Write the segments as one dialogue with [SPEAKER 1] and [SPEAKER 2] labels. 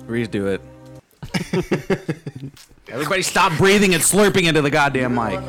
[SPEAKER 1] agrees to it. Everybody stop breathing and slurping into the goddamn mic.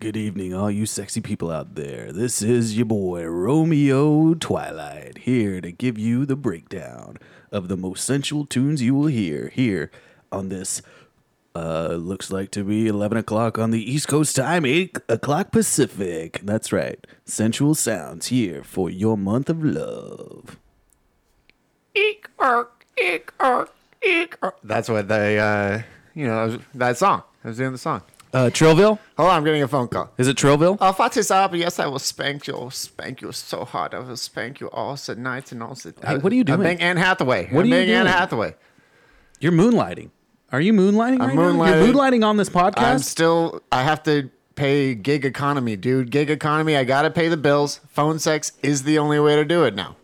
[SPEAKER 1] Good evening, all you sexy people out there. This is your boy Romeo Twilight here to give you the breakdown of the most sensual tunes you will hear here on this. Uh, looks like to be 11 o'clock on the East Coast time, 8 o'clock Pacific. That's right. Sensual sounds here for your month of love.
[SPEAKER 2] Eek, erk, eek, erk, eek, erk. That's what they, uh, you know, I was- that song. I was doing the song.
[SPEAKER 1] Uh, Trillville?
[SPEAKER 2] Hold on, I'm getting a phone call.
[SPEAKER 1] Is it Trillville?
[SPEAKER 2] Uh, what is up? Yes, I will spank you, spank you so hard. I will spank you all the night and all the.
[SPEAKER 1] Hey, what are you
[SPEAKER 2] I'm
[SPEAKER 1] doing?
[SPEAKER 2] being Anne Hathaway.
[SPEAKER 1] What
[SPEAKER 2] I'm
[SPEAKER 1] are you
[SPEAKER 2] being Anne
[SPEAKER 1] doing?
[SPEAKER 2] Hathaway.
[SPEAKER 1] You're moonlighting. Are you moonlighting?
[SPEAKER 2] I'm
[SPEAKER 1] right now? You're
[SPEAKER 2] moonlighting.
[SPEAKER 1] moonlighting on this podcast?
[SPEAKER 2] I'm still. I have to pay gig economy, dude. Gig economy. I gotta pay the bills. Phone sex is the only way to do it now.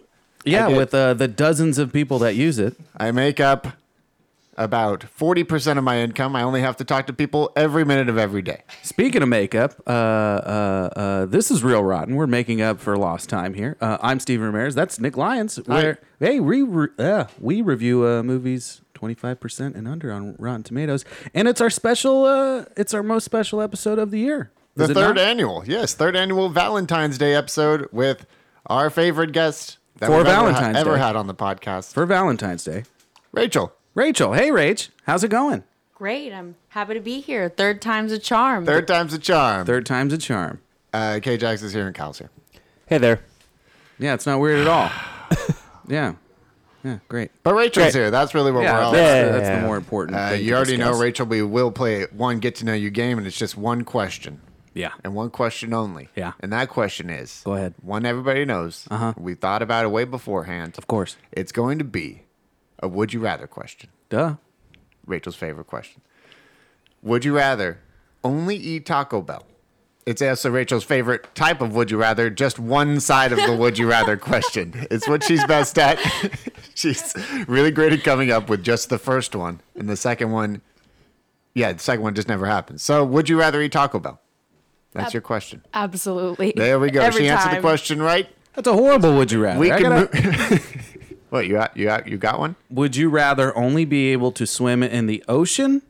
[SPEAKER 1] yeah,
[SPEAKER 2] I get-
[SPEAKER 1] with uh, the dozens of people that use it.
[SPEAKER 2] I make up about 40% of my income. I only have to talk to people every minute of every day.
[SPEAKER 1] Speaking of makeup, uh, uh, uh, this is real rotten. We're making up for lost time here. Uh, I'm Steven Ramirez. That's Nick Lyons. Where hey, we re- uh, we review uh, movies 25 percent and under on Rotten Tomatoes, and it's our special. Uh, it's our most special episode of the year.
[SPEAKER 2] The
[SPEAKER 1] Is it
[SPEAKER 2] third e-
[SPEAKER 1] not?
[SPEAKER 2] annual, yes, third annual Valentine's Day episode with our favorite guest that
[SPEAKER 1] For
[SPEAKER 2] we've ever, ha-
[SPEAKER 1] Valentine's
[SPEAKER 2] ever
[SPEAKER 1] Day.
[SPEAKER 2] had on the podcast,
[SPEAKER 1] for Valentine's Day.
[SPEAKER 2] Rachel.
[SPEAKER 1] Rachel, hey Rach, how's it going?
[SPEAKER 3] Great. I'm happy to be here. Third time's a charm.
[SPEAKER 2] Third time's a charm.
[SPEAKER 1] Third time's a charm.
[SPEAKER 2] Uh, K Jax is here and Kyle's here.
[SPEAKER 4] Hey there.
[SPEAKER 1] Yeah, it's not weird at all. yeah, yeah, great.
[SPEAKER 2] But Rachel's
[SPEAKER 4] Great.
[SPEAKER 2] here. That's really what we're
[SPEAKER 1] Yeah,
[SPEAKER 2] all
[SPEAKER 4] Yeah.
[SPEAKER 2] about.
[SPEAKER 1] that's, the, that's the more important.
[SPEAKER 2] Uh,
[SPEAKER 1] thing to
[SPEAKER 2] you already know,
[SPEAKER 1] discuss.
[SPEAKER 2] Rachel, we will play one get to know you game, and it's just one question.
[SPEAKER 1] Yeah.
[SPEAKER 2] and one question only.
[SPEAKER 1] Yeah.
[SPEAKER 2] And that question is
[SPEAKER 1] Go ahead. Uh-huh.
[SPEAKER 2] One everybody knows. Uh huh. We thought about it way beforehand.
[SPEAKER 1] Of course.
[SPEAKER 2] It's going to be a would you rather question.
[SPEAKER 1] Duh.
[SPEAKER 2] Rachel's favorite question. Would you rather only eat Taco Bell? It's also Rachel's favorite type of would you rather, just one side of the would you rather question. It's what she's best at. she's really great at coming up with just the first one. And the second one, yeah, the second one just never happens. So, would you rather eat Taco Bell? That's your question.
[SPEAKER 3] Absolutely.
[SPEAKER 2] There we go.
[SPEAKER 3] Every
[SPEAKER 2] she answered the
[SPEAKER 3] time.
[SPEAKER 2] question right.
[SPEAKER 1] That's a horrible. Would you rather?
[SPEAKER 2] We
[SPEAKER 1] I
[SPEAKER 2] can.
[SPEAKER 1] gotta-
[SPEAKER 2] mo- what you got, you got, you got one?
[SPEAKER 1] Would you rather only be able to swim in the ocean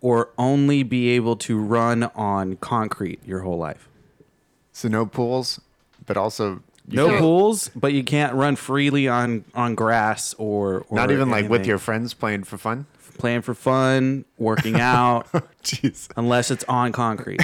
[SPEAKER 1] or only be able to run on concrete your whole life?
[SPEAKER 2] So no pools, but also you
[SPEAKER 1] No
[SPEAKER 2] can't-
[SPEAKER 1] pools, but you can't run freely on on grass or, or
[SPEAKER 2] Not even like with
[SPEAKER 1] anything.
[SPEAKER 2] your friends playing for fun.
[SPEAKER 1] playing for fun, working out,
[SPEAKER 2] Jeez.
[SPEAKER 1] unless it's on concrete.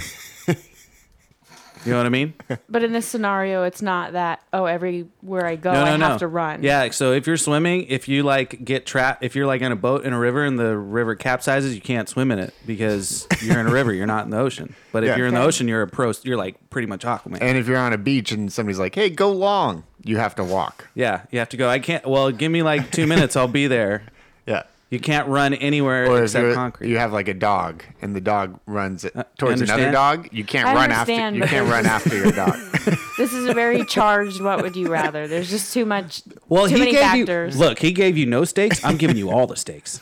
[SPEAKER 1] you know what I mean?
[SPEAKER 3] But in this scenario, it's not that, oh, everywhere I go,
[SPEAKER 1] no, no,
[SPEAKER 3] I
[SPEAKER 1] no.
[SPEAKER 3] have to run.
[SPEAKER 1] Yeah, so if you're swimming, if you like get trapped, if you're like in a boat in a river and the river capsizes, you can't swim in it because you're in a river, you're not in the ocean. But if
[SPEAKER 2] Yeah.
[SPEAKER 1] you're in the
[SPEAKER 3] Okay.
[SPEAKER 1] ocean, you're a pro, you're like pretty much Aquaman.
[SPEAKER 2] And if you're on a beach and somebody's like, "Hey, go long," you have to walk.
[SPEAKER 1] yeah, you have to go. I can't. Well, give me like two minutes, I'll be there.
[SPEAKER 2] Yeah.
[SPEAKER 1] You can't run anywhere
[SPEAKER 2] Or if
[SPEAKER 1] except
[SPEAKER 2] you're,
[SPEAKER 1] concrete. Uh,
[SPEAKER 2] you have like a dog and the dog runs it towards another
[SPEAKER 1] understand?
[SPEAKER 2] dog, you can't
[SPEAKER 3] I
[SPEAKER 2] run after.
[SPEAKER 3] understand,
[SPEAKER 2] You
[SPEAKER 3] but
[SPEAKER 2] can't run after your dog.
[SPEAKER 3] This is a very charged, what would you rather? There's just too much,
[SPEAKER 1] well,
[SPEAKER 3] too
[SPEAKER 1] he
[SPEAKER 3] many
[SPEAKER 1] gave
[SPEAKER 3] factors.
[SPEAKER 1] you look. He gave you no stakes. I'm giving you all the stakes.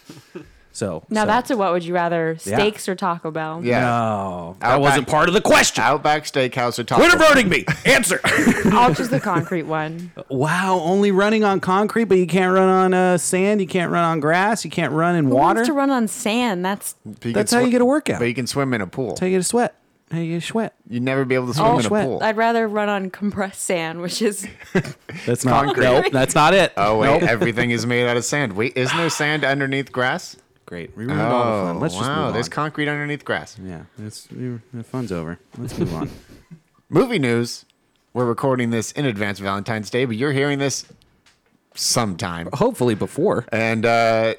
[SPEAKER 1] So
[SPEAKER 3] now
[SPEAKER 1] so-
[SPEAKER 3] that's a what would you rather,
[SPEAKER 1] Yeah.
[SPEAKER 3] steaks or Taco Bell?
[SPEAKER 2] Yeah.
[SPEAKER 1] no, that
[SPEAKER 2] Outback-
[SPEAKER 1] wasn't part of the question.
[SPEAKER 2] Outback Steakhouse or Taco.
[SPEAKER 1] Quit
[SPEAKER 2] Bell.
[SPEAKER 1] averting me. Answer.
[SPEAKER 3] I'll choose the concrete one.
[SPEAKER 1] Wow, only running on concrete, but you can't run on uh, sand, you can't run on grass, you can't run in
[SPEAKER 3] Who
[SPEAKER 1] water.
[SPEAKER 3] wants to run on sand? That's
[SPEAKER 2] But you can
[SPEAKER 1] That's how you
[SPEAKER 2] swi-
[SPEAKER 1] get a workout.
[SPEAKER 2] But you can swim in a pool.
[SPEAKER 1] How you get a sweat? How you get a sweat?
[SPEAKER 2] You'd never be able to swim
[SPEAKER 3] Oh,
[SPEAKER 2] in a
[SPEAKER 1] sweat.
[SPEAKER 2] pool.
[SPEAKER 3] I'd rather run on compressed sand, which is
[SPEAKER 1] That's not.
[SPEAKER 2] concrete.
[SPEAKER 1] Nope, that's not it.
[SPEAKER 2] Oh wait,
[SPEAKER 1] Nope.
[SPEAKER 2] everything is made out of sand. Wait, isn't there sand underneath grass? Oh,
[SPEAKER 1] Great. We ruined all the fun. Let's just
[SPEAKER 2] wow,
[SPEAKER 1] move
[SPEAKER 2] there's
[SPEAKER 1] on.
[SPEAKER 2] concrete underneath grass.
[SPEAKER 1] yeah, that's, you- the fun's over. Let's move on.
[SPEAKER 2] Movie news. We're recording this in advance of Valentine's Day, but you're hearing this sometime.
[SPEAKER 1] Hopefully before.
[SPEAKER 2] And uh,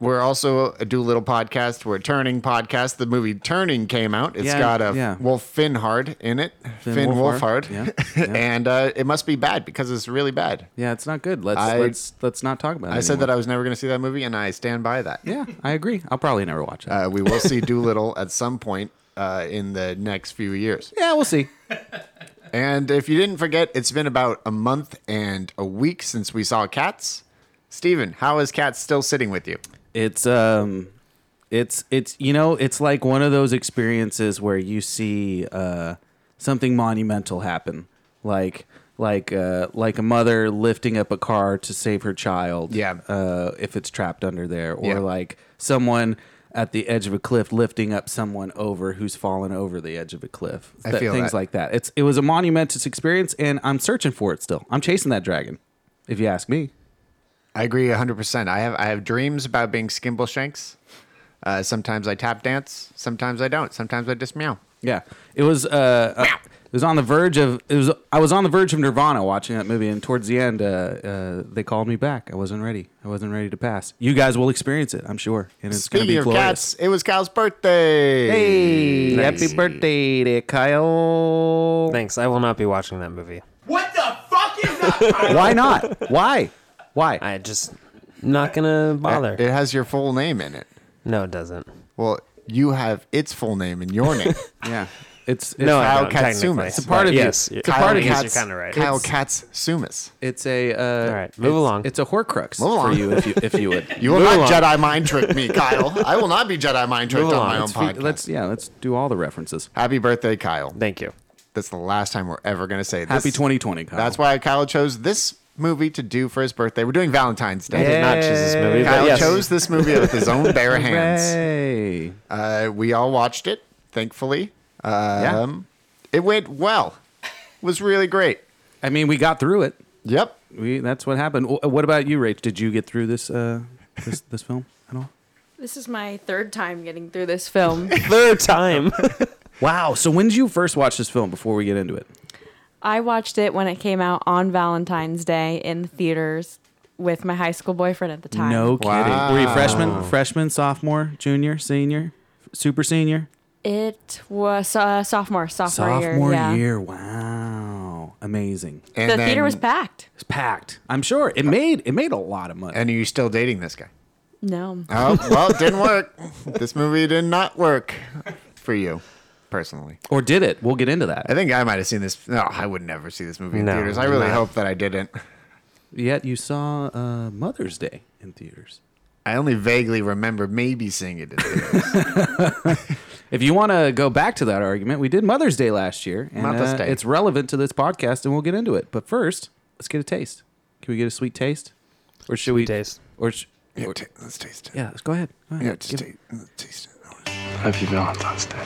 [SPEAKER 2] we're also a Doolittle podcast. We're a Turning podcast. The movie Turning came out. It's
[SPEAKER 1] Yeah,
[SPEAKER 2] got a
[SPEAKER 1] yeah.
[SPEAKER 2] Wolf Finhard in it. Finn,
[SPEAKER 1] Wolfhard,
[SPEAKER 2] Wolfhard.
[SPEAKER 1] yeah, yeah.
[SPEAKER 2] and uh, it must be bad because it's really bad.
[SPEAKER 1] Yeah, it's not good. Let's
[SPEAKER 2] I-
[SPEAKER 1] let's let's not talk about it.
[SPEAKER 2] I said that I was never going to see that movie, and I stand by that.
[SPEAKER 1] yeah, I agree. I'll probably never watch it.
[SPEAKER 2] Uh, we will see Doolittle at some point uh, in the next few years.
[SPEAKER 1] yeah, we'll see.
[SPEAKER 2] And if you didn't forget, it's been about a month and a week since we saw Cats. Steven, how is Cats still sitting with you?
[SPEAKER 1] It's um it's it's you know, it's like one of those experiences where you see uh something monumental happen. Like like uh like a mother lifting up a car to save her child.
[SPEAKER 2] Yeah.
[SPEAKER 1] Uh if it's trapped under there. Or
[SPEAKER 2] Yeah.
[SPEAKER 1] like someone at the edge of a cliff lifting up someone over who's fallen over the edge of a cliff.
[SPEAKER 2] I
[SPEAKER 1] Th-
[SPEAKER 2] feel
[SPEAKER 1] things
[SPEAKER 2] that.
[SPEAKER 1] like that. It's it was a monumentous experience and I'm searching for it still. I'm chasing that dragon, if you ask me.
[SPEAKER 2] I agree 100%. I have I have dreams about being Skimble Shanks. Uh, sometimes I tap dance, sometimes I don't. Sometimes I just meow.
[SPEAKER 1] Yeah, it was. Uh, uh, it was on the verge of. It was. I was on the verge of Nirvana watching that movie, and towards the end, uh, uh, they called me back. I wasn't ready. I wasn't ready to pass. You guys will experience it, I'm sure, and it's going to
[SPEAKER 2] Speaking
[SPEAKER 1] be
[SPEAKER 2] of
[SPEAKER 1] glorious.
[SPEAKER 2] cats, it was Kyle's birthday.
[SPEAKER 1] Hey,
[SPEAKER 2] Nice.
[SPEAKER 1] happy birthday to Kyle!
[SPEAKER 4] Thanks. I will not be watching that movie.
[SPEAKER 5] What the fuck is up?
[SPEAKER 1] Why not? Why? Why?
[SPEAKER 4] I just not gonna bother.
[SPEAKER 2] It has your full name in it.
[SPEAKER 4] no, it doesn't.
[SPEAKER 2] Well, you have its full name in your name.
[SPEAKER 1] yeah, it's, it's
[SPEAKER 4] No, I
[SPEAKER 2] Kyle
[SPEAKER 4] don't, technically.
[SPEAKER 2] Katsumas. It's a
[SPEAKER 1] part
[SPEAKER 4] But
[SPEAKER 1] of you.
[SPEAKER 4] yes,
[SPEAKER 1] It's
[SPEAKER 4] a
[SPEAKER 1] part of you.
[SPEAKER 4] You're
[SPEAKER 2] Katz-
[SPEAKER 4] kind of right.
[SPEAKER 2] Kyle
[SPEAKER 4] It's-
[SPEAKER 2] Katz Sumas.
[SPEAKER 1] it's a. Uh,
[SPEAKER 4] All right, move
[SPEAKER 1] it's-
[SPEAKER 4] along.
[SPEAKER 1] It's a Horcrux
[SPEAKER 2] Move
[SPEAKER 1] for
[SPEAKER 2] along.
[SPEAKER 1] you if you if you would.
[SPEAKER 2] You will
[SPEAKER 4] Move
[SPEAKER 2] not
[SPEAKER 4] along.
[SPEAKER 2] Jedi mind trick me, Kyle. I will not be Jedi mind tricked
[SPEAKER 4] Move
[SPEAKER 2] on
[SPEAKER 4] along.
[SPEAKER 2] my own
[SPEAKER 1] let's, fe-
[SPEAKER 2] podcast.
[SPEAKER 1] let's yeah, let's do all the references.
[SPEAKER 2] Happy birthday, Kyle.
[SPEAKER 4] Thank you.
[SPEAKER 2] That's the last time we're ever going to say this.
[SPEAKER 1] Happy 2020, Kyle.
[SPEAKER 2] That's why Kyle chose this movie to do for his birthday. We're doing Valentine's Day.
[SPEAKER 4] I did not choose this movie.
[SPEAKER 2] Kyle
[SPEAKER 4] but yes.
[SPEAKER 2] chose this movie with his own bare hands.
[SPEAKER 1] Hey.
[SPEAKER 2] Uh, we all watched it, thankfully. Um, It went well. was really great.
[SPEAKER 1] I mean, we got through it.
[SPEAKER 2] Yep.
[SPEAKER 1] We that's what happened. Wh- What about you, Rach? Did you get through this uh this this film at all?
[SPEAKER 3] This is my third time getting through this film.
[SPEAKER 4] third time.
[SPEAKER 1] Wow. So when did you first watch this film? Before we get into it,
[SPEAKER 3] I watched it when it came out on Valentine's Day in the theaters with my high school boyfriend at the time.
[SPEAKER 1] no
[SPEAKER 2] Wow.
[SPEAKER 1] kidding. Were you freshman, freshman, sophomore, junior, senior, super senior,
[SPEAKER 3] It was uh, sophomore, sophomore,
[SPEAKER 1] sophomore
[SPEAKER 3] year. yeah.
[SPEAKER 1] year? Wow, amazing.
[SPEAKER 2] And
[SPEAKER 3] The
[SPEAKER 2] then-
[SPEAKER 3] theater was packed.
[SPEAKER 1] It's packed. I'm sure it made it made a lot of money.
[SPEAKER 2] And are you still dating this guy?
[SPEAKER 3] No.
[SPEAKER 2] Oh, well, it didn't work. This movie did not work for you, personally.
[SPEAKER 1] or did it? We'll get into that.
[SPEAKER 2] I think I might have seen this. No, I would never see this movie in
[SPEAKER 4] No,
[SPEAKER 2] theaters. I really
[SPEAKER 4] not.
[SPEAKER 2] hope that I didn't.
[SPEAKER 1] Yet you saw uh, Mother's Day in theaters.
[SPEAKER 2] I only vaguely remember maybe seeing it in theaters.
[SPEAKER 1] If you want to go back to that argument, we did Mother's Day last year, and
[SPEAKER 2] Mother's
[SPEAKER 1] uh,
[SPEAKER 2] Day.
[SPEAKER 1] it's relevant to this podcast, and we'll get into it. But first, let's get a taste. Can we get a sweet taste, or should we
[SPEAKER 4] taste.
[SPEAKER 1] Or, sh-
[SPEAKER 2] Yeah,
[SPEAKER 1] or
[SPEAKER 2] ta- let's taste it.
[SPEAKER 1] yeah, let's go ahead. Go ahead.
[SPEAKER 2] Yeah, just
[SPEAKER 1] Give-
[SPEAKER 2] ta- let's taste it.
[SPEAKER 6] Happy Valentine's Day.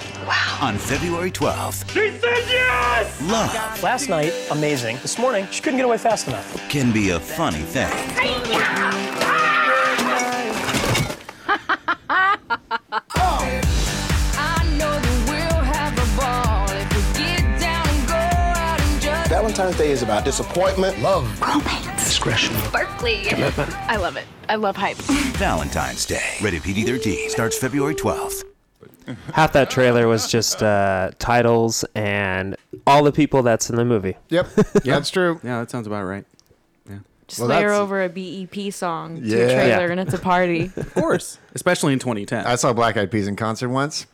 [SPEAKER 7] on February 12th. She said yes! Love
[SPEAKER 8] Last night, amazing. This morning, she couldn't get away fast enough.
[SPEAKER 7] can be a funny thing.
[SPEAKER 6] Valentine's Day is about disappointment, love, discretion.
[SPEAKER 9] Berkeley. I love it. I love hype.
[SPEAKER 7] Valentine's Day. Rated PG 13. Starts February 12th.
[SPEAKER 4] Half that trailer was just uh, titles and all the people that's in the movie.
[SPEAKER 2] Yep, that's true.
[SPEAKER 1] Yeah, that sounds about right.
[SPEAKER 3] Just
[SPEAKER 2] Well,
[SPEAKER 3] layer
[SPEAKER 2] that's-
[SPEAKER 3] over a BEP song to
[SPEAKER 2] Yeah.
[SPEAKER 3] a trailer
[SPEAKER 4] Yeah.
[SPEAKER 3] and it's a party.
[SPEAKER 1] Of course, especially in 2010.
[SPEAKER 2] I saw Black Eyed Peas in concert once.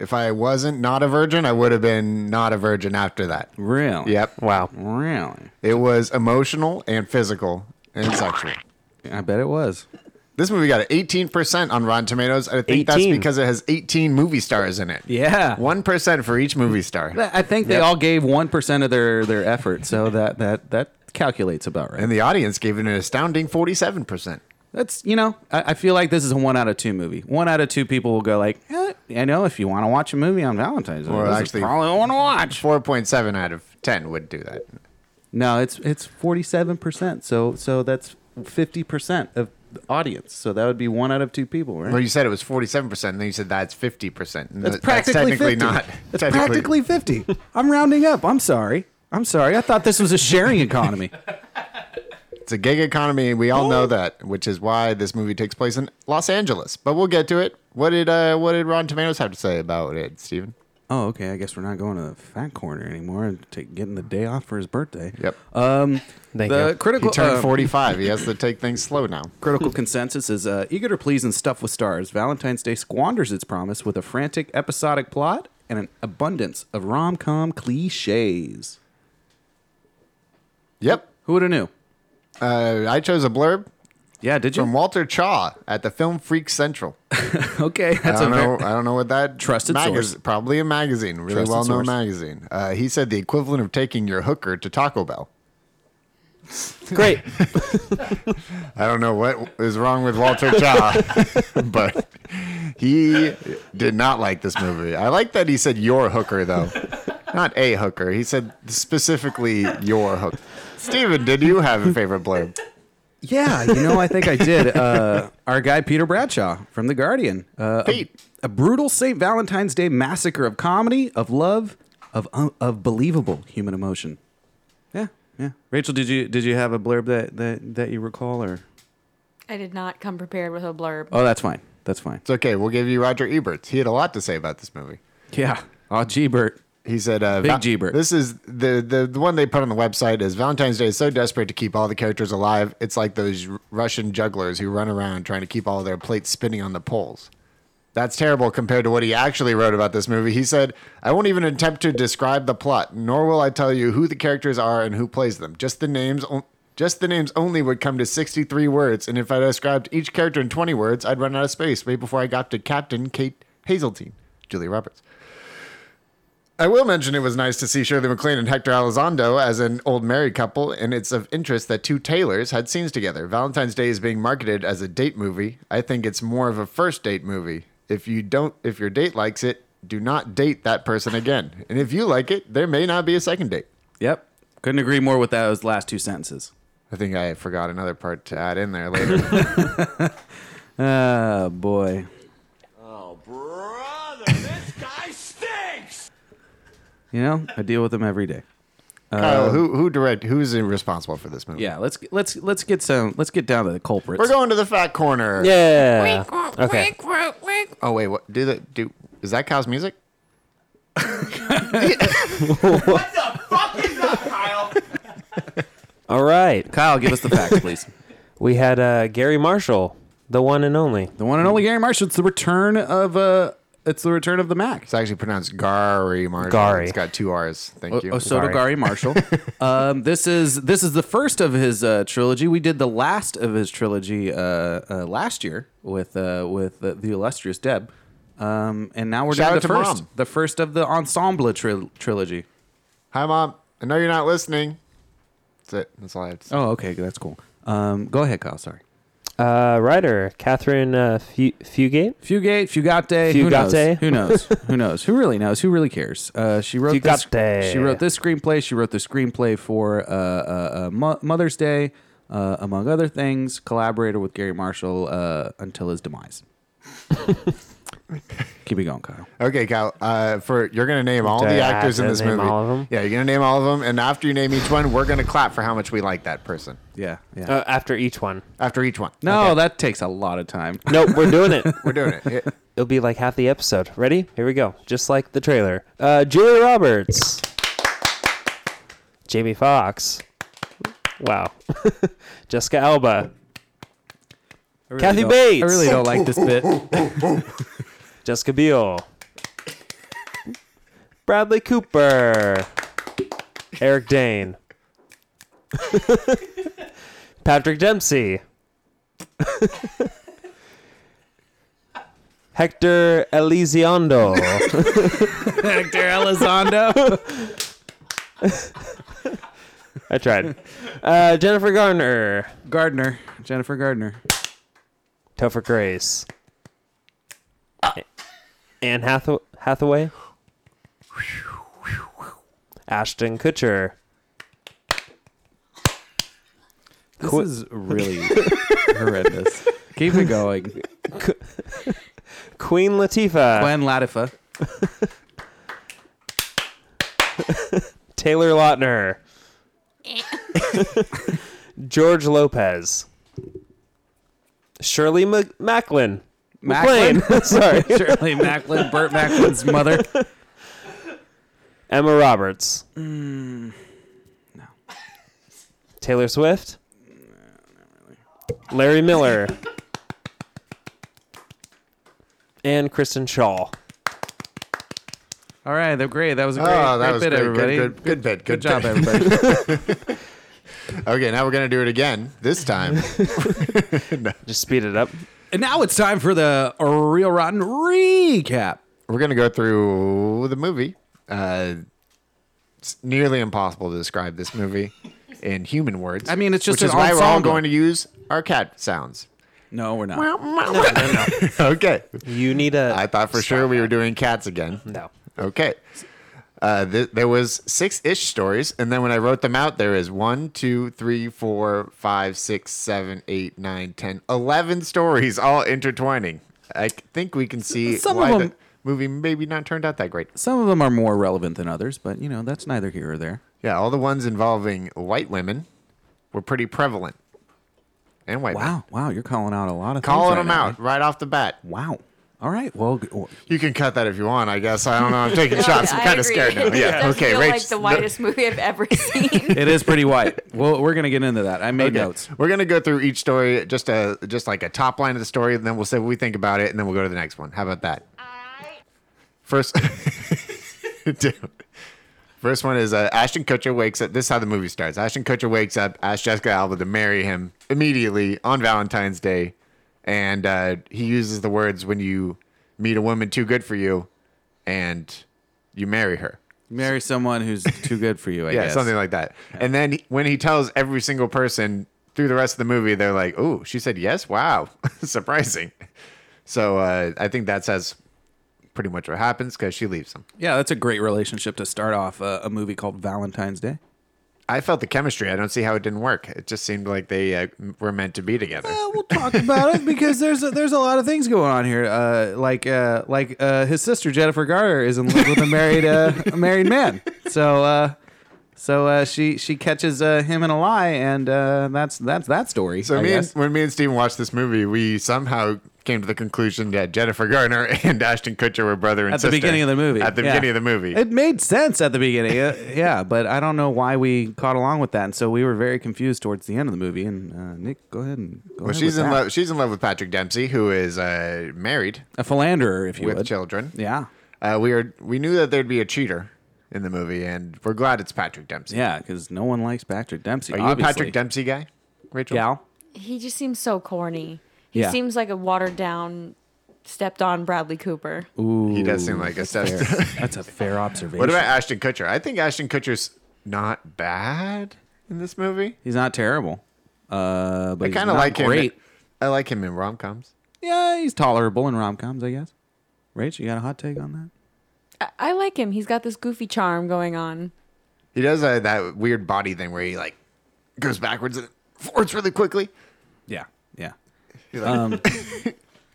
[SPEAKER 2] If I wasn't not a virgin, I would have been not a virgin after that.
[SPEAKER 1] really?
[SPEAKER 2] Yep.
[SPEAKER 4] Wow.
[SPEAKER 1] Really?
[SPEAKER 2] It was emotional and physical and sexual.
[SPEAKER 1] I bet it was.
[SPEAKER 2] This movie got an 18% on Rotten Tomatoes. I think that's
[SPEAKER 4] 18.
[SPEAKER 2] because it has 18 movie stars in it.
[SPEAKER 1] Yeah.
[SPEAKER 2] 1% for each movie star.
[SPEAKER 1] I think they all gave one percent of their their effort, so that that that calculates about right.
[SPEAKER 2] And the audience gave it an astounding 47%.
[SPEAKER 1] That's you know, I, I feel like this is a one out of two movie. One out of two people will go like, eh, I know if you want to watch a movie on Valentine's, Day,
[SPEAKER 2] Or
[SPEAKER 1] this
[SPEAKER 2] actually-
[SPEAKER 1] is probably want to watch.
[SPEAKER 2] 4.7 out of 10 would do that.
[SPEAKER 1] No, it's it's forty seven percent. So so that's fifty percent of the audience. So that would be one out of two people, right?
[SPEAKER 2] Well, you said it was 47%, and then you said that's 50%. No,
[SPEAKER 1] that's practically
[SPEAKER 2] technically
[SPEAKER 1] 50.
[SPEAKER 2] not.
[SPEAKER 1] That's
[SPEAKER 2] technically-
[SPEAKER 1] practically fifty. I'm rounding up. I'm sorry. I'm sorry. I thought this was a sharing economy.
[SPEAKER 2] It's a gig economy. We all know that, which is why this movie takes place in Los Angeles. But we'll get to it. What did uh, what did Rotten Tomatoes have to say about it, Steven?
[SPEAKER 1] oh, okay. I guess we're not going to the fat corner anymore and take, getting the day off for his birthday.
[SPEAKER 2] Yep.
[SPEAKER 1] Um,
[SPEAKER 4] Thank
[SPEAKER 1] the
[SPEAKER 4] you.
[SPEAKER 1] critical
[SPEAKER 2] He turned
[SPEAKER 1] uh,
[SPEAKER 2] 45. He has to take things slow now.
[SPEAKER 1] Critical consensus is uh, eager to please and stuff with stars. Valentine's Day squanders its promise with a frantic episodic plot and an abundance of rom com cliches.
[SPEAKER 2] Yep.
[SPEAKER 1] Who would have knew?
[SPEAKER 2] Uh, I chose a blurb
[SPEAKER 1] Yeah, did you?
[SPEAKER 2] from Walter Chaw at the Film Freak Central.
[SPEAKER 1] okay, that's
[SPEAKER 2] I
[SPEAKER 1] a
[SPEAKER 2] don't
[SPEAKER 1] ver-
[SPEAKER 2] know. I don't know what that
[SPEAKER 1] Trusted source.
[SPEAKER 2] Probably a magazine, really
[SPEAKER 1] Trusted source.
[SPEAKER 2] well-known magazine. Uh, he said the equivalent of taking your hooker to Taco Bell.
[SPEAKER 4] Great.
[SPEAKER 2] I don't know what is wrong with Walter Cha, but he did not like this movie. I like that he said your hooker though, not a hooker. He said specifically your hooker. Steven, did you have a favorite blurb?
[SPEAKER 1] Yeah, you know, I think I did. Uh, our guy Peter Bradshaw from The Guardian. Uh, a-
[SPEAKER 2] Pete.
[SPEAKER 1] A, brutal St. Valentine's Day massacre of comedy, of love, of un- of believable human emotion. Yeah, yeah. Rachel, did you did you have a blurb that that that you recall or?
[SPEAKER 3] I did not come prepared with a blurb.
[SPEAKER 1] Oh, that's fine. That's fine.
[SPEAKER 2] It's okay. We'll give you Roger Ebert. He had a lot to say about this movie.
[SPEAKER 1] Yeah. Oh, gee, Bert.
[SPEAKER 2] He said, uh,
[SPEAKER 1] Big
[SPEAKER 2] Val-
[SPEAKER 1] Jeebert.
[SPEAKER 2] This is the, the the one they put on the website is Valentine's Day is so desperate to keep all the characters alive. It's like those R- Russian jugglers who run around trying to keep all their plates spinning on the poles. That's terrible compared to what he actually wrote about this movie. He said, I won't even attempt to describe the plot, nor will I tell you who the characters are and who plays them. Just the names on- just the names only would come to 63 words, and if I described each character in 20 words, I'd run out of space way before I got to Captain Kate Hazeltine, Julia Roberts. I will mention it was nice to see Shirley MacLaine and Hector Elizondo as an old married couple, and it's of interest that two Taylors had scenes together. Valentine's Day is being marketed as a date movie. I think it's more of a first date movie. If you don't, if your date likes it, do not date that person again. And if you like it, there may not be a second date.
[SPEAKER 1] Yep. Couldn't agree more with those last two sentences.
[SPEAKER 2] I think I forgot another part to add in there later.
[SPEAKER 1] Ah, boy.
[SPEAKER 5] Oh, Brother, this guy stinks!
[SPEAKER 1] You know, I deal with them every day.
[SPEAKER 4] Um,
[SPEAKER 2] Kyle, Uh, who who direct? Who's responsible for this movie?
[SPEAKER 1] Yeah, let's let's let's get some let's get down to the culprits.
[SPEAKER 2] we're going to the fat corner.
[SPEAKER 4] Yeah. Okay.
[SPEAKER 2] Oh wait, what? Do the do? Is that Kyle's music?
[SPEAKER 5] What the fuck is up, Kyle?
[SPEAKER 4] All right.
[SPEAKER 1] Kyle, give us the facts, please.
[SPEAKER 4] We had uh, Gary Marshall, the one and only.
[SPEAKER 1] The one and only Gary Marshall. It's the return of uh, it's the return of the Mac.
[SPEAKER 2] It's actually pronounced Gary Marshall.
[SPEAKER 4] Gary.
[SPEAKER 2] It's got two R's. Thank you.
[SPEAKER 1] Oh, so to
[SPEAKER 4] Sorry.
[SPEAKER 1] Gary Marshall. um, this is this is the first of his uh, trilogy. We did the last of his trilogy uh, uh, last year with uh, with uh, the illustrious Deb, um, and now we're
[SPEAKER 2] Shout
[SPEAKER 1] down
[SPEAKER 2] out
[SPEAKER 1] to the
[SPEAKER 2] to
[SPEAKER 1] first
[SPEAKER 2] Mom.
[SPEAKER 1] the first of the ensemble tri- trilogy.
[SPEAKER 2] Hi, mom. I know you're not listening. That's it. That's all I have to say.
[SPEAKER 1] Oh, okay, that's cool. Um, go ahead, Kyle. Sorry.
[SPEAKER 4] Uh, writer Catherine uh, Fu- Fugate.
[SPEAKER 1] Fugate, Fugate, who knows?
[SPEAKER 4] Fugate.
[SPEAKER 1] Who knows? who knows? Who really knows? Who really cares? Uh, she wrote this.
[SPEAKER 4] Fugate.
[SPEAKER 1] She wrote this screenplay. She wrote the screenplay for uh, uh, uh, Mo- Mother's Day, uh, among other things. Collaborated with Gary Marshall uh, until his demise. Keep it going, Kyle.
[SPEAKER 2] Okay, Kyle. Uh, for you're gonna name all
[SPEAKER 4] Do I
[SPEAKER 2] the actors
[SPEAKER 4] have
[SPEAKER 2] in
[SPEAKER 4] to
[SPEAKER 2] this
[SPEAKER 4] name
[SPEAKER 2] movie.
[SPEAKER 4] all of 'em?
[SPEAKER 2] Yeah, you're gonna name all of them, and after you name each one, we're gonna clap for how much we like that person.
[SPEAKER 1] Yeah, yeah.
[SPEAKER 4] Uh, after each one.
[SPEAKER 2] After each one.
[SPEAKER 1] no, that takes a lot of time.
[SPEAKER 4] Nope, we're doing it.
[SPEAKER 2] we're doing it. It-
[SPEAKER 4] It'll be like half the episode. Ready? Here we go. Just like the trailer. Uh, Julia Roberts. Jamie Foxx. Wow. Jessica Alba. Kathy
[SPEAKER 1] don't-
[SPEAKER 4] Bates.
[SPEAKER 1] I really don't like this bit.
[SPEAKER 4] Jessica Biel. Bradley Cooper. Eric Dane. Patrick Dempsey. Hector Elizondo.
[SPEAKER 1] Hector Elizondo.
[SPEAKER 4] I tried. Uh, Jennifer Garner.
[SPEAKER 1] Gardner. Jennifer Gardner.
[SPEAKER 4] Topher Grace. A- Anne Hathaw- Hathaway. Ashton Kutcher.
[SPEAKER 1] This is really horrendous. Keep it going.
[SPEAKER 4] Queen Latifah.
[SPEAKER 1] Gwen Latifa.
[SPEAKER 4] Taylor Lautner. George Lopez. Shirley Mac- Macklin.
[SPEAKER 1] Macklin?
[SPEAKER 4] McLean. Sorry.
[SPEAKER 1] Shirley Macklin, Burt Macklin's mother.
[SPEAKER 4] Emma Roberts. no. Mm, Taylor Swift. Larry Miller. and Kristen Shaw.
[SPEAKER 10] All right, they're great. That was a great,
[SPEAKER 2] Oh, that
[SPEAKER 10] great
[SPEAKER 2] was
[SPEAKER 10] bit,
[SPEAKER 2] great. Good-
[SPEAKER 10] everybody.
[SPEAKER 2] Good, good, bit. Good,
[SPEAKER 10] Good job,
[SPEAKER 2] bit.
[SPEAKER 10] everybody.
[SPEAKER 2] Okay, now we're gonna do it again. This time,
[SPEAKER 4] Just speed it up.
[SPEAKER 1] And now it's time for the Real Rotten recap.
[SPEAKER 2] we're gonna go through the movie. Uh, it's nearly impossible to describe this movie in human words.
[SPEAKER 1] I mean, it's just
[SPEAKER 2] which
[SPEAKER 1] an
[SPEAKER 2] is why we're all
[SPEAKER 1] ensemble.
[SPEAKER 2] going to use our cat sounds.
[SPEAKER 1] No, we're not.
[SPEAKER 2] okay,
[SPEAKER 4] You need a.
[SPEAKER 2] I thought for sure we were doing cats again.
[SPEAKER 4] No.
[SPEAKER 2] Okay. Uh, th- there was six ish stories, and then when I wrote them out, there is one, two, three, four, five, six, seven, eight, nine, ten, eleven stories all intertwining. I c- think we can see
[SPEAKER 1] Some
[SPEAKER 2] why
[SPEAKER 1] of
[SPEAKER 2] the
[SPEAKER 1] 'em-
[SPEAKER 2] movie maybe not turned out that great.
[SPEAKER 1] Some of them are more relevant than others, but you know that's neither here or there.
[SPEAKER 2] Yeah, all the ones involving white women were pretty prevalent, and white. men.
[SPEAKER 1] Wow, wow, you're calling out a lot of
[SPEAKER 2] calling
[SPEAKER 1] things
[SPEAKER 2] them
[SPEAKER 1] right eh?
[SPEAKER 2] out right off the bat.
[SPEAKER 1] now. Wow. All right. Well, g- well,
[SPEAKER 2] You can cut that if you want. I guess I don't know. I'm taking shots. I'm
[SPEAKER 3] I
[SPEAKER 2] kind of
[SPEAKER 3] agree.
[SPEAKER 2] scared now. Yeah.
[SPEAKER 3] does
[SPEAKER 2] okay.
[SPEAKER 3] feel
[SPEAKER 2] Rach,
[SPEAKER 3] like the
[SPEAKER 2] no-
[SPEAKER 3] whitest movie I've ever seen.
[SPEAKER 1] it is pretty white. well, we're gonna get into that. I made
[SPEAKER 2] Okay.
[SPEAKER 1] notes.
[SPEAKER 2] We're gonna go through each story, just a just like a top line of the story, and then we'll say what we think about it, and then we'll go to the next one. How about that? First, Dude. first one is uh, Ashton Kutcher wakes up. This is how the movie starts. Ashton Kutcher wakes up, asks Jessica Alba to marry him immediately on Valentine's Day, and uh, he uses the words "when you meet a woman too good for you, and you marry her."
[SPEAKER 1] Marry someone who's too good for you. I
[SPEAKER 2] yeah,
[SPEAKER 1] guess.
[SPEAKER 2] something like that. And then he- when he tells every single person through the rest of the movie, they're like, "Oh, she said yes. Wow, surprising." So uh, I think that says pretty much what happens because she leaves him.
[SPEAKER 1] Yeah, that's a great relationship to start off uh, a movie called Valentine's Day.
[SPEAKER 2] I felt the chemistry. I don't see how it didn't work. It just seemed like they uh, m- were meant to be together.
[SPEAKER 1] Yeah, we'll talk about it because there's a, there's a lot of things going on here. Uh, like uh, like uh, his sister Jennifer Garner is in love with a married uh, a married man. So uh, so uh, she she catches uh, him in a lie, and uh, that's that's that story.
[SPEAKER 2] So
[SPEAKER 1] I
[SPEAKER 2] me and,
[SPEAKER 1] guess.
[SPEAKER 2] when me and Steven watched this movie, we somehow came to the conclusion that Jennifer Garner and Ashton Kutcher were brother and
[SPEAKER 1] at
[SPEAKER 2] sister
[SPEAKER 1] the beginning of the movie.
[SPEAKER 2] At the
[SPEAKER 1] yeah.
[SPEAKER 2] beginning of the movie,
[SPEAKER 1] It made sense at the beginning. uh, yeah, but I don't know why we caught along with that. And so we were very confused towards the end of the movie. And uh, Nick, go ahead and go
[SPEAKER 2] well,
[SPEAKER 1] ahead
[SPEAKER 2] she's
[SPEAKER 1] with
[SPEAKER 2] in
[SPEAKER 1] that.
[SPEAKER 2] love. She's in love with Patrick Dempsey, who is uh, married
[SPEAKER 1] A philanderer, if you
[SPEAKER 2] with
[SPEAKER 1] would.
[SPEAKER 2] children.
[SPEAKER 1] Yeah.
[SPEAKER 2] Uh, we are we knew that there'd be a cheater in the movie, and we're glad it's Patrick Dempsey.
[SPEAKER 1] Yeah, because no one likes Patrick Dempsey.
[SPEAKER 2] Are you
[SPEAKER 1] obviously.
[SPEAKER 2] a Patrick Dempsey guy, Rachel?
[SPEAKER 1] Gal?
[SPEAKER 3] he just seems so corny. He
[SPEAKER 1] Yeah.
[SPEAKER 3] seems like a watered down, stepped on Bradley Cooper.
[SPEAKER 2] He does seem like a step.
[SPEAKER 1] That's a fair observation.
[SPEAKER 2] what about Ashton Kutcher? I think Ashton Kutcher's not bad in this movie.
[SPEAKER 1] He's not terrible. Uh, but
[SPEAKER 2] I kind of like
[SPEAKER 1] great.
[SPEAKER 2] him. I like him in rom coms.
[SPEAKER 1] Yeah, he's tolerable in rom coms, I guess. Rach, you got a hot take on that?
[SPEAKER 3] I, I like him. He's got this goofy charm going on.
[SPEAKER 2] He does uh, that weird body thing where he like goes backwards and forwards really quickly.
[SPEAKER 1] Yeah, yeah.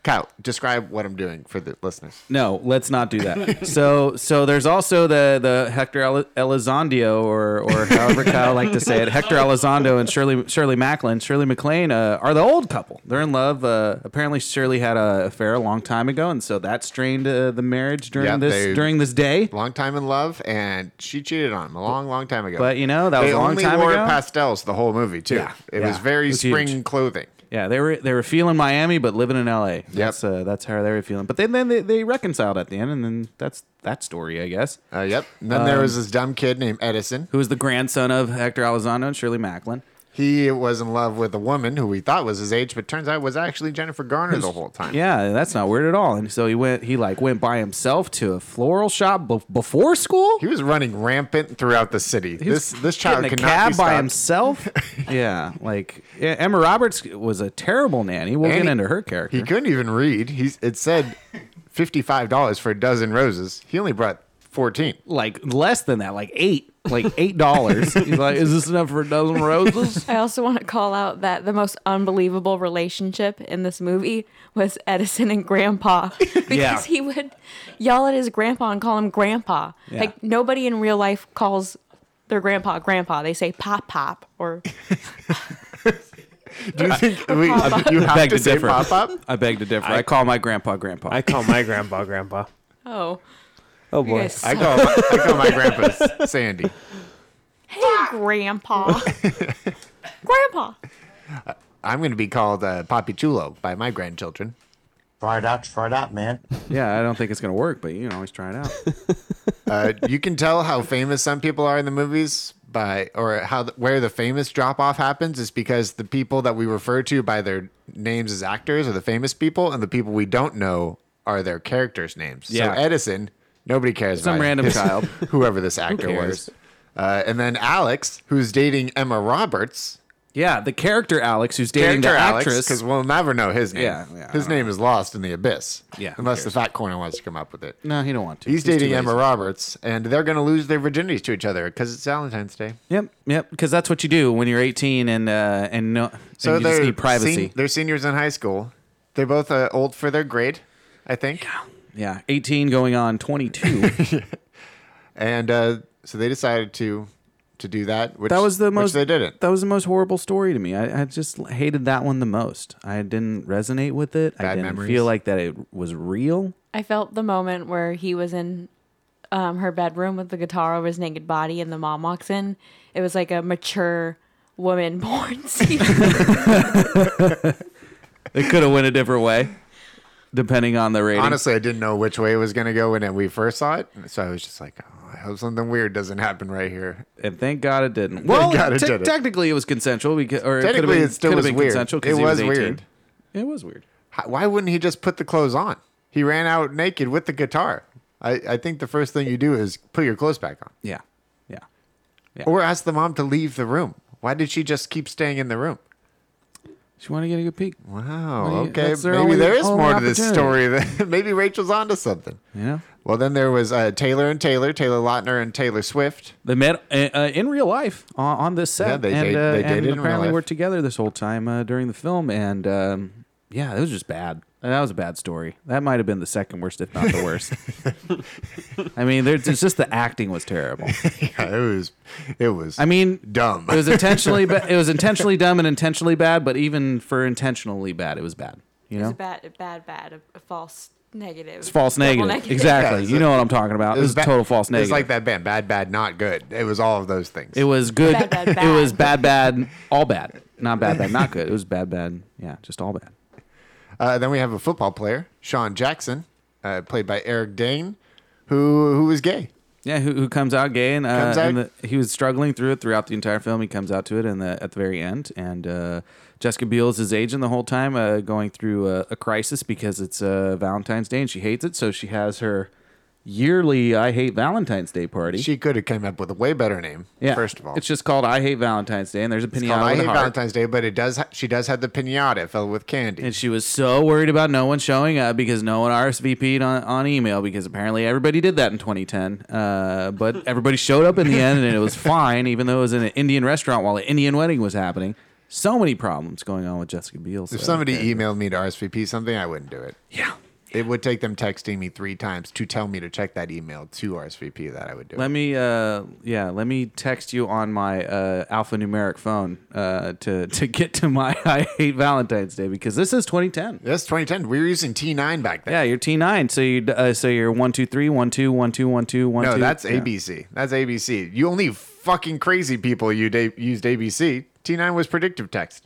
[SPEAKER 2] Kyle, describe what I'm doing for the listeners.
[SPEAKER 1] No, let's not do that. so, so there's also the the Hector Eli- Elizondo, or or however Kyle like to say it, Hector Elizondo and Shirley Shirley Macklin, Shirley MacLaine uh, are the old couple. They're in love. Uh, apparently, Shirley had a affair a long time ago, and so that strained uh, the marriage during
[SPEAKER 2] Yeah,
[SPEAKER 1] this
[SPEAKER 2] they-
[SPEAKER 1] during this day.
[SPEAKER 2] Long time in love, and she cheated on him a long, long time ago.
[SPEAKER 1] But, you know, that was
[SPEAKER 2] they
[SPEAKER 1] a long
[SPEAKER 2] only
[SPEAKER 1] time
[SPEAKER 2] wore
[SPEAKER 1] ago.
[SPEAKER 2] pastels the whole movie too.
[SPEAKER 1] Yeah,
[SPEAKER 2] it
[SPEAKER 1] yeah.
[SPEAKER 2] was very
[SPEAKER 1] It was
[SPEAKER 2] spring
[SPEAKER 1] huge.
[SPEAKER 2] clothing.
[SPEAKER 1] Yeah, they were they were feeling Miami, but living in L.A. That's uh, that's how they were feeling. But then then they, they reconciled at the end, and then that's that story, I guess.
[SPEAKER 2] Uh, yep. And then
[SPEAKER 1] Um,
[SPEAKER 2] there was this dumb kid named Edison.
[SPEAKER 1] Who is the grandson of Hector Elizondo and Shirley Macklin?
[SPEAKER 2] He was in love with a woman who we thought was his age, but turns out was actually Jennifer Garner the whole time.
[SPEAKER 1] Yeah, that's not weird at all. And so he went he like went by himself to a floral shop be- before school.
[SPEAKER 2] He was running rampant throughout the city.
[SPEAKER 1] was
[SPEAKER 2] This this
[SPEAKER 1] Getting
[SPEAKER 2] child
[SPEAKER 1] a
[SPEAKER 2] could not
[SPEAKER 1] cab
[SPEAKER 2] be
[SPEAKER 1] by
[SPEAKER 2] stopped.
[SPEAKER 1] himself. yeah, like yeah, Emma Roberts was a terrible nanny. We'll
[SPEAKER 2] And
[SPEAKER 1] get
[SPEAKER 2] he-
[SPEAKER 1] into her character.
[SPEAKER 2] He couldn't even read. He's it said fifty five dollars for a dozen roses. He only brought fourteen.
[SPEAKER 1] like less than that, like eight, like eight dollars. He's like, is this enough for a dozen roses?
[SPEAKER 3] I also want to call out that the most unbelievable relationship in this movie was Edison and Grandpa because
[SPEAKER 1] Yeah.
[SPEAKER 3] he would yell at his grandpa and call him Grandpa.
[SPEAKER 1] Yeah.
[SPEAKER 3] Like nobody in real life calls their grandpa Grandpa. They say Pop Pop or
[SPEAKER 2] Do you think we, you
[SPEAKER 3] Pop-up.
[SPEAKER 2] have
[SPEAKER 1] Beg
[SPEAKER 2] to
[SPEAKER 1] to
[SPEAKER 2] say
[SPEAKER 1] differ.
[SPEAKER 2] pop up?
[SPEAKER 1] I beg to differ. I, call my grandpa grandpa.
[SPEAKER 4] I call my grandpa grandpa.
[SPEAKER 3] Oh.
[SPEAKER 4] Oh
[SPEAKER 3] You
[SPEAKER 4] boy.
[SPEAKER 3] guys
[SPEAKER 2] I
[SPEAKER 3] suck.
[SPEAKER 2] call my, I call my grandpa Sandy.
[SPEAKER 3] Hey, Grandpa. Grandpa.
[SPEAKER 2] I'm going to be called uh, Papi Chulo by my grandchildren.
[SPEAKER 7] Try it out, try it out, man.
[SPEAKER 1] yeah, I don't think it's gonna work, but you can always try it out.
[SPEAKER 2] Uh, you can tell how famous some people are in the movies by, or how the, where the famous drop off happens is because the people that we refer to by their names as actors are the famous people, and the people we don't know are their characters' names.
[SPEAKER 1] Yeah.
[SPEAKER 2] So Edison, nobody cares.
[SPEAKER 1] Some
[SPEAKER 2] about
[SPEAKER 1] random
[SPEAKER 2] his-
[SPEAKER 1] child.
[SPEAKER 2] whoever this actor
[SPEAKER 1] cares?
[SPEAKER 2] was, uh, and then Alex, who's dating Emma Roberts.
[SPEAKER 1] Yeah, the character Alex, who's dating the actress.
[SPEAKER 2] because we'll never know his name.
[SPEAKER 1] Yeah, yeah, I
[SPEAKER 2] his
[SPEAKER 1] don't
[SPEAKER 2] name is lost in the abyss.
[SPEAKER 1] Yeah, who
[SPEAKER 2] unless the
[SPEAKER 1] cares?
[SPEAKER 2] fat corner wants to come up with it.
[SPEAKER 1] no, he don't want to.
[SPEAKER 2] He's,
[SPEAKER 1] too
[SPEAKER 2] dating Emma
[SPEAKER 1] lazy.
[SPEAKER 2] Roberts, and they're going to lose their virginities to each other because it's Valentine's Day.
[SPEAKER 1] Yep, yep. Because that's what you do when you're 18 and uh, and no,
[SPEAKER 2] So
[SPEAKER 1] and you
[SPEAKER 2] they're
[SPEAKER 1] just need privacy.
[SPEAKER 2] sen- they're seniors in high school. They're both uh, old for their grade, I think.
[SPEAKER 1] yeah, 18 going on 22.
[SPEAKER 2] And uh, so they decided to to do that. Which
[SPEAKER 1] that was the
[SPEAKER 2] which
[SPEAKER 1] most.
[SPEAKER 2] they didn't.
[SPEAKER 1] That was the most horrible story to me. I, I just hated that one the most. I didn't resonate with it. I
[SPEAKER 2] Bad
[SPEAKER 1] didn't
[SPEAKER 2] memories.
[SPEAKER 1] feel like that it was real.
[SPEAKER 3] I felt the moment where he was in um, her bedroom with the guitar over his naked body, and the mom walks in. It was like a mature woman porn scene.
[SPEAKER 1] It could have went a different way, depending on the rating.
[SPEAKER 2] Honestly, I didn't know which way it was going to go when we first saw it. So I was just like, oh, I hope something weird doesn't happen right here.
[SPEAKER 1] and thank God it didn't. Well,
[SPEAKER 2] God it
[SPEAKER 1] te-
[SPEAKER 2] didn't.
[SPEAKER 1] technically it was consensual. Because, or it could have
[SPEAKER 2] Technically,
[SPEAKER 1] been,
[SPEAKER 2] it still
[SPEAKER 1] could have
[SPEAKER 2] was
[SPEAKER 1] been
[SPEAKER 2] weird.
[SPEAKER 1] consensual. 'cause
[SPEAKER 2] It
[SPEAKER 1] he
[SPEAKER 2] was
[SPEAKER 1] 18.
[SPEAKER 2] weird.
[SPEAKER 1] It was weird.
[SPEAKER 2] How- Why wouldn't he just put the clothes on? He ran out naked with the guitar. I, I think the first thing you do is put your clothes back on.
[SPEAKER 1] Yeah, yeah.
[SPEAKER 2] Or ask the mom to leave the room. Why did she just keep staying in the room?
[SPEAKER 1] She wanted to get a good peek.
[SPEAKER 2] Wow.
[SPEAKER 1] Well, yeah,
[SPEAKER 2] Okay.
[SPEAKER 1] that's their
[SPEAKER 2] Maybe
[SPEAKER 1] only-
[SPEAKER 2] there is
[SPEAKER 1] only
[SPEAKER 2] more to this story.
[SPEAKER 1] opportunity.
[SPEAKER 2] Than, maybe Rachel's onto something.
[SPEAKER 1] You know,
[SPEAKER 2] Well, then there was uh, Taylor and Taylor, Taylor Lautner and Taylor Swift.
[SPEAKER 1] they met uh, uh, in real life on, on this set,
[SPEAKER 2] Yeah, they
[SPEAKER 1] and,
[SPEAKER 2] date-
[SPEAKER 1] uh,
[SPEAKER 2] they
[SPEAKER 1] and
[SPEAKER 2] dated in real
[SPEAKER 1] apparently
[SPEAKER 2] life.
[SPEAKER 1] were together this whole time uh, during the film. And um, yeah, it was just bad. That was a bad story. That might have been the second worst, if not the worst. I mean, there's it's just the acting was terrible.
[SPEAKER 2] Yeah, it was, it was.
[SPEAKER 1] I mean,
[SPEAKER 2] Dumb.
[SPEAKER 1] It was intentionally, ba- it was intentionally dumb and intentionally bad. But even for intentionally bad, it was bad. You know,
[SPEAKER 3] It's a bad, a bad, bad, a, a false negative.
[SPEAKER 1] it's false
[SPEAKER 3] Double
[SPEAKER 1] negative. Exactly.
[SPEAKER 2] Yeah, it's
[SPEAKER 1] you
[SPEAKER 2] a-
[SPEAKER 1] know what I'm talking about. It was,
[SPEAKER 2] ba-
[SPEAKER 1] total false negative.
[SPEAKER 2] It's like that band, bad, bad, not good. It was all of those things.
[SPEAKER 1] It was good.
[SPEAKER 3] Bad, bad, bad.
[SPEAKER 1] It was bad, bad, all bad. Not bad, bad, not good. It was bad, bad. Yeah, just all bad.
[SPEAKER 2] Uh, then we have a football player, Sean Jackson, uh, played by Eric Dane, who who was gay.
[SPEAKER 1] Yeah, who, who comes out gay and, uh,
[SPEAKER 2] Comes out-
[SPEAKER 1] and the, he was struggling through it throughout the entire film. He comes out to it in the, at the very end, and uh, Jessica Biel is his agent the whole time, uh, going through a, a crisis because it's uh, Valentine's Day and she hates it, so she has her yearly "I Hate Valentine's Day" party.
[SPEAKER 2] She could have come up with a way better name.
[SPEAKER 1] yeah,
[SPEAKER 2] First of all,
[SPEAKER 1] it's just called "I Hate Valentine's Day," and there's a
[SPEAKER 2] It's
[SPEAKER 1] pinata
[SPEAKER 2] called I
[SPEAKER 1] with a
[SPEAKER 2] hate
[SPEAKER 1] heart.
[SPEAKER 2] Valentine's Day, but it does. Ha- she does have the pinata filled with candy.
[SPEAKER 1] And she was so worried about no one showing up because no one RSVP'd on, on email because apparently everybody did that in 2010. Uh, but everybody showed up in the end and it was fine, even though it was in an Indian restaurant while an Indian wedding was happening. So many problems going on with Jessica Biel.
[SPEAKER 2] if
[SPEAKER 1] so-
[SPEAKER 2] somebody emailed me to RSVP something, I wouldn't do it. Yeah. It would take them texting me three times to tell me to check that email to RSVP that I would do
[SPEAKER 1] Let
[SPEAKER 2] it.
[SPEAKER 1] me, uh, yeah, let me text you on my uh, alphanumeric phone uh, to, to get to my I Hate Valentine's Day because this is 2010.
[SPEAKER 2] That's 2010. We were using T9 back then.
[SPEAKER 1] Yeah, you're T nine, so you uh, so you're one two three one two one two one two one two.
[SPEAKER 2] no, that's
[SPEAKER 1] Yeah.
[SPEAKER 2] ABC. That's ABC. You only fucking crazy people you da- used ABC. T9 was predictive text.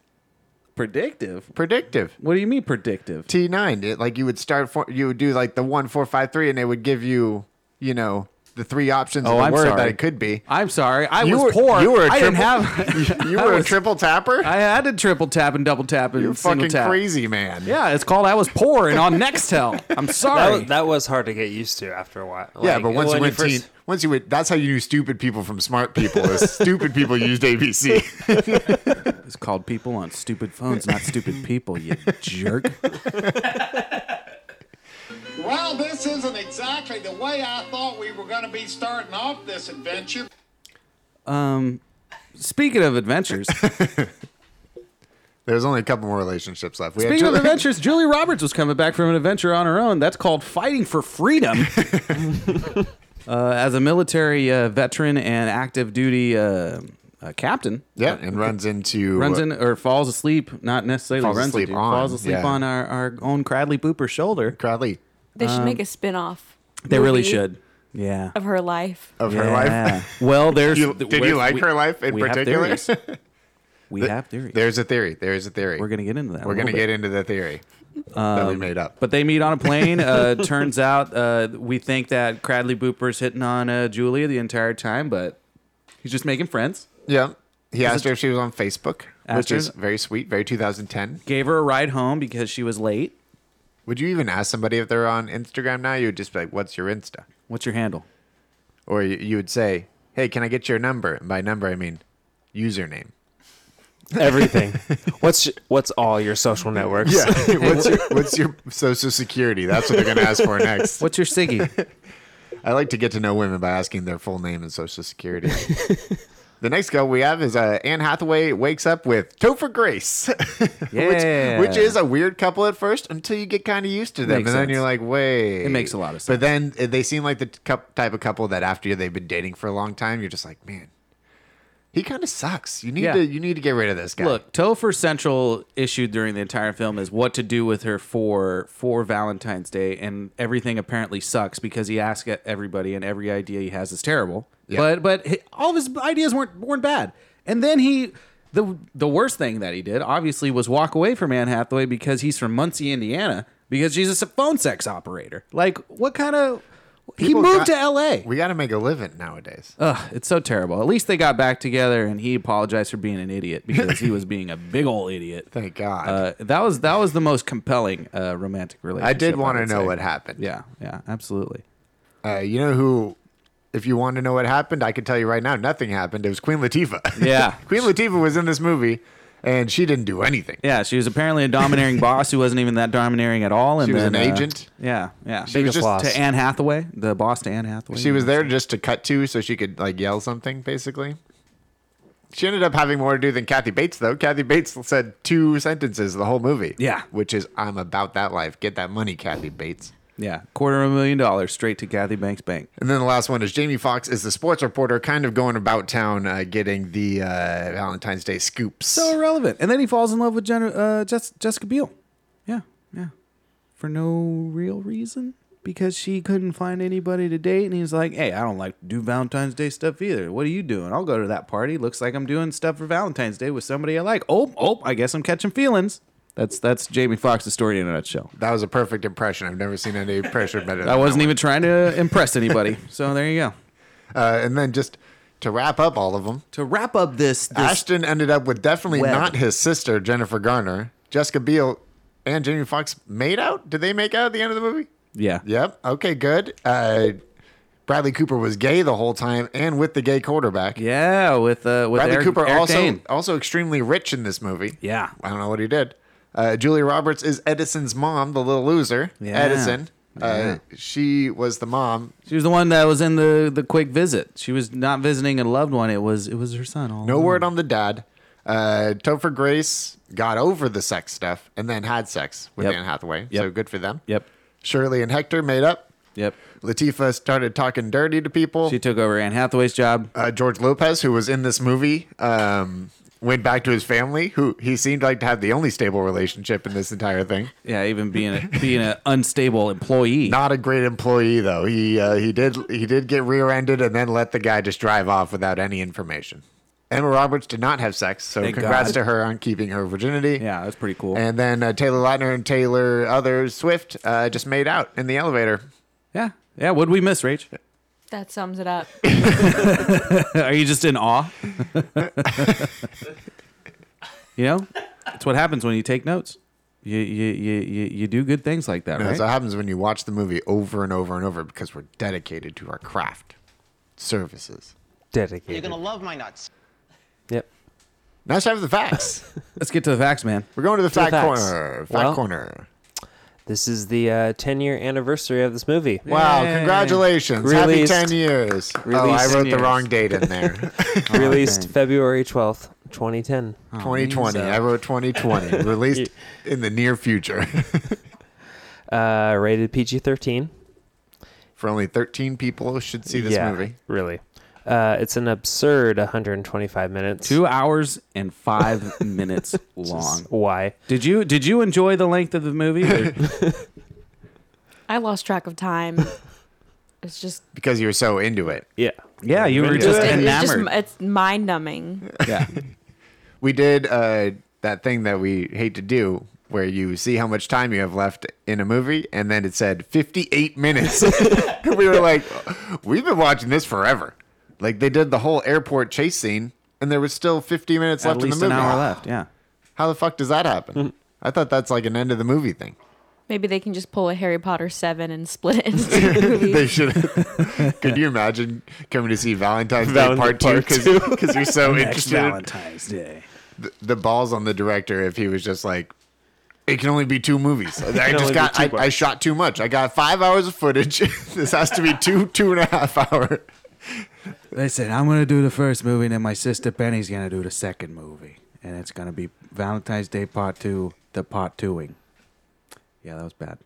[SPEAKER 1] predictive.
[SPEAKER 2] Predictive.
[SPEAKER 1] What do you mean predictive?
[SPEAKER 2] T nine. It like you would start for you would do like the one four five three, and they would give you you know the three options
[SPEAKER 1] Oh,
[SPEAKER 2] of the
[SPEAKER 1] I'm
[SPEAKER 2] word that
[SPEAKER 1] sorry.
[SPEAKER 2] it could be.
[SPEAKER 1] I'm sorry. I
[SPEAKER 2] you
[SPEAKER 1] was
[SPEAKER 2] were
[SPEAKER 1] poor.
[SPEAKER 2] You were a
[SPEAKER 1] I
[SPEAKER 2] triple,
[SPEAKER 1] didn't have.
[SPEAKER 2] you
[SPEAKER 1] I
[SPEAKER 2] were a
[SPEAKER 1] was-
[SPEAKER 2] triple tapper.
[SPEAKER 1] I had to triple tap and double tap and
[SPEAKER 2] You're
[SPEAKER 1] single
[SPEAKER 2] fucking
[SPEAKER 1] tap.
[SPEAKER 2] crazy, man.
[SPEAKER 1] Yeah, it's called I was poor and on Nextel. I'm
[SPEAKER 4] That,
[SPEAKER 1] sorry.
[SPEAKER 4] wa- that was hard to get used to after a while.
[SPEAKER 2] Yeah,
[SPEAKER 4] Like,
[SPEAKER 2] but once you
[SPEAKER 4] when
[SPEAKER 2] went
[SPEAKER 4] first-
[SPEAKER 2] T, once you went, that's how you knew stupid people from smart people. is stupid people used ABC.
[SPEAKER 1] it's called people on stupid phones, not stupid people. You jerk.
[SPEAKER 10] Well, this isn't exactly the way I thought we were going to be starting off this adventure.
[SPEAKER 1] Speaking of adventures,
[SPEAKER 2] There's only a couple more relationships left. We had
[SPEAKER 1] speaking of
[SPEAKER 2] Julie-
[SPEAKER 1] adventures, Julie Roberts was coming back from an adventure on her own. That's called fighting for freedom. uh, as a military uh, veteran and active duty uh, uh, captain,
[SPEAKER 2] Yeah, and runs into
[SPEAKER 1] runs
[SPEAKER 2] uh,
[SPEAKER 1] in or falls asleep, not necessarily
[SPEAKER 2] Falls
[SPEAKER 1] runs
[SPEAKER 2] asleep
[SPEAKER 1] into,
[SPEAKER 2] on,
[SPEAKER 1] falls asleep
[SPEAKER 2] yeah.
[SPEAKER 1] on our, our own Cradley Booper shoulder.
[SPEAKER 2] Crowley
[SPEAKER 3] They should make a spin-off.
[SPEAKER 1] Um, They really
[SPEAKER 3] movie
[SPEAKER 1] should. Oh. Yeah.
[SPEAKER 3] Of her life.
[SPEAKER 2] of her life.
[SPEAKER 1] well, there's.
[SPEAKER 2] You- did you like her life in
[SPEAKER 1] we have
[SPEAKER 2] particular?
[SPEAKER 1] theories. we have theories.
[SPEAKER 2] There's a theory. There's a theory.
[SPEAKER 1] We're gonna get into that.
[SPEAKER 2] We're
[SPEAKER 1] going
[SPEAKER 2] gonna
[SPEAKER 1] to
[SPEAKER 2] get into the theory. that we made up.
[SPEAKER 1] Um, But they meet on a plane. Uh, turns out uh, we think that Cradley Booper's hitting on uh, Julia the entire time, but he's just making friends.
[SPEAKER 2] Yeah. He asked her if she was on Facebook,
[SPEAKER 1] Asked
[SPEAKER 2] which
[SPEAKER 1] her-
[SPEAKER 2] is very sweet, very 2010.
[SPEAKER 1] Gave her a ride home because she was late.
[SPEAKER 2] Would you even ask somebody if they're on Instagram now? You would just be like, what's your Insta?
[SPEAKER 1] What's your handle?
[SPEAKER 2] Or you, you would say, hey, can I get your number? And by number, I mean username.
[SPEAKER 4] Everything. what's what's all your social networks? Yeah.
[SPEAKER 2] what's, your, what's your social security? That's what they're going to ask for next.
[SPEAKER 1] What's your Siggy?
[SPEAKER 2] I like to get to know women by asking their full name and social security. the next girl we have is uh, Anne Hathaway wakes up with Topher Grace,
[SPEAKER 1] Yeah.
[SPEAKER 2] which is a weird couple at first until you get kind of used to them, and
[SPEAKER 1] Makes
[SPEAKER 2] then
[SPEAKER 1] sense.
[SPEAKER 2] you're like, wait,
[SPEAKER 1] It makes a lot of
[SPEAKER 2] But then uh, they seem like the t- cup- type of couple that after they've been dating for a long time, you're just like, man, he kind of sucks. You need
[SPEAKER 1] Yeah.
[SPEAKER 2] to you need to get rid of this guy.
[SPEAKER 1] Look, Topher's central issue during the entire film is what to do with her for for Valentine's Day, and everything apparently sucks because he asks everybody, and every idea he has is terrible.
[SPEAKER 2] Yeah.
[SPEAKER 1] But but hi- all of his ideas weren't weren't bad. And then he the the worst thing that he did obviously was walk away from Anne Hathaway because he's from Muncie, Indiana, because she's a s- phone sex operator. Like what kind of he
[SPEAKER 2] People
[SPEAKER 1] moved
[SPEAKER 2] got-
[SPEAKER 1] to L.A.
[SPEAKER 2] we got to make a living nowadays.
[SPEAKER 1] Ugh, it's so terrible. At least they got back together, and he apologized for being an idiot because he was being a big old idiot.
[SPEAKER 2] Thank God.
[SPEAKER 1] Uh, that was that was the most compelling uh, romantic relationship.
[SPEAKER 2] I did want to
[SPEAKER 1] would
[SPEAKER 2] know
[SPEAKER 1] say.
[SPEAKER 2] what happened.
[SPEAKER 1] Yeah, yeah, absolutely.
[SPEAKER 2] Uh, you know who? If you want to know what happened, I could tell you right now. Nothing happened. It was Queen Latifah.
[SPEAKER 1] Yeah.
[SPEAKER 2] Queen Latifah was in this movie, and she didn't do anything.
[SPEAKER 1] Yeah, she was apparently a domineering boss who wasn't even that domineering at all. And
[SPEAKER 2] She was
[SPEAKER 1] then,
[SPEAKER 2] an
[SPEAKER 1] uh,
[SPEAKER 2] agent.
[SPEAKER 1] Yeah, yeah.
[SPEAKER 2] She was
[SPEAKER 4] Biggest
[SPEAKER 2] just
[SPEAKER 4] loss.
[SPEAKER 1] to Anne Hathaway, the boss to Anne Hathaway.
[SPEAKER 2] she was there just to cut to, so she could like yell something, basically. She ended up having more to do than Kathy Bates, though. Kathy Bates said two sentences the whole movie.
[SPEAKER 1] Yeah.
[SPEAKER 2] which is "I'm about that life. Get that money, Kathy Bates."
[SPEAKER 1] Yeah, quarter of a million dollars straight to Kathy Banks' bank.
[SPEAKER 2] And then the last one is Jamie Foxx is the sports reporter, kind of going about town, uh, getting the uh, Valentine's Day scoops.
[SPEAKER 1] So irrelevant. And then he falls in love with Jen- uh, Jes- Jessica Biel. Yeah, yeah. For no real reason. Because she couldn't find anybody to date. And he's like, hey, I don't like to do Valentine's Day stuff either. What are you doing? I'll go to that party. Looks like I'm doing stuff for Valentine's Day with somebody I like. Oh, oh, I guess I'm catching feelings. That's that's Jamie Foxx's story in a nutshell.
[SPEAKER 2] That was a perfect impression. I've never seen any impression better. Than
[SPEAKER 1] I wasn't even trying to impress anybody. so there you go.
[SPEAKER 2] Uh, and then just to wrap up all of them,
[SPEAKER 1] To wrap up this, this
[SPEAKER 2] Ashton ended up with definitely
[SPEAKER 1] Webb.
[SPEAKER 2] not his sister Jennifer Garner, Jessica Biel, and Jamie Foxx made out. Did they make out at the end of the movie?
[SPEAKER 1] yeah.
[SPEAKER 2] Yep. Okay. Good. Uh, Bradley Cooper was gay the whole time and with the gay quarterback.
[SPEAKER 1] Yeah, with uh with
[SPEAKER 2] Bradley
[SPEAKER 1] Eric-
[SPEAKER 2] Cooper
[SPEAKER 1] Eric
[SPEAKER 2] also
[SPEAKER 1] Dane.
[SPEAKER 2] also extremely rich in this movie.
[SPEAKER 1] Yeah.
[SPEAKER 2] I don't know what he did. Uh, Julia Roberts is Edison's mom, the little loser.
[SPEAKER 1] Yeah.
[SPEAKER 2] Edison.
[SPEAKER 1] Yeah.
[SPEAKER 2] Uh, she was the mom.
[SPEAKER 1] She was the one that was in the the quick visit. She was not visiting a loved one. It was it was her son. All
[SPEAKER 2] No
[SPEAKER 1] along.
[SPEAKER 2] word on the dad. Uh, Topher Grace got over the sex stuff and then had sex with
[SPEAKER 1] Yep.
[SPEAKER 2] Anne Hathaway.
[SPEAKER 1] Yep.
[SPEAKER 2] So good for them.
[SPEAKER 1] Yep.
[SPEAKER 2] Shirley and Hector made up.
[SPEAKER 1] Yep.
[SPEAKER 2] Latifah started talking dirty to people.
[SPEAKER 1] She took over Anne Hathaway's job.
[SPEAKER 2] uh, George Lopez, who was in this movie, um, went back to his family, who he seemed like to have the only stable relationship in this entire thing.
[SPEAKER 1] Yeah, even being a, being an unstable employee.
[SPEAKER 2] Not a great employee though. He uh, he did he did get rear-ended and then let the guy just drive off without any information. Emma Roberts did not have sex, so
[SPEAKER 1] Thank
[SPEAKER 2] congrats
[SPEAKER 1] God.
[SPEAKER 2] to her on keeping her virginity.
[SPEAKER 1] yeah, that's pretty cool.
[SPEAKER 2] And then uh, Taylor Lautner and Taylor other Swift uh, just made out in the elevator.
[SPEAKER 1] yeah, yeah. What would we miss, Rach?
[SPEAKER 3] That sums it up.
[SPEAKER 1] Are you just in awe? you know, it's what happens when you take notes. You you you you, you do good things like that,
[SPEAKER 2] And That's
[SPEAKER 1] right?
[SPEAKER 2] what Uh, happens when you watch the movie over and over and over because we're dedicated to our craft services.
[SPEAKER 4] Dedicated. You're
[SPEAKER 5] gonna love my nuts.
[SPEAKER 4] Yep.
[SPEAKER 2] Now it's time for the facts.
[SPEAKER 1] Let's get to the facts, man.
[SPEAKER 2] We're going to the
[SPEAKER 4] the
[SPEAKER 2] fact
[SPEAKER 4] facts.
[SPEAKER 2] corner. Fact
[SPEAKER 4] Well-
[SPEAKER 2] corner.
[SPEAKER 4] This is the uh, 10 year anniversary of this movie.
[SPEAKER 2] Wow! Congratulations.
[SPEAKER 4] Released-
[SPEAKER 2] Happy ten years. oh, I
[SPEAKER 4] released
[SPEAKER 2] wrote
[SPEAKER 1] 10
[SPEAKER 2] the wrong
[SPEAKER 1] years.
[SPEAKER 2] date in there.
[SPEAKER 4] Released February 12th, 2010.
[SPEAKER 2] 2020.
[SPEAKER 1] means, uh,
[SPEAKER 2] I wrote 2020. Released in the near future
[SPEAKER 4] Uh, rated PG 13.
[SPEAKER 2] for only 13 people who should see this movie.
[SPEAKER 4] Really. Uh, it's an absurd 125 minutes.
[SPEAKER 1] Two hours and five minutes long.
[SPEAKER 4] Why?
[SPEAKER 1] Did you did you enjoy the length of the movie? or-
[SPEAKER 3] I lost track of time. It's just,
[SPEAKER 2] Because you were so into it.
[SPEAKER 4] Yeah.
[SPEAKER 1] yeah, you were
[SPEAKER 4] Really
[SPEAKER 1] just
[SPEAKER 4] good.
[SPEAKER 3] it- it's just
[SPEAKER 1] enamored.
[SPEAKER 3] it's mind numbing.
[SPEAKER 1] yeah.
[SPEAKER 2] we did uh, that thing that we hate to do where you see how much time you have left in a movie, and then it said 58 minutes. And we were like, we've been watching this forever. Like they did the whole airport chase scene, and there was still 50 minutes
[SPEAKER 1] At
[SPEAKER 2] left
[SPEAKER 1] least
[SPEAKER 2] in
[SPEAKER 1] an
[SPEAKER 2] the movie.
[SPEAKER 1] hour left. Mm. Yeah.
[SPEAKER 2] How the fuck does that happen? I thought that's like an end of the movie thing.
[SPEAKER 3] Maybe they can just pull a Harry Potter 7 and split it into two movies.
[SPEAKER 2] They should. Could you imagine coming to see Valentine's Day
[SPEAKER 4] Valentine
[SPEAKER 2] Part Two
[SPEAKER 4] Part Two.
[SPEAKER 2] because you're so
[SPEAKER 1] Next
[SPEAKER 2] interested?
[SPEAKER 1] Valentine's Day.
[SPEAKER 2] The, the balls on the director if he was just like, it can only be two movies. I
[SPEAKER 4] only
[SPEAKER 2] just
[SPEAKER 4] be
[SPEAKER 2] got.
[SPEAKER 4] two
[SPEAKER 2] I, I
[SPEAKER 4] parts."
[SPEAKER 2] shot too much. I got five hours of footage. this has to be two two and a half hour.
[SPEAKER 1] Listen, I'm gonna do the first movie, and then my sister Penny's gonna do the second movie, and it's gonna be Valentine's Day Part Two, the Part Twoing. Yeah, that was bad.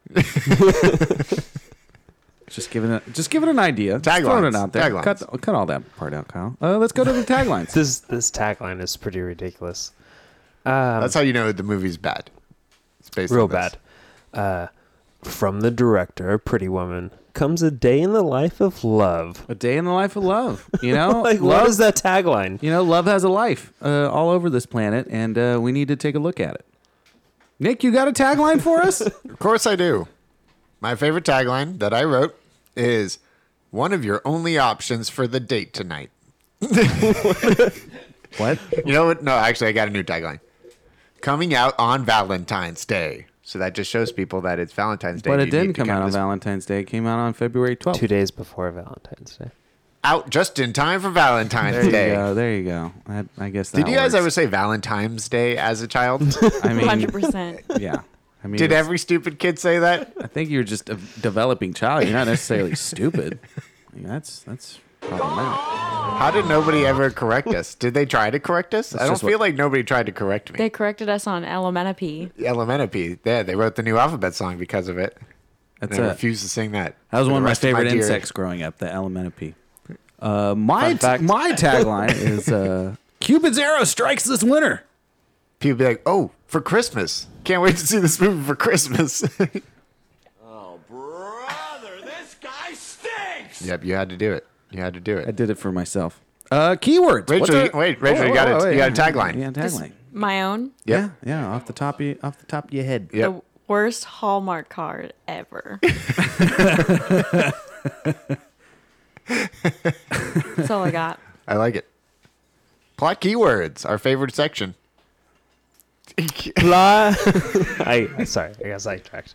[SPEAKER 1] just giving it, just giving an idea. Just throwing it
[SPEAKER 2] Taglines,
[SPEAKER 1] out there.
[SPEAKER 2] taglines.
[SPEAKER 1] Cut, cut all that part out, Kyle. Uh, let's go to the taglines.
[SPEAKER 4] This this tagline is pretty ridiculous.
[SPEAKER 2] That's how you know the movie's bad. It's based
[SPEAKER 4] Um, Real
[SPEAKER 2] on this.
[SPEAKER 4] bad. Uh, from the director, Pretty Woman, comes a day in the life of love.
[SPEAKER 1] a day in the life of love. You know,
[SPEAKER 4] Like,
[SPEAKER 1] love
[SPEAKER 4] what is that tagline?
[SPEAKER 1] You know, love has a life uh, all over this planet, and uh, we need to take a look at it. Nick, you got a tagline for us?
[SPEAKER 2] Of course I do. My favorite tagline that I wrote is one of your only options for the date tonight.
[SPEAKER 1] what?
[SPEAKER 2] You know what? No, actually, I got a new tagline. Coming out on Valentine's Day. So that just shows people that it's Valentine's Day.
[SPEAKER 1] But
[SPEAKER 2] and
[SPEAKER 1] it
[SPEAKER 2] you
[SPEAKER 1] didn't
[SPEAKER 2] need to
[SPEAKER 1] come out on
[SPEAKER 2] to-
[SPEAKER 1] Valentine's Day. It came out on February 12th.
[SPEAKER 4] Two days before Valentine's Day.
[SPEAKER 2] Out just in time for Valentine's
[SPEAKER 1] There you
[SPEAKER 2] Day.
[SPEAKER 1] go. There you go. I, I guess that
[SPEAKER 2] Did you guys
[SPEAKER 1] works.
[SPEAKER 2] ever say Valentine's Day as a child?
[SPEAKER 1] I mean,
[SPEAKER 3] 100%.
[SPEAKER 1] yeah. I mean,
[SPEAKER 2] Did
[SPEAKER 1] it's-
[SPEAKER 2] every stupid kid say that?
[SPEAKER 1] I think you're just a developing child. You're not necessarily stupid. I mean, that's that's problematic.
[SPEAKER 2] How did nobody ever correct us? Did they try to correct us? I don't
[SPEAKER 1] just what-
[SPEAKER 2] feel like nobody tried to correct me.
[SPEAKER 3] They corrected us on Elementary.
[SPEAKER 2] Elementary. Yeah, they wrote the new alphabet song because of it.
[SPEAKER 1] That's
[SPEAKER 2] And I
[SPEAKER 1] a,
[SPEAKER 2] refuse to sing that.
[SPEAKER 1] that was
[SPEAKER 2] for the
[SPEAKER 1] one of my
[SPEAKER 2] rest of
[SPEAKER 1] favorite
[SPEAKER 2] dear-
[SPEAKER 1] insects growing up. The elementary. Uh, my
[SPEAKER 4] Fun fact.
[SPEAKER 1] my tagline is uh, Cupid's arrow strikes this winter.
[SPEAKER 2] People be like, "Oh, for Christmas! Can't wait to see this movie for Christmas."
[SPEAKER 5] Oh, Brother, this guy stinks.
[SPEAKER 2] yep, you had to do it. You had to do
[SPEAKER 1] I
[SPEAKER 2] it.
[SPEAKER 1] did it for myself. Uh, keywords.
[SPEAKER 2] Rachel,
[SPEAKER 1] What's our-
[SPEAKER 2] you- wait, Rachel, you got it. You got a tagline.
[SPEAKER 1] oh, Yeah, tagline.
[SPEAKER 3] My own,
[SPEAKER 1] Yeah, yeah. Off the top of you, off the top of your head.
[SPEAKER 2] Yep.
[SPEAKER 3] the worst Hallmark card ever. That's all I got.
[SPEAKER 2] I like it. Plot keywords, our favorite section.
[SPEAKER 4] Plot. I sorry, I got sidetracked.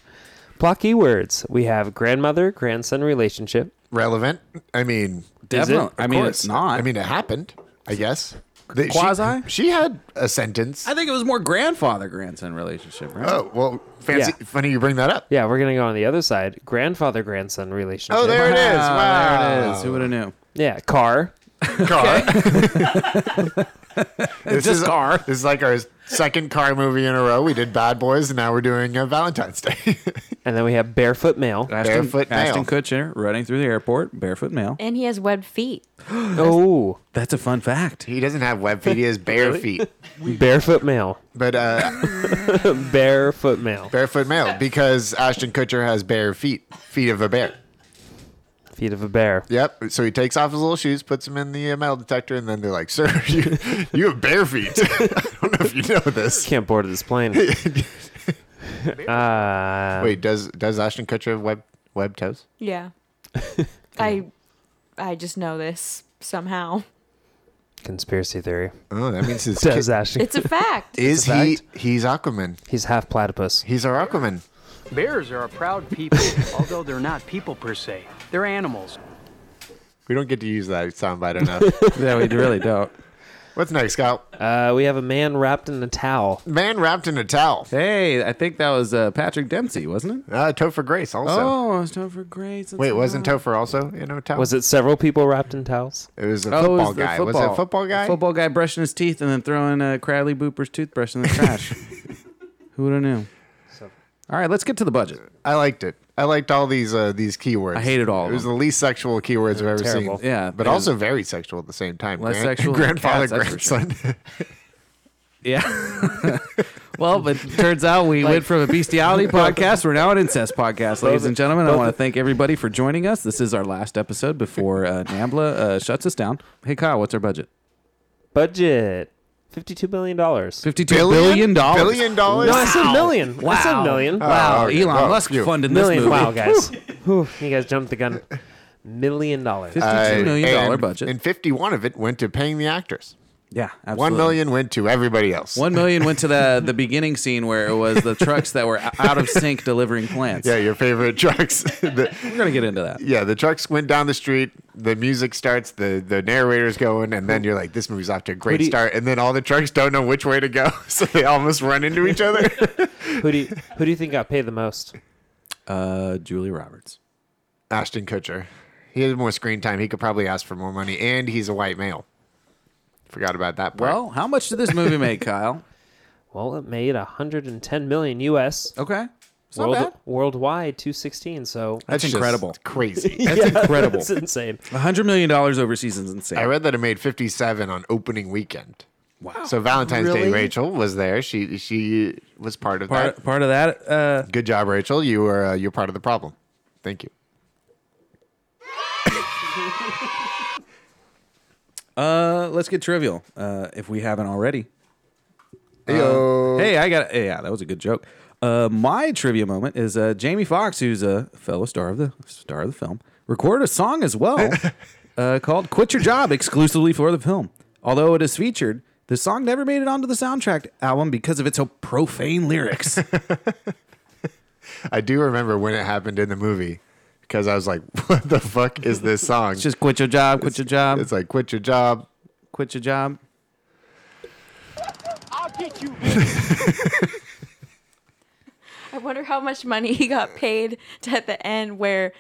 [SPEAKER 4] Plot keywords. We have grandmother grandson relationship.
[SPEAKER 2] Relevant. I mean,
[SPEAKER 1] Definitely.
[SPEAKER 4] Of
[SPEAKER 1] I mean,
[SPEAKER 2] course.
[SPEAKER 1] it's not.
[SPEAKER 2] I mean, it happened. I guess. The- she-
[SPEAKER 1] Quasi?
[SPEAKER 2] She, had a sentence.
[SPEAKER 1] I think it was more grandfather grandson relationship, right?
[SPEAKER 2] oh well, fancy.
[SPEAKER 4] Yeah.
[SPEAKER 2] Funny you bring that up.
[SPEAKER 4] Yeah, we're gonna go on the other side. Grandfather grandson relationship.
[SPEAKER 2] Oh, there it is. Wow.
[SPEAKER 1] Ah, there it is. Who would have knew?
[SPEAKER 4] Yeah, car.
[SPEAKER 2] car. this is car. This is like our second car movie in a row. We did Bad Boys, and now we're doing uh, Valentine's Day.
[SPEAKER 4] And then we have barefoot male.
[SPEAKER 2] Barefoot male.
[SPEAKER 1] Ashton Kutcher running through the airport, barefoot male.
[SPEAKER 3] And he has webbed feet.
[SPEAKER 4] Oh,
[SPEAKER 1] That's a fun fact.
[SPEAKER 2] he doesn't have web feet; he has bare feet.
[SPEAKER 4] barefoot male.
[SPEAKER 2] But uh,
[SPEAKER 4] Barefoot male.
[SPEAKER 2] barefoot male because Ashton Kutcher has bare feet, feet of a bear.
[SPEAKER 4] Feet of a bear.
[SPEAKER 2] Yep. So he takes off his little shoes, puts them in the uh, metal detector, and then they're like, "Sir, you, you have bare feet." I don't know if you know this.
[SPEAKER 4] Can't board this plane. uh,
[SPEAKER 2] Wait, does does Ashton Kutcher have web web toes?
[SPEAKER 3] Yeah. I I just know this somehow.
[SPEAKER 4] conspiracy theory.
[SPEAKER 2] Oh, that means his
[SPEAKER 4] Says
[SPEAKER 2] kid-
[SPEAKER 4] Ashton.
[SPEAKER 3] It's a fact.
[SPEAKER 2] is
[SPEAKER 4] a
[SPEAKER 2] he?
[SPEAKER 4] fact.
[SPEAKER 2] He's Aquaman.
[SPEAKER 4] He's half platypus.
[SPEAKER 2] He's our Aquaman.
[SPEAKER 11] Bears are a proud people, although they're not people per se. They're animals.
[SPEAKER 2] We don't get to use that soundbite enough.
[SPEAKER 1] yeah, we really don't.
[SPEAKER 2] What's next, Scott?
[SPEAKER 4] Uh, we have a man wrapped in a towel.
[SPEAKER 2] Man wrapped in a towel.
[SPEAKER 1] Hey, I think that was uh, Patrick Dempsey, wasn't it?
[SPEAKER 2] Uh, Topher Grace also.
[SPEAKER 1] Oh, it's time for Grace.
[SPEAKER 2] Wait, wasn't Topher also in a towel?
[SPEAKER 4] Was it several people wrapped in towels?
[SPEAKER 2] It was a
[SPEAKER 1] Oh,
[SPEAKER 2] football
[SPEAKER 1] it was the
[SPEAKER 2] guy. Was it a football guy?
[SPEAKER 1] Football guy brushing his teeth and then throwing uh, Crowley Booper's toothbrush in the trash. Who would have knew? All right, let's get to the budget.
[SPEAKER 2] I liked it. I liked all these uh, these keywords.
[SPEAKER 1] I hated all
[SPEAKER 2] It
[SPEAKER 1] of
[SPEAKER 2] was
[SPEAKER 1] them.
[SPEAKER 2] the least sexual keywords I've ever
[SPEAKER 4] terrible.
[SPEAKER 2] seen.
[SPEAKER 1] Yeah,
[SPEAKER 2] but
[SPEAKER 1] and-
[SPEAKER 2] also very sexual at the same time.
[SPEAKER 1] Less sexual than
[SPEAKER 2] Grandfather,
[SPEAKER 1] cats, that's for sure.
[SPEAKER 2] grandson.
[SPEAKER 1] Yeah. well, but turns out we went from a bestiality podcast. We're now an incest podcast, ladies and gentlemen. I want to thank everybody for joining us. This is our last episode before uh, Nambla uh, shuts us down. Hey, Kyle, what's our budget?
[SPEAKER 4] Budget Fifty-two billion dollars.
[SPEAKER 1] Fifty-two billion dollars.
[SPEAKER 4] No, I said million.
[SPEAKER 1] Wow.
[SPEAKER 4] I said million.
[SPEAKER 1] Wow. Oh, okay. Elon Well, Musk you- funding this
[SPEAKER 4] million.
[SPEAKER 1] movie.
[SPEAKER 4] Wow, guys. Whew, you guys jumped the gun. Million dollars.
[SPEAKER 2] Uh,
[SPEAKER 1] dollar
[SPEAKER 2] and-
[SPEAKER 1] budget.
[SPEAKER 2] And fifty-one of it went to paying the actors.
[SPEAKER 1] Yeah,
[SPEAKER 2] One
[SPEAKER 1] absolutely.
[SPEAKER 2] million went to everybody else.
[SPEAKER 1] One million went to the the beginning scene where it was the trucks that were out of sync delivering plants.
[SPEAKER 2] Yeah, your favorite trucks. The-
[SPEAKER 1] We're gonna get into that.
[SPEAKER 2] yeah, the trucks went down the street. The music starts. The the narrator's going, and then you're like, "This movie's off to a
[SPEAKER 4] Who
[SPEAKER 2] great
[SPEAKER 4] do you-
[SPEAKER 2] start." And then all the trucks don't know which way to go, so they almost run into each other.
[SPEAKER 4] who do you, who do you think got paid the most?
[SPEAKER 1] Uh, Julie Roberts.
[SPEAKER 2] Ashton Kutcher. He has more screen time. He could probably ask for more money, and he's a white male. Forgot about that part.
[SPEAKER 1] Well, how much did this movie make, Kyle?
[SPEAKER 4] Well, it made 110 million US.
[SPEAKER 2] Oh,
[SPEAKER 1] Okay. It's not
[SPEAKER 4] World,
[SPEAKER 1] bad.
[SPEAKER 4] Worldwide 216. So
[SPEAKER 1] That's
[SPEAKER 2] just
[SPEAKER 1] incredible.
[SPEAKER 2] crazy.
[SPEAKER 1] That's incredible.
[SPEAKER 4] It's insane.
[SPEAKER 1] A hundred million dollars overseas is insane.
[SPEAKER 2] I read that it made 57 on opening weekend.
[SPEAKER 1] Wow.
[SPEAKER 2] So Valentine's Day,
[SPEAKER 1] Really?
[SPEAKER 2] Rachel was there. She she was part of
[SPEAKER 1] part
[SPEAKER 2] that.
[SPEAKER 1] part of that. Uh,
[SPEAKER 2] Good job, Rachel. You were uh, you're part of the problem. Thank you.
[SPEAKER 1] uh, let's get trivial. Uh, if we haven't already. Uh,
[SPEAKER 2] Yo.
[SPEAKER 1] Hey, I got. Yeah, that was a good joke. Uh, my trivia moment is uh, Jamie Foxx, who's a fellow star of the star of the film, recorded a song as well uh, called "Quit Your Job" exclusively for the film. Although it is featured, the song never made it onto the soundtrack album because of its profane lyrics.
[SPEAKER 2] I do remember when it happened in the movie because I was like, "What the fuck is this song?"
[SPEAKER 1] It's just quit your job, quit your job,
[SPEAKER 2] it's like quit your job.
[SPEAKER 1] quit your job.
[SPEAKER 5] I'll get you.
[SPEAKER 3] I wonder how much money he got paid to at the end where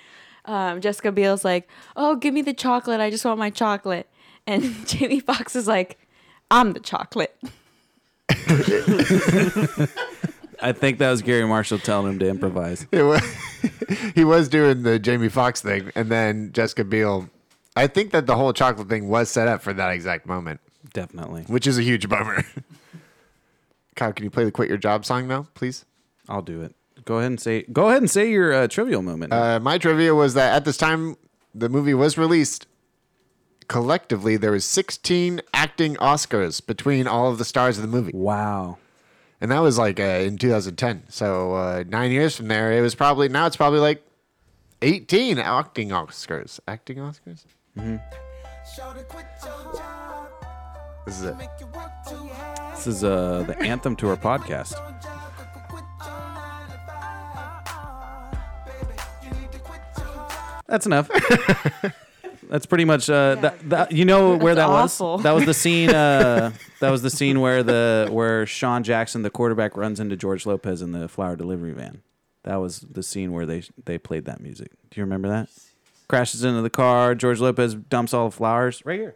[SPEAKER 3] um, Jessica Biel's like, "Oh, give me the chocolate. I just want my chocolate." And Jamie Foxx is like, "I'm the chocolate."
[SPEAKER 1] I think that was Gary Marshall telling him to improvise.
[SPEAKER 2] It was, he was doing the Jamie Foxx thing, and then Jessica Biel. I think that the whole chocolate thing was set up for that exact moment,
[SPEAKER 1] Definitely,
[SPEAKER 2] which is a huge bummer. Kyle, can you play the "Quit Your Job" song now, please?
[SPEAKER 1] I'll do it. Go ahead and say. Go ahead and say your uh, trivial moment.
[SPEAKER 2] Uh, my trivia was that at this time the movie was released. Collectively, there was 16 acting Oscars between all of the stars of the movie,
[SPEAKER 1] wow.
[SPEAKER 2] and that was like uh, in 2010. So uh, nine years from there, it was probably now it's probably like 18 acting Oscars. Acting Oscars. This is it.
[SPEAKER 1] This is uh, the anthem to our podcast. That's enough. That's pretty much uh, that, that. You know where that
[SPEAKER 3] That's awful.
[SPEAKER 1] was? That was the scene. Uh, that was the scene where the where Sean Jackson, the quarterback, runs into George Lopez in the flower delivery van. That was the scene where they they played that music. Do you remember that? Crashes into the car. George Lopez dumps all the flowers Uh, right here.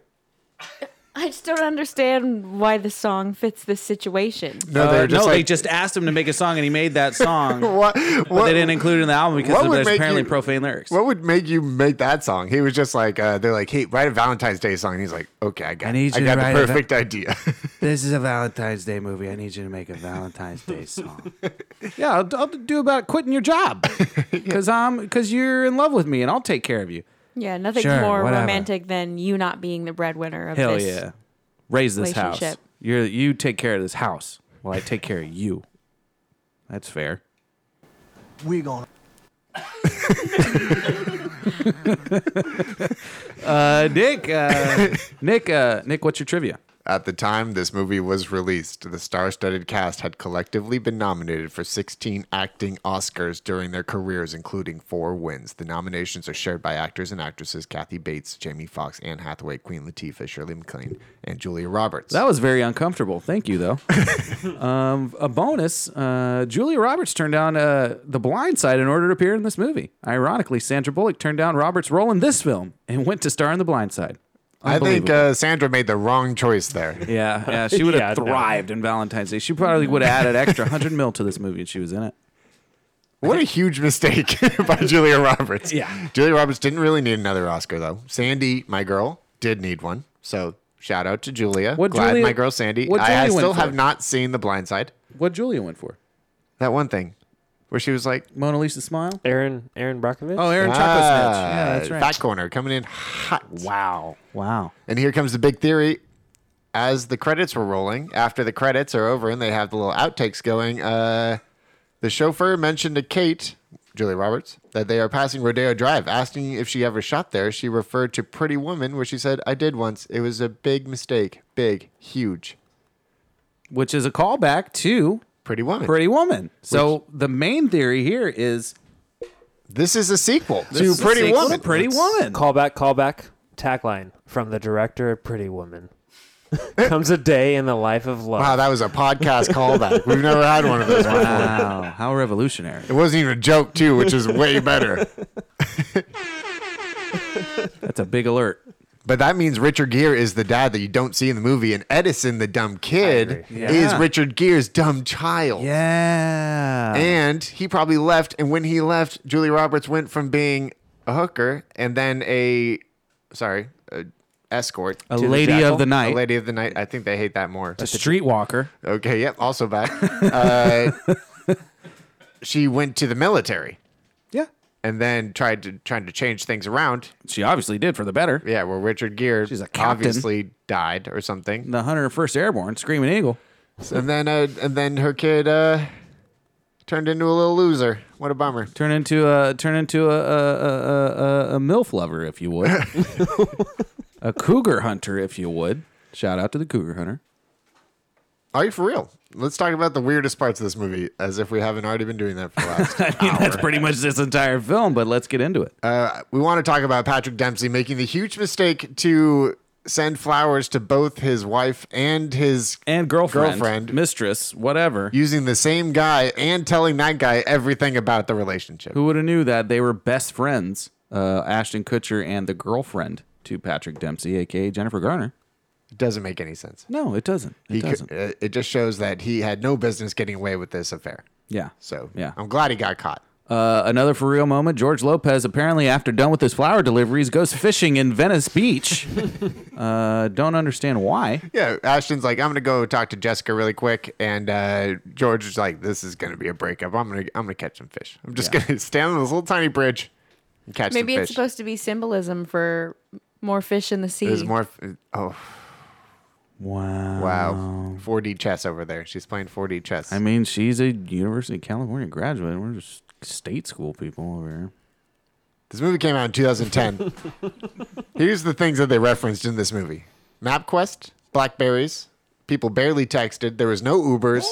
[SPEAKER 3] I just don't understand why the song fits this situation.
[SPEAKER 2] No,
[SPEAKER 1] Uh,
[SPEAKER 2] they're
[SPEAKER 1] no,
[SPEAKER 2] just like,
[SPEAKER 1] they just asked him to make a song, and he made that song.
[SPEAKER 2] what,
[SPEAKER 1] But
[SPEAKER 2] what-
[SPEAKER 1] they didn't include it in the album because
[SPEAKER 2] what
[SPEAKER 1] of
[SPEAKER 2] would
[SPEAKER 1] there's
[SPEAKER 2] make
[SPEAKER 1] apparently
[SPEAKER 2] you-
[SPEAKER 1] profane lyrics.
[SPEAKER 2] What would make you make that song? He was just like, uh, they're like, hey, write a Valentine's Day song. And he's like, okay, I got,
[SPEAKER 1] I
[SPEAKER 2] I
[SPEAKER 1] need you to
[SPEAKER 2] got
[SPEAKER 1] write
[SPEAKER 2] the
[SPEAKER 1] a va-
[SPEAKER 2] perfect idea.
[SPEAKER 1] This is a Valentine's Day movie. I need you to make a Valentine's Day song. yeah, I'll, I'll do about quitting your job because I'm because you're in love with me, and I'll take care of you.
[SPEAKER 3] Yeah, nothing's
[SPEAKER 1] Sure,
[SPEAKER 3] more
[SPEAKER 1] whatever.
[SPEAKER 3] romantic than you not being the breadwinner of
[SPEAKER 1] Hell
[SPEAKER 3] this.
[SPEAKER 1] yeah, raise this house.
[SPEAKER 3] Relationship.
[SPEAKER 1] You're you take care of this house while I take care of you. That's fair.
[SPEAKER 8] We gonna.
[SPEAKER 1] Uh, Nick, uh, Nick, uh, Nick, what's your trivia?
[SPEAKER 2] At the time this movie was released, the star studded cast had collectively been nominated for 16 acting Oscars during their careers, including four wins. The nominations are shared by actors and actresses Kathy Bates, Jamie Foxx, Anne Hathaway, Queen Latifah, Shirley MacLaine, and Julia Roberts.
[SPEAKER 1] That was very uncomfortable. Thank you, though. um, a bonus: uh, Julia Roberts turned down uh, The Blind Side in order to appear in this movie. Ironically, Sandra Bullock turned down Roberts' role in this film and went to star in The Blind Side.
[SPEAKER 2] I think
[SPEAKER 1] Unbelievable.
[SPEAKER 2] uh, Sandra made the wrong choice there.
[SPEAKER 1] yeah, yeah, she would have
[SPEAKER 4] Yeah, no.
[SPEAKER 1] thrived in Valentine's Day. She probably would have added extra hundred mil to this movie if she was in it.
[SPEAKER 2] What a huge mistake by Julia Roberts.
[SPEAKER 1] Yeah.
[SPEAKER 2] Julia Roberts didn't really need another Oscar, though. Sandy, my girl, did need one. So shout out to Julia.
[SPEAKER 1] What
[SPEAKER 2] Glad
[SPEAKER 1] Julia-
[SPEAKER 2] my girl Sandy.
[SPEAKER 1] what
[SPEAKER 2] I, I
[SPEAKER 1] Julia went
[SPEAKER 2] still
[SPEAKER 1] for?
[SPEAKER 2] have not seen The Blind Side.
[SPEAKER 1] What Julia went for?
[SPEAKER 2] That one thing where she was like,
[SPEAKER 1] Mona Lisa Smile.
[SPEAKER 4] Aaron Aaron Brockovich.
[SPEAKER 1] Oh, Aaron Chocolate Snitch.
[SPEAKER 2] Ah,
[SPEAKER 1] Yeah, that's right.
[SPEAKER 2] Fat corner coming in hot. Wow.
[SPEAKER 1] Wow.
[SPEAKER 2] And here comes the big theory. as the credits were rolling, after the credits are over and they have the little outtakes going, uh, the chauffeur mentioned to Kate, Julia Roberts, that they are passing Rodeo Drive, asking if she ever shot there. She referred to Pretty Woman, where she said, I did once. It was a big mistake. Big, huge.
[SPEAKER 1] Which is a callback to
[SPEAKER 2] Pretty Woman.
[SPEAKER 1] Pretty Woman. So the main theory here is
[SPEAKER 2] this is a sequel
[SPEAKER 1] This is a
[SPEAKER 2] to Pretty
[SPEAKER 1] sequel to
[SPEAKER 2] Woman.
[SPEAKER 1] Pretty Woman.
[SPEAKER 4] Callback, callback, tagline from the director of Pretty Woman. Comes a day in the life of love.
[SPEAKER 2] Wow, that was a podcast callback. We've never had one of those before.
[SPEAKER 1] Wow, how revolutionary.
[SPEAKER 2] It wasn't even a joke, too, which is way better.
[SPEAKER 1] That's a big alert.
[SPEAKER 2] But that means Richard Gere is the dad that you don't see in the movie, and Edison, the dumb kid,
[SPEAKER 1] agree. Yeah.
[SPEAKER 2] is Richard Gere's dumb child.
[SPEAKER 1] Yeah.
[SPEAKER 2] And he probably left. And when he left, Julia Roberts went from being a hooker and then a, sorry, a escort,
[SPEAKER 1] a
[SPEAKER 2] to
[SPEAKER 1] lady
[SPEAKER 2] jackal.
[SPEAKER 1] of the night,
[SPEAKER 2] A lady of the night. I think they hate that more.
[SPEAKER 1] a streetwalker.
[SPEAKER 2] Okay, yep, also bad. Uh, she went to the military
[SPEAKER 1] Yeah.
[SPEAKER 2] and then tried to trying to change things around.
[SPEAKER 1] She obviously did for the better.
[SPEAKER 2] Yeah, where Richard Gere
[SPEAKER 1] She's a captain.
[SPEAKER 2] obviously died or something.
[SPEAKER 1] The 101st Airborne, Screaming Eagle.
[SPEAKER 2] and then uh, and then her kid uh, turned into a little loser. What a bummer.
[SPEAKER 1] Turn into a turn into a a, a, a, a milf lover, if you would. a cougar hunter, if you would. Shout out to the cougar hunter.
[SPEAKER 2] Are you for real? Let's talk about the weirdest parts of this movie, as if we haven't already been doing that for the last.
[SPEAKER 1] I mean, that's pretty much this entire film, but let's get into it.
[SPEAKER 2] uh, we want to talk about Patrick Dempsey making the huge mistake to send flowers to both his wife and his
[SPEAKER 1] and girlfriend,
[SPEAKER 2] girlfriend.
[SPEAKER 1] mistress, whatever.
[SPEAKER 2] using the same guy and telling that guy everything about the relationship.
[SPEAKER 1] Who would have knew that they were best friends, uh, Ashton Kutcher and the girlfriend to Patrick Dempsey, aka Jennifer Garner?
[SPEAKER 2] It doesn't make any sense.
[SPEAKER 1] No, it doesn't. It
[SPEAKER 2] He
[SPEAKER 1] doesn't.
[SPEAKER 2] could, uh, it just shows that he had no business getting away with this affair.
[SPEAKER 1] yeah.
[SPEAKER 2] So
[SPEAKER 1] yeah.
[SPEAKER 2] I'm glad he got caught.
[SPEAKER 1] Uh, another for real moment. George Lopez apparently, after done with his flower deliveries, goes fishing in Venice Beach. uh, don't understand why.
[SPEAKER 2] Yeah, Ashton's like, I'm gonna go talk to Jessica really quick, and uh, George is like, this is gonna be a breakup. I'm gonna I'm gonna catch some fish. I'm just gonna stand on this little tiny bridge and catch
[SPEAKER 3] Maybe
[SPEAKER 2] some
[SPEAKER 3] it's
[SPEAKER 2] fish.
[SPEAKER 3] supposed to be symbolism for more fish in the sea.
[SPEAKER 2] There's more. f- Oh
[SPEAKER 1] Wow.
[SPEAKER 2] wow, 4D chess over there. She's playing 4D chess.
[SPEAKER 1] I mean, she's a University of California graduate. We're just state school people over here.
[SPEAKER 2] this movie came out in 2010. Here's the things that they referenced in this movie: MapQuest, Blackberries. People barely texted. There was no Ubers.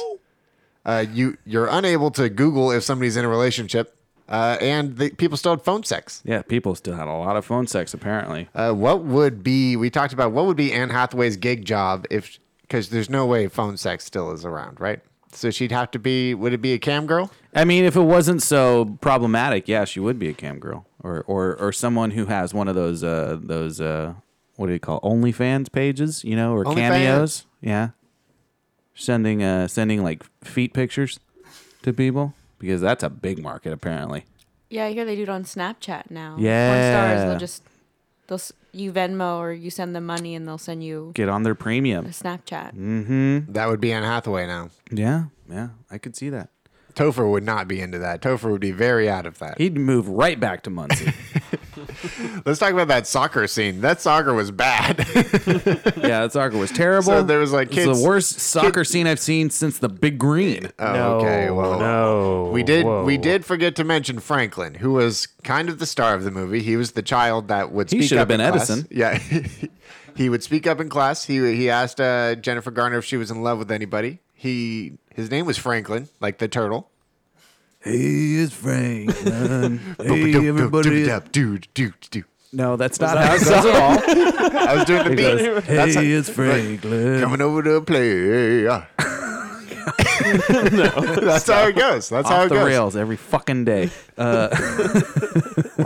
[SPEAKER 2] Uh, you you're unable to Google if somebody's in a relationship, uh, and the, people still had phone sex.
[SPEAKER 1] Yeah, people still had a lot of phone sex, apparently.
[SPEAKER 2] Uh, what would be? We talked about what would be Anne Hathaway's gig job if, because there's no way phone sex still is around, right? So she'd have to be. Would it be a cam girl?
[SPEAKER 1] I mean, if it wasn't so problematic, yeah, she would be a cam girl or or or someone who has one of those uh those uh what do you call it? OnlyFans pages, you know, or
[SPEAKER 2] OnlyFans.
[SPEAKER 1] cameos? Yeah, sending uh sending like feet pictures to people because that's a big market apparently.
[SPEAKER 3] Yeah, I hear they do it on Snapchat now. Porn
[SPEAKER 1] Yeah.
[SPEAKER 3] stars, they'll just they'll s- you Venmo or you send them money and they'll send you
[SPEAKER 1] Get on their
[SPEAKER 3] a
[SPEAKER 1] premium.
[SPEAKER 3] Snapchat.
[SPEAKER 2] That would be Anne Hathaway now.
[SPEAKER 1] Yeah, yeah, I could see that.
[SPEAKER 2] Topher would not be into that. Topher would be very out of that.
[SPEAKER 1] He'd move right back to Muncie.
[SPEAKER 2] Let's talk about that soccer scene. That soccer was bad.
[SPEAKER 1] yeah, that soccer was terrible.
[SPEAKER 2] So there was, like,
[SPEAKER 1] It's
[SPEAKER 2] kids-
[SPEAKER 1] the worst soccer scene I've seen since the Big Green.
[SPEAKER 2] Oh,
[SPEAKER 4] no,
[SPEAKER 2] okay, well,
[SPEAKER 4] no.
[SPEAKER 2] We did.
[SPEAKER 4] whoa.
[SPEAKER 2] We did forget to mention Franklin, who was kind of the star of the movie. He was the child that would.
[SPEAKER 1] He
[SPEAKER 2] speak
[SPEAKER 1] should have
[SPEAKER 2] up in
[SPEAKER 1] been
[SPEAKER 2] class.
[SPEAKER 1] Edison.
[SPEAKER 2] Yeah, he would speak up in class. He he asked uh, Jennifer Garner if she was in love with anybody. He his name was Franklin, like the turtle.
[SPEAKER 1] He is Franklin.
[SPEAKER 2] Dude, dude, dude.
[SPEAKER 1] No, that's not how it goes at all.
[SPEAKER 2] I was doing the beat. That's how-
[SPEAKER 1] it's Franklin.
[SPEAKER 2] coming over to play. no, that's how it goes. That's how
[SPEAKER 1] Off
[SPEAKER 2] it
[SPEAKER 1] the
[SPEAKER 2] goes.
[SPEAKER 1] rails every fucking day.
[SPEAKER 2] Well,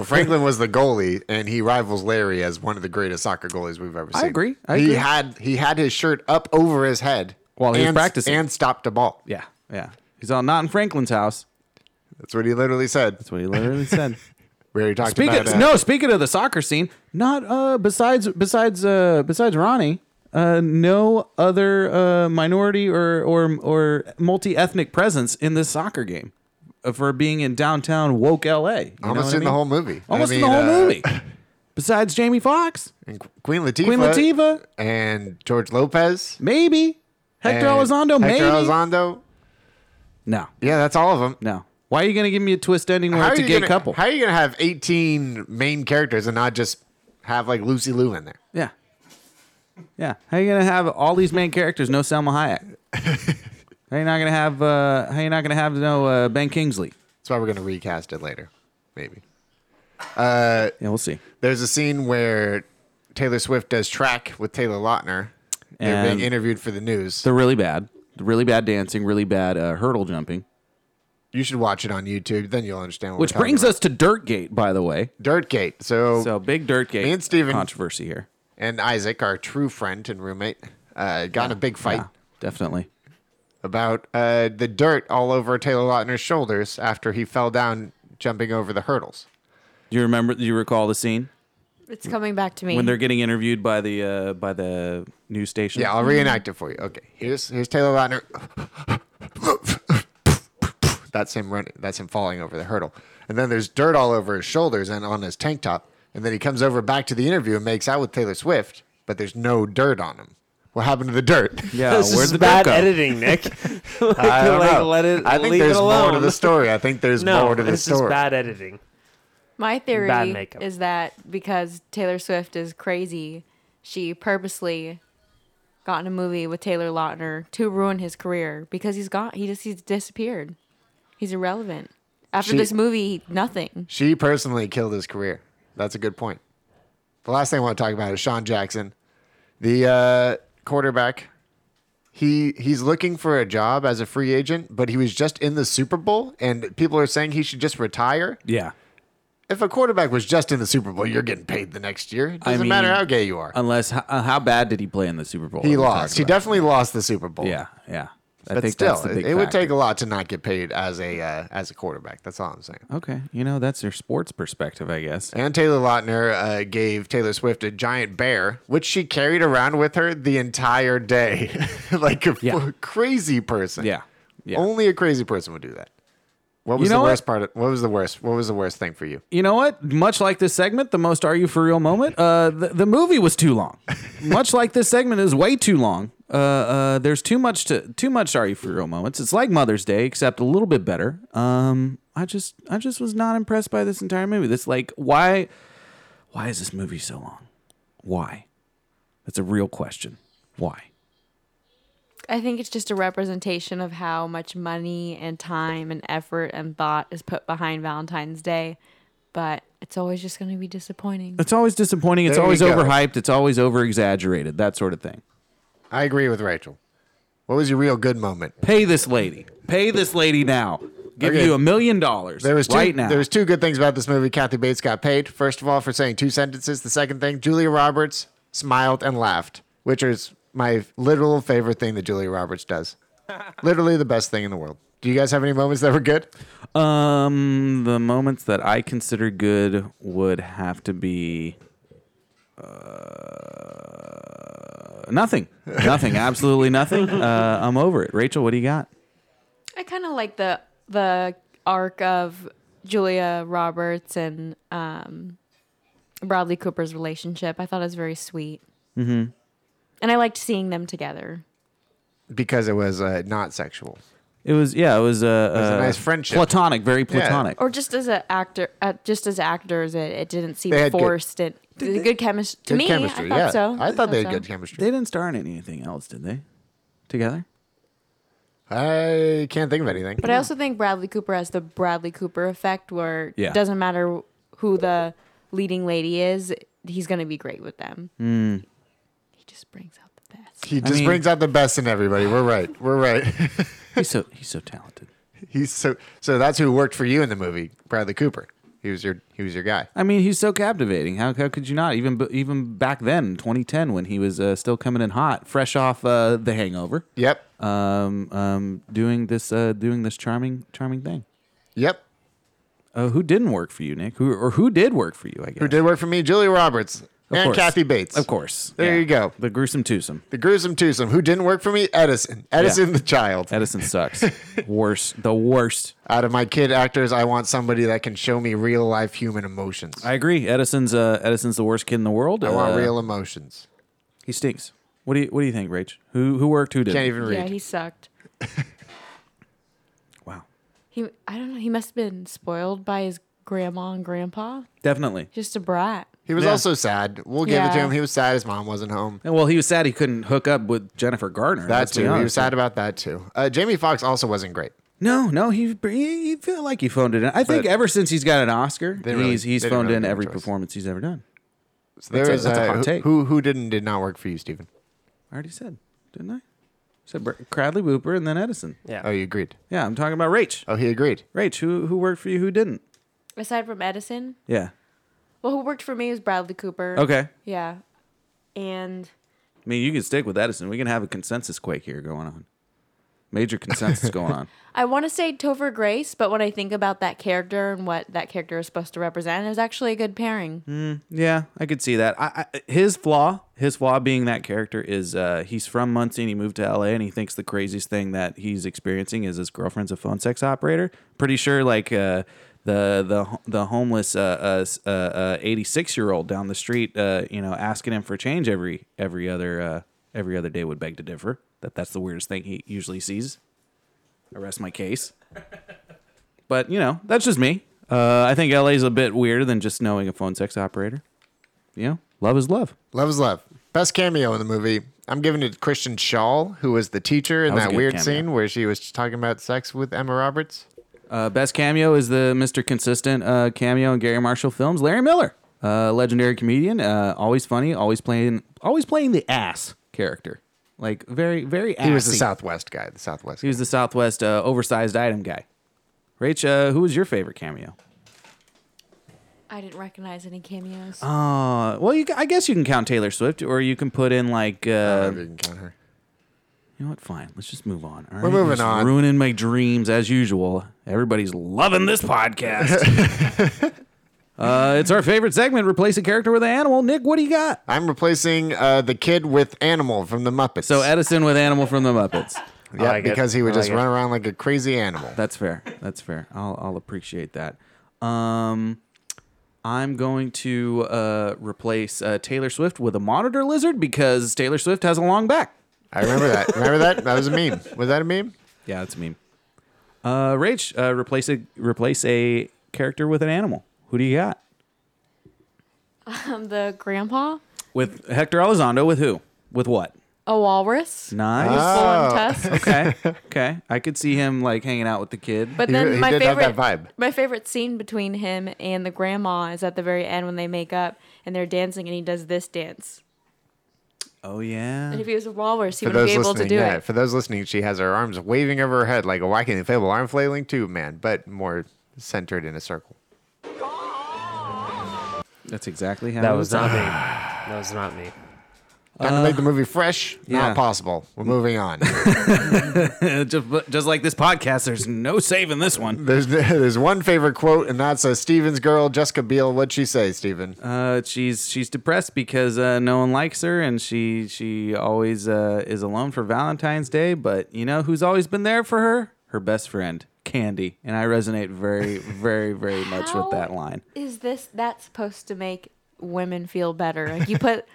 [SPEAKER 2] Franklin was the goalie, and he rivals Larry as one of the greatest soccer goalies we've ever
[SPEAKER 1] I
[SPEAKER 2] seen.
[SPEAKER 1] agree. I
[SPEAKER 2] he
[SPEAKER 1] agree.
[SPEAKER 2] had he had his shirt up over his head
[SPEAKER 1] While he was
[SPEAKER 2] and-
[SPEAKER 1] practicing.
[SPEAKER 2] and stopped a ball.
[SPEAKER 1] Yeah, yeah. He's on not in Franklin's house.
[SPEAKER 2] That's what he literally said.
[SPEAKER 1] That's what he literally said.
[SPEAKER 2] We already talked
[SPEAKER 1] Speaking
[SPEAKER 2] about
[SPEAKER 1] of,
[SPEAKER 2] uh,
[SPEAKER 1] no, speaking of the soccer scene, not uh besides besides uh besides Ronnie, uh no other uh minority or or or multi ethnic presence in this soccer game uh, for being in downtown woke LA. You know what
[SPEAKER 2] almost in
[SPEAKER 1] I
[SPEAKER 2] the
[SPEAKER 1] mean?
[SPEAKER 2] whole movie.
[SPEAKER 1] Almost
[SPEAKER 2] I
[SPEAKER 1] in the
[SPEAKER 2] mean,
[SPEAKER 1] whole
[SPEAKER 2] uh,
[SPEAKER 1] movie. Besides Jamie Foxx,
[SPEAKER 2] And Qu- Queen Latifah.
[SPEAKER 1] Queen Latifah.
[SPEAKER 2] And George Lopez.
[SPEAKER 1] maybe Hector
[SPEAKER 2] And
[SPEAKER 1] Elizondo, maybe.
[SPEAKER 2] Hector Elizondo.
[SPEAKER 1] no,
[SPEAKER 2] Yeah, that's all of them.
[SPEAKER 1] no. Why are you gonna give me a twist ending where it's a
[SPEAKER 2] you
[SPEAKER 1] gay
[SPEAKER 2] gonna,
[SPEAKER 1] couple?
[SPEAKER 2] How are you going to have 18 main characters and not just have like Lucy Liu in there?
[SPEAKER 1] yeah, yeah. How you gonna have all these main characters? No Selma Hayek. how you not gonna have? Uh, how you not gonna have no uh, Ben Kingsley?
[SPEAKER 2] That's why we're going to recast it later, maybe.
[SPEAKER 1] Yeah, we'll see.
[SPEAKER 2] There's a scene where Taylor Swift does track with Taylor Lautner. They're
[SPEAKER 1] And-
[SPEAKER 2] being interviewed for the news.
[SPEAKER 1] They're really bad. Really bad dancing. Really bad uh, hurdle jumping.
[SPEAKER 2] you should watch it on YouTube, then you'll understand. What
[SPEAKER 1] Which brings us to Dirtgate, by the way.
[SPEAKER 2] Dirtgate. So,
[SPEAKER 1] So big Dirtgate.
[SPEAKER 2] Me and Steven-
[SPEAKER 1] controversy here.
[SPEAKER 2] and Isaac, our true friend and roommate, uh, got in a big fight
[SPEAKER 1] Yeah, definitely.
[SPEAKER 2] about uh, the dirt all over Taylor Lautner's shoulders after he fell down jumping over the hurdles.
[SPEAKER 1] Do you remember? Do you recall the scene
[SPEAKER 3] It's coming back to me.
[SPEAKER 1] when they're getting interviewed by the uh, by the news station?
[SPEAKER 2] Yeah, I'll reenact it for you. Okay, here's here's Taylor Lautner. that's him running. That's him falling over the hurdle. And then there's dirt all over his shoulders and on his tank top. And then he comes over back to the interview and makes out with Taylor Swift, but there's no dirt on him. What happened to the dirt?
[SPEAKER 1] yeah.
[SPEAKER 4] this
[SPEAKER 1] Where's
[SPEAKER 4] is
[SPEAKER 1] the
[SPEAKER 4] bad
[SPEAKER 1] bad edit?
[SPEAKER 4] editing, Nick. like,
[SPEAKER 2] I don't
[SPEAKER 4] like,
[SPEAKER 2] know.
[SPEAKER 4] let it.
[SPEAKER 2] I think
[SPEAKER 4] leave
[SPEAKER 2] there's
[SPEAKER 4] it
[SPEAKER 2] more
[SPEAKER 4] alone.
[SPEAKER 2] to the story. I think there's
[SPEAKER 4] No,
[SPEAKER 2] more to the
[SPEAKER 4] this
[SPEAKER 2] story.
[SPEAKER 4] is bad editing.
[SPEAKER 3] My
[SPEAKER 4] Bad
[SPEAKER 3] theory
[SPEAKER 4] makeup.
[SPEAKER 3] is that because Taylor Swift is crazy, she purposely got in a movie with Taylor Lautner to ruin his career because he's gone. He just he's disappeared. He's irrelevant. After
[SPEAKER 2] She-
[SPEAKER 3] this movie, nothing.
[SPEAKER 2] She personally killed his career. That's a good point. The last thing I want to talk about is Sean Jackson, the uh, quarterback. He he's looking for a job as a free agent, but he was just in the Super Bowl, and people are saying he should just retire.
[SPEAKER 1] Yeah.
[SPEAKER 2] If a quarterback was just in the Super Bowl, you're getting paid the next year. It doesn't
[SPEAKER 1] mean,
[SPEAKER 2] matter how gay you are.
[SPEAKER 1] Unless how, uh, how bad did he play in the Super Bowl?
[SPEAKER 2] he
[SPEAKER 1] that we
[SPEAKER 2] lost.
[SPEAKER 1] talked
[SPEAKER 2] He
[SPEAKER 1] about?
[SPEAKER 2] definitely lost the Super Bowl.
[SPEAKER 1] Yeah. Yeah. I
[SPEAKER 2] but
[SPEAKER 1] think
[SPEAKER 2] still,
[SPEAKER 1] that's the
[SPEAKER 2] it-
[SPEAKER 1] big
[SPEAKER 2] it, would
[SPEAKER 1] factor.
[SPEAKER 2] take a lot to not get paid as a uh, as a quarterback. That's all I'm saying.
[SPEAKER 1] Okay, you know that's your sports perspective, I guess.
[SPEAKER 2] And Taylor Lautner uh, gave Taylor Swift a giant bear, which she carried around with her the entire day. like a
[SPEAKER 1] Yeah.
[SPEAKER 2] crazy person.
[SPEAKER 1] Yeah. Yeah.
[SPEAKER 2] Only a crazy person would do that. What was
[SPEAKER 1] know
[SPEAKER 2] the
[SPEAKER 1] what?
[SPEAKER 2] worst part? Of, what was the worst? What was the worst thing for you?
[SPEAKER 1] you know what? Much like this segment, the most are you for real moment, uh, the, the movie was too long. much like this segment is way too long. Uh, uh, there's too much to too much are you for real moments. It's like Mother's Day, except a little bit better. Um, I just I just was not impressed by this entire movie. This like why why is this movie so long? Why? That's a real question. Why?
[SPEAKER 3] I think it's just a representation of how much money and time and effort and thought is put behind Valentine's Day, but it's always just going to be disappointing.
[SPEAKER 1] It's always disappointing. It's
[SPEAKER 2] There you
[SPEAKER 1] always
[SPEAKER 2] go.
[SPEAKER 1] overhyped. It's always over exaggerated. That sort of thing.
[SPEAKER 2] I agree with Rachel. What was your real good moment?
[SPEAKER 1] pay this lady. Pay this lady now. Give
[SPEAKER 2] Okay.
[SPEAKER 1] you a million dollars
[SPEAKER 2] There was two,
[SPEAKER 1] right now.
[SPEAKER 2] There was two good things about this movie. Kathy Bates got paid. First of all, for saying two sentences. The second thing, Julia Roberts smiled and laughed, which is my literal favorite thing that Julia Roberts does. Literally the best thing in the world. Do you guys have any moments that were good?
[SPEAKER 1] um, the moments that I consider good would have to be uh, nothing, nothing, absolutely nothing. Uh, I'm over it. Rachel, what do you got?
[SPEAKER 3] I kind of like the the arc of Julia Roberts and um, Bradley Cooper's relationship. I thought it was very sweet, mm-hmm. and I liked seeing them together.
[SPEAKER 2] Because it was uh, not sexual.
[SPEAKER 1] It was yeah, it was, uh,
[SPEAKER 2] It was
[SPEAKER 1] uh,
[SPEAKER 2] a nice friendship.
[SPEAKER 1] platonic, very platonic.
[SPEAKER 3] Or just as a actor, uh, just as actors, it, it didn't seem
[SPEAKER 2] They had good-
[SPEAKER 3] forced. It, it was good chemistry to
[SPEAKER 2] Good
[SPEAKER 3] me.
[SPEAKER 2] chemistry.
[SPEAKER 3] I thought
[SPEAKER 2] yeah.
[SPEAKER 3] so.
[SPEAKER 2] I thought they had
[SPEAKER 3] so.
[SPEAKER 2] good chemistry.
[SPEAKER 1] They didn't star in anything else, did they? Together?
[SPEAKER 2] I can't think of anything.
[SPEAKER 3] But I also think Bradley Cooper has the Bradley Cooper effect, where
[SPEAKER 1] Yeah.
[SPEAKER 3] it doesn't matter who the leading lady is, he's going to be great with them.
[SPEAKER 1] Hmm.
[SPEAKER 3] He just brings out the best.
[SPEAKER 2] he just
[SPEAKER 1] mean-
[SPEAKER 2] brings out the best in everybody. We're right. We're right.
[SPEAKER 1] He's so he's so talented.
[SPEAKER 2] He's so so that's who worked for you in the movie, Bradley Cooper. He was your he was your guy.
[SPEAKER 1] I mean, he's so captivating. How, how could you not? Even b- even back then, 2010, when he was uh, still coming in hot, fresh off uh, The Hangover,
[SPEAKER 2] Yep.
[SPEAKER 1] um, um, doing this uh, doing this charming charming thing.
[SPEAKER 2] Yep.
[SPEAKER 1] Uh, who didn't work for you, Nick? Who or who did work for you? I guess.
[SPEAKER 2] Who did work for me? Julia Roberts.
[SPEAKER 1] Of
[SPEAKER 2] and
[SPEAKER 1] course.
[SPEAKER 2] Kathy Bates.
[SPEAKER 1] Of course.
[SPEAKER 2] There
[SPEAKER 1] Yeah.
[SPEAKER 2] you go.
[SPEAKER 1] The gruesome twosome.
[SPEAKER 2] The gruesome twosome. Who didn't work for me? Edison. Edison
[SPEAKER 1] Yeah.
[SPEAKER 2] the child.
[SPEAKER 1] Edison sucks. worst. The worst.
[SPEAKER 2] Out of my kid actors, I want somebody that can show me real life human emotions.
[SPEAKER 1] I agree. Edison's uh, Edison's the worst kid in the world.
[SPEAKER 2] I want
[SPEAKER 1] Uh,
[SPEAKER 2] real emotions.
[SPEAKER 1] He stinks. What do you What do you think, Rach? Who Who worked? Who did?
[SPEAKER 2] Can't even read.
[SPEAKER 3] Yeah, he sucked.
[SPEAKER 1] Wow.
[SPEAKER 3] He, I don't know. He must have been spoiled by his grandma and grandpa.
[SPEAKER 1] Definitely.
[SPEAKER 3] Just a brat.
[SPEAKER 2] He was
[SPEAKER 1] Yeah.
[SPEAKER 2] also sad. We'll give it to
[SPEAKER 3] Yeah.
[SPEAKER 2] him. He was sad his mom wasn't home.
[SPEAKER 1] And, Well, he was sad he couldn't hook up with Jennifer Garner.
[SPEAKER 2] That
[SPEAKER 1] let's be
[SPEAKER 2] too. He was
[SPEAKER 1] honest.
[SPEAKER 2] sad about that too. Uh, Jamie Foxx also wasn't great.
[SPEAKER 1] No, no, he he, he feel like he phoned it in. I think
[SPEAKER 2] But-
[SPEAKER 1] ever since he's got an Oscar,
[SPEAKER 2] They really-
[SPEAKER 1] he's he's
[SPEAKER 2] they didn't
[SPEAKER 1] phoned
[SPEAKER 2] really
[SPEAKER 1] in
[SPEAKER 2] give him a
[SPEAKER 1] every
[SPEAKER 2] choice.
[SPEAKER 1] performance he's ever done.
[SPEAKER 2] So there
[SPEAKER 1] That's a-
[SPEAKER 2] is
[SPEAKER 1] that's a
[SPEAKER 2] uh,
[SPEAKER 1] hot
[SPEAKER 2] who-
[SPEAKER 1] take.
[SPEAKER 2] Who who didn't did not work for you, Stephen?
[SPEAKER 1] I already said, didn't I? I said Br- Crowley, Whooper, and then Edison.
[SPEAKER 2] Oh, you agreed.
[SPEAKER 1] Yeah, I'm talking about Rach.
[SPEAKER 2] Oh, he agreed.
[SPEAKER 1] Rach, who who worked for you? Who didn't?
[SPEAKER 3] Aside from Edison,
[SPEAKER 1] Yeah.
[SPEAKER 3] well, who worked for me was Bradley Cooper.
[SPEAKER 1] Okay.
[SPEAKER 3] Yeah, and
[SPEAKER 1] I mean, you can stick with Edison. We can have a consensus quake here going on. Major consensus going on.
[SPEAKER 3] I want to say Topher Grace, but when I think about that character and what that character is supposed to represent, it was actually a good pairing.
[SPEAKER 1] Hmm. Yeah, I could see that. I, I, his flaw, his flaw being that character is uh, he's from Muncie and he moved to LA and he thinks the craziest thing that he's experiencing is his girlfriend's a phone sex operator. Pretty sure like uh, the the the homeless uh, uh, uh, 86 year old down the street, uh, you know, asking him for change every every other uh, every other day would beg to differ. That that's the weirdest thing he usually sees. Arrest my case. But you know, that's just me. Uh, I think LA's a bit weirder than just knowing a phone sex operator. You know, love is love.
[SPEAKER 2] Love is love. Best cameo in the movie. I'm giving it to Christian Shaw, who was the teacher in
[SPEAKER 1] That was a
[SPEAKER 2] that,
[SPEAKER 1] good
[SPEAKER 2] weird
[SPEAKER 1] cameo.
[SPEAKER 2] scene where she was talking about sex with Emma Roberts.
[SPEAKER 1] Uh, best cameo is the Mr. Consistent uh, cameo in Gary Marshall films. Larry Miller, uh, legendary comedian, uh, always funny, always playing, always playing the ass character. Like very, very. Assy.
[SPEAKER 2] He was the Southwest guy. The Southwest.
[SPEAKER 1] He was the Southwest uh, oversized item guy. Rach, uh, who was your favorite cameo?
[SPEAKER 3] I didn't recognize any cameos.
[SPEAKER 1] Uh, well, you, ca- I guess you can count Taylor Swift, or you can put in like.
[SPEAKER 2] guy.
[SPEAKER 1] Uh,
[SPEAKER 2] If you can count her.
[SPEAKER 1] You know what? Fine. Let's just move on. All
[SPEAKER 2] We're
[SPEAKER 1] You're
[SPEAKER 2] moving
[SPEAKER 1] just
[SPEAKER 2] on.
[SPEAKER 1] Ruining my dreams as usual. Everybody's loving this podcast. uh, it's our favorite segment. Replace a character with an animal. Nick, what do you got?
[SPEAKER 2] I'm replacing uh, the kid with Animal from the Muppets.
[SPEAKER 1] So Edison with animal from the Muppets.
[SPEAKER 2] yeah,
[SPEAKER 4] I like it.
[SPEAKER 2] because he would
[SPEAKER 4] I
[SPEAKER 2] just
[SPEAKER 4] like it.
[SPEAKER 2] run around like a crazy animal.
[SPEAKER 1] That's fair. That's fair. I'll I'll appreciate that. Um, I'm going to uh, replace uh, Taylor Swift with a monitor lizard because Taylor Swift has a long back.
[SPEAKER 2] I remember that. Remember that? That was a meme. Was that a meme?
[SPEAKER 1] Yeah, that's a meme. Uh, Rach, uh, replace a replace a character with an animal. Who do you got?
[SPEAKER 3] Um, the grandpa,
[SPEAKER 1] With Hector Elizondo, with who? With what?
[SPEAKER 3] a walrus,
[SPEAKER 1] Nice.
[SPEAKER 2] Ah.
[SPEAKER 3] full on tusks.
[SPEAKER 1] Okay. Okay. I could see him like hanging out with the kid.
[SPEAKER 3] But
[SPEAKER 2] He
[SPEAKER 3] then
[SPEAKER 2] re- he
[SPEAKER 3] my
[SPEAKER 2] did have
[SPEAKER 3] favorite
[SPEAKER 2] that vibe.
[SPEAKER 3] my favorite scene between him and the grandma is at the very end when they make up and they're dancing and he does this dance.
[SPEAKER 1] oh yeah.
[SPEAKER 3] And if he was a walrus, he
[SPEAKER 2] For
[SPEAKER 3] would not
[SPEAKER 2] those
[SPEAKER 3] be able to
[SPEAKER 2] listening,
[SPEAKER 3] do
[SPEAKER 2] yeah.
[SPEAKER 3] it.
[SPEAKER 2] For those listening, she has her arms waving over her head like a wacky inflatable arm flailing tube man, but more centered in a circle.
[SPEAKER 1] That's exactly how
[SPEAKER 4] That
[SPEAKER 1] it
[SPEAKER 4] was not me. That was not me.
[SPEAKER 2] Time to make the movie fresh.
[SPEAKER 1] yeah.
[SPEAKER 2] Not possible. We're moving on.
[SPEAKER 1] just, just like this podcast, there's no saving this one.
[SPEAKER 2] there's there's one favorite quote, and that's a Steven's girl, Jessica Biel. What'd she say, Steven?
[SPEAKER 1] Uh, she's she's depressed because uh, no one likes her, and she she always uh, is alone for Valentine's Day. But you know who's always been there for her? Her best friend, Candy. And I resonate very, very, very much with that
[SPEAKER 3] How
[SPEAKER 1] line.
[SPEAKER 3] Is this that's supposed to make women feel better? Like you put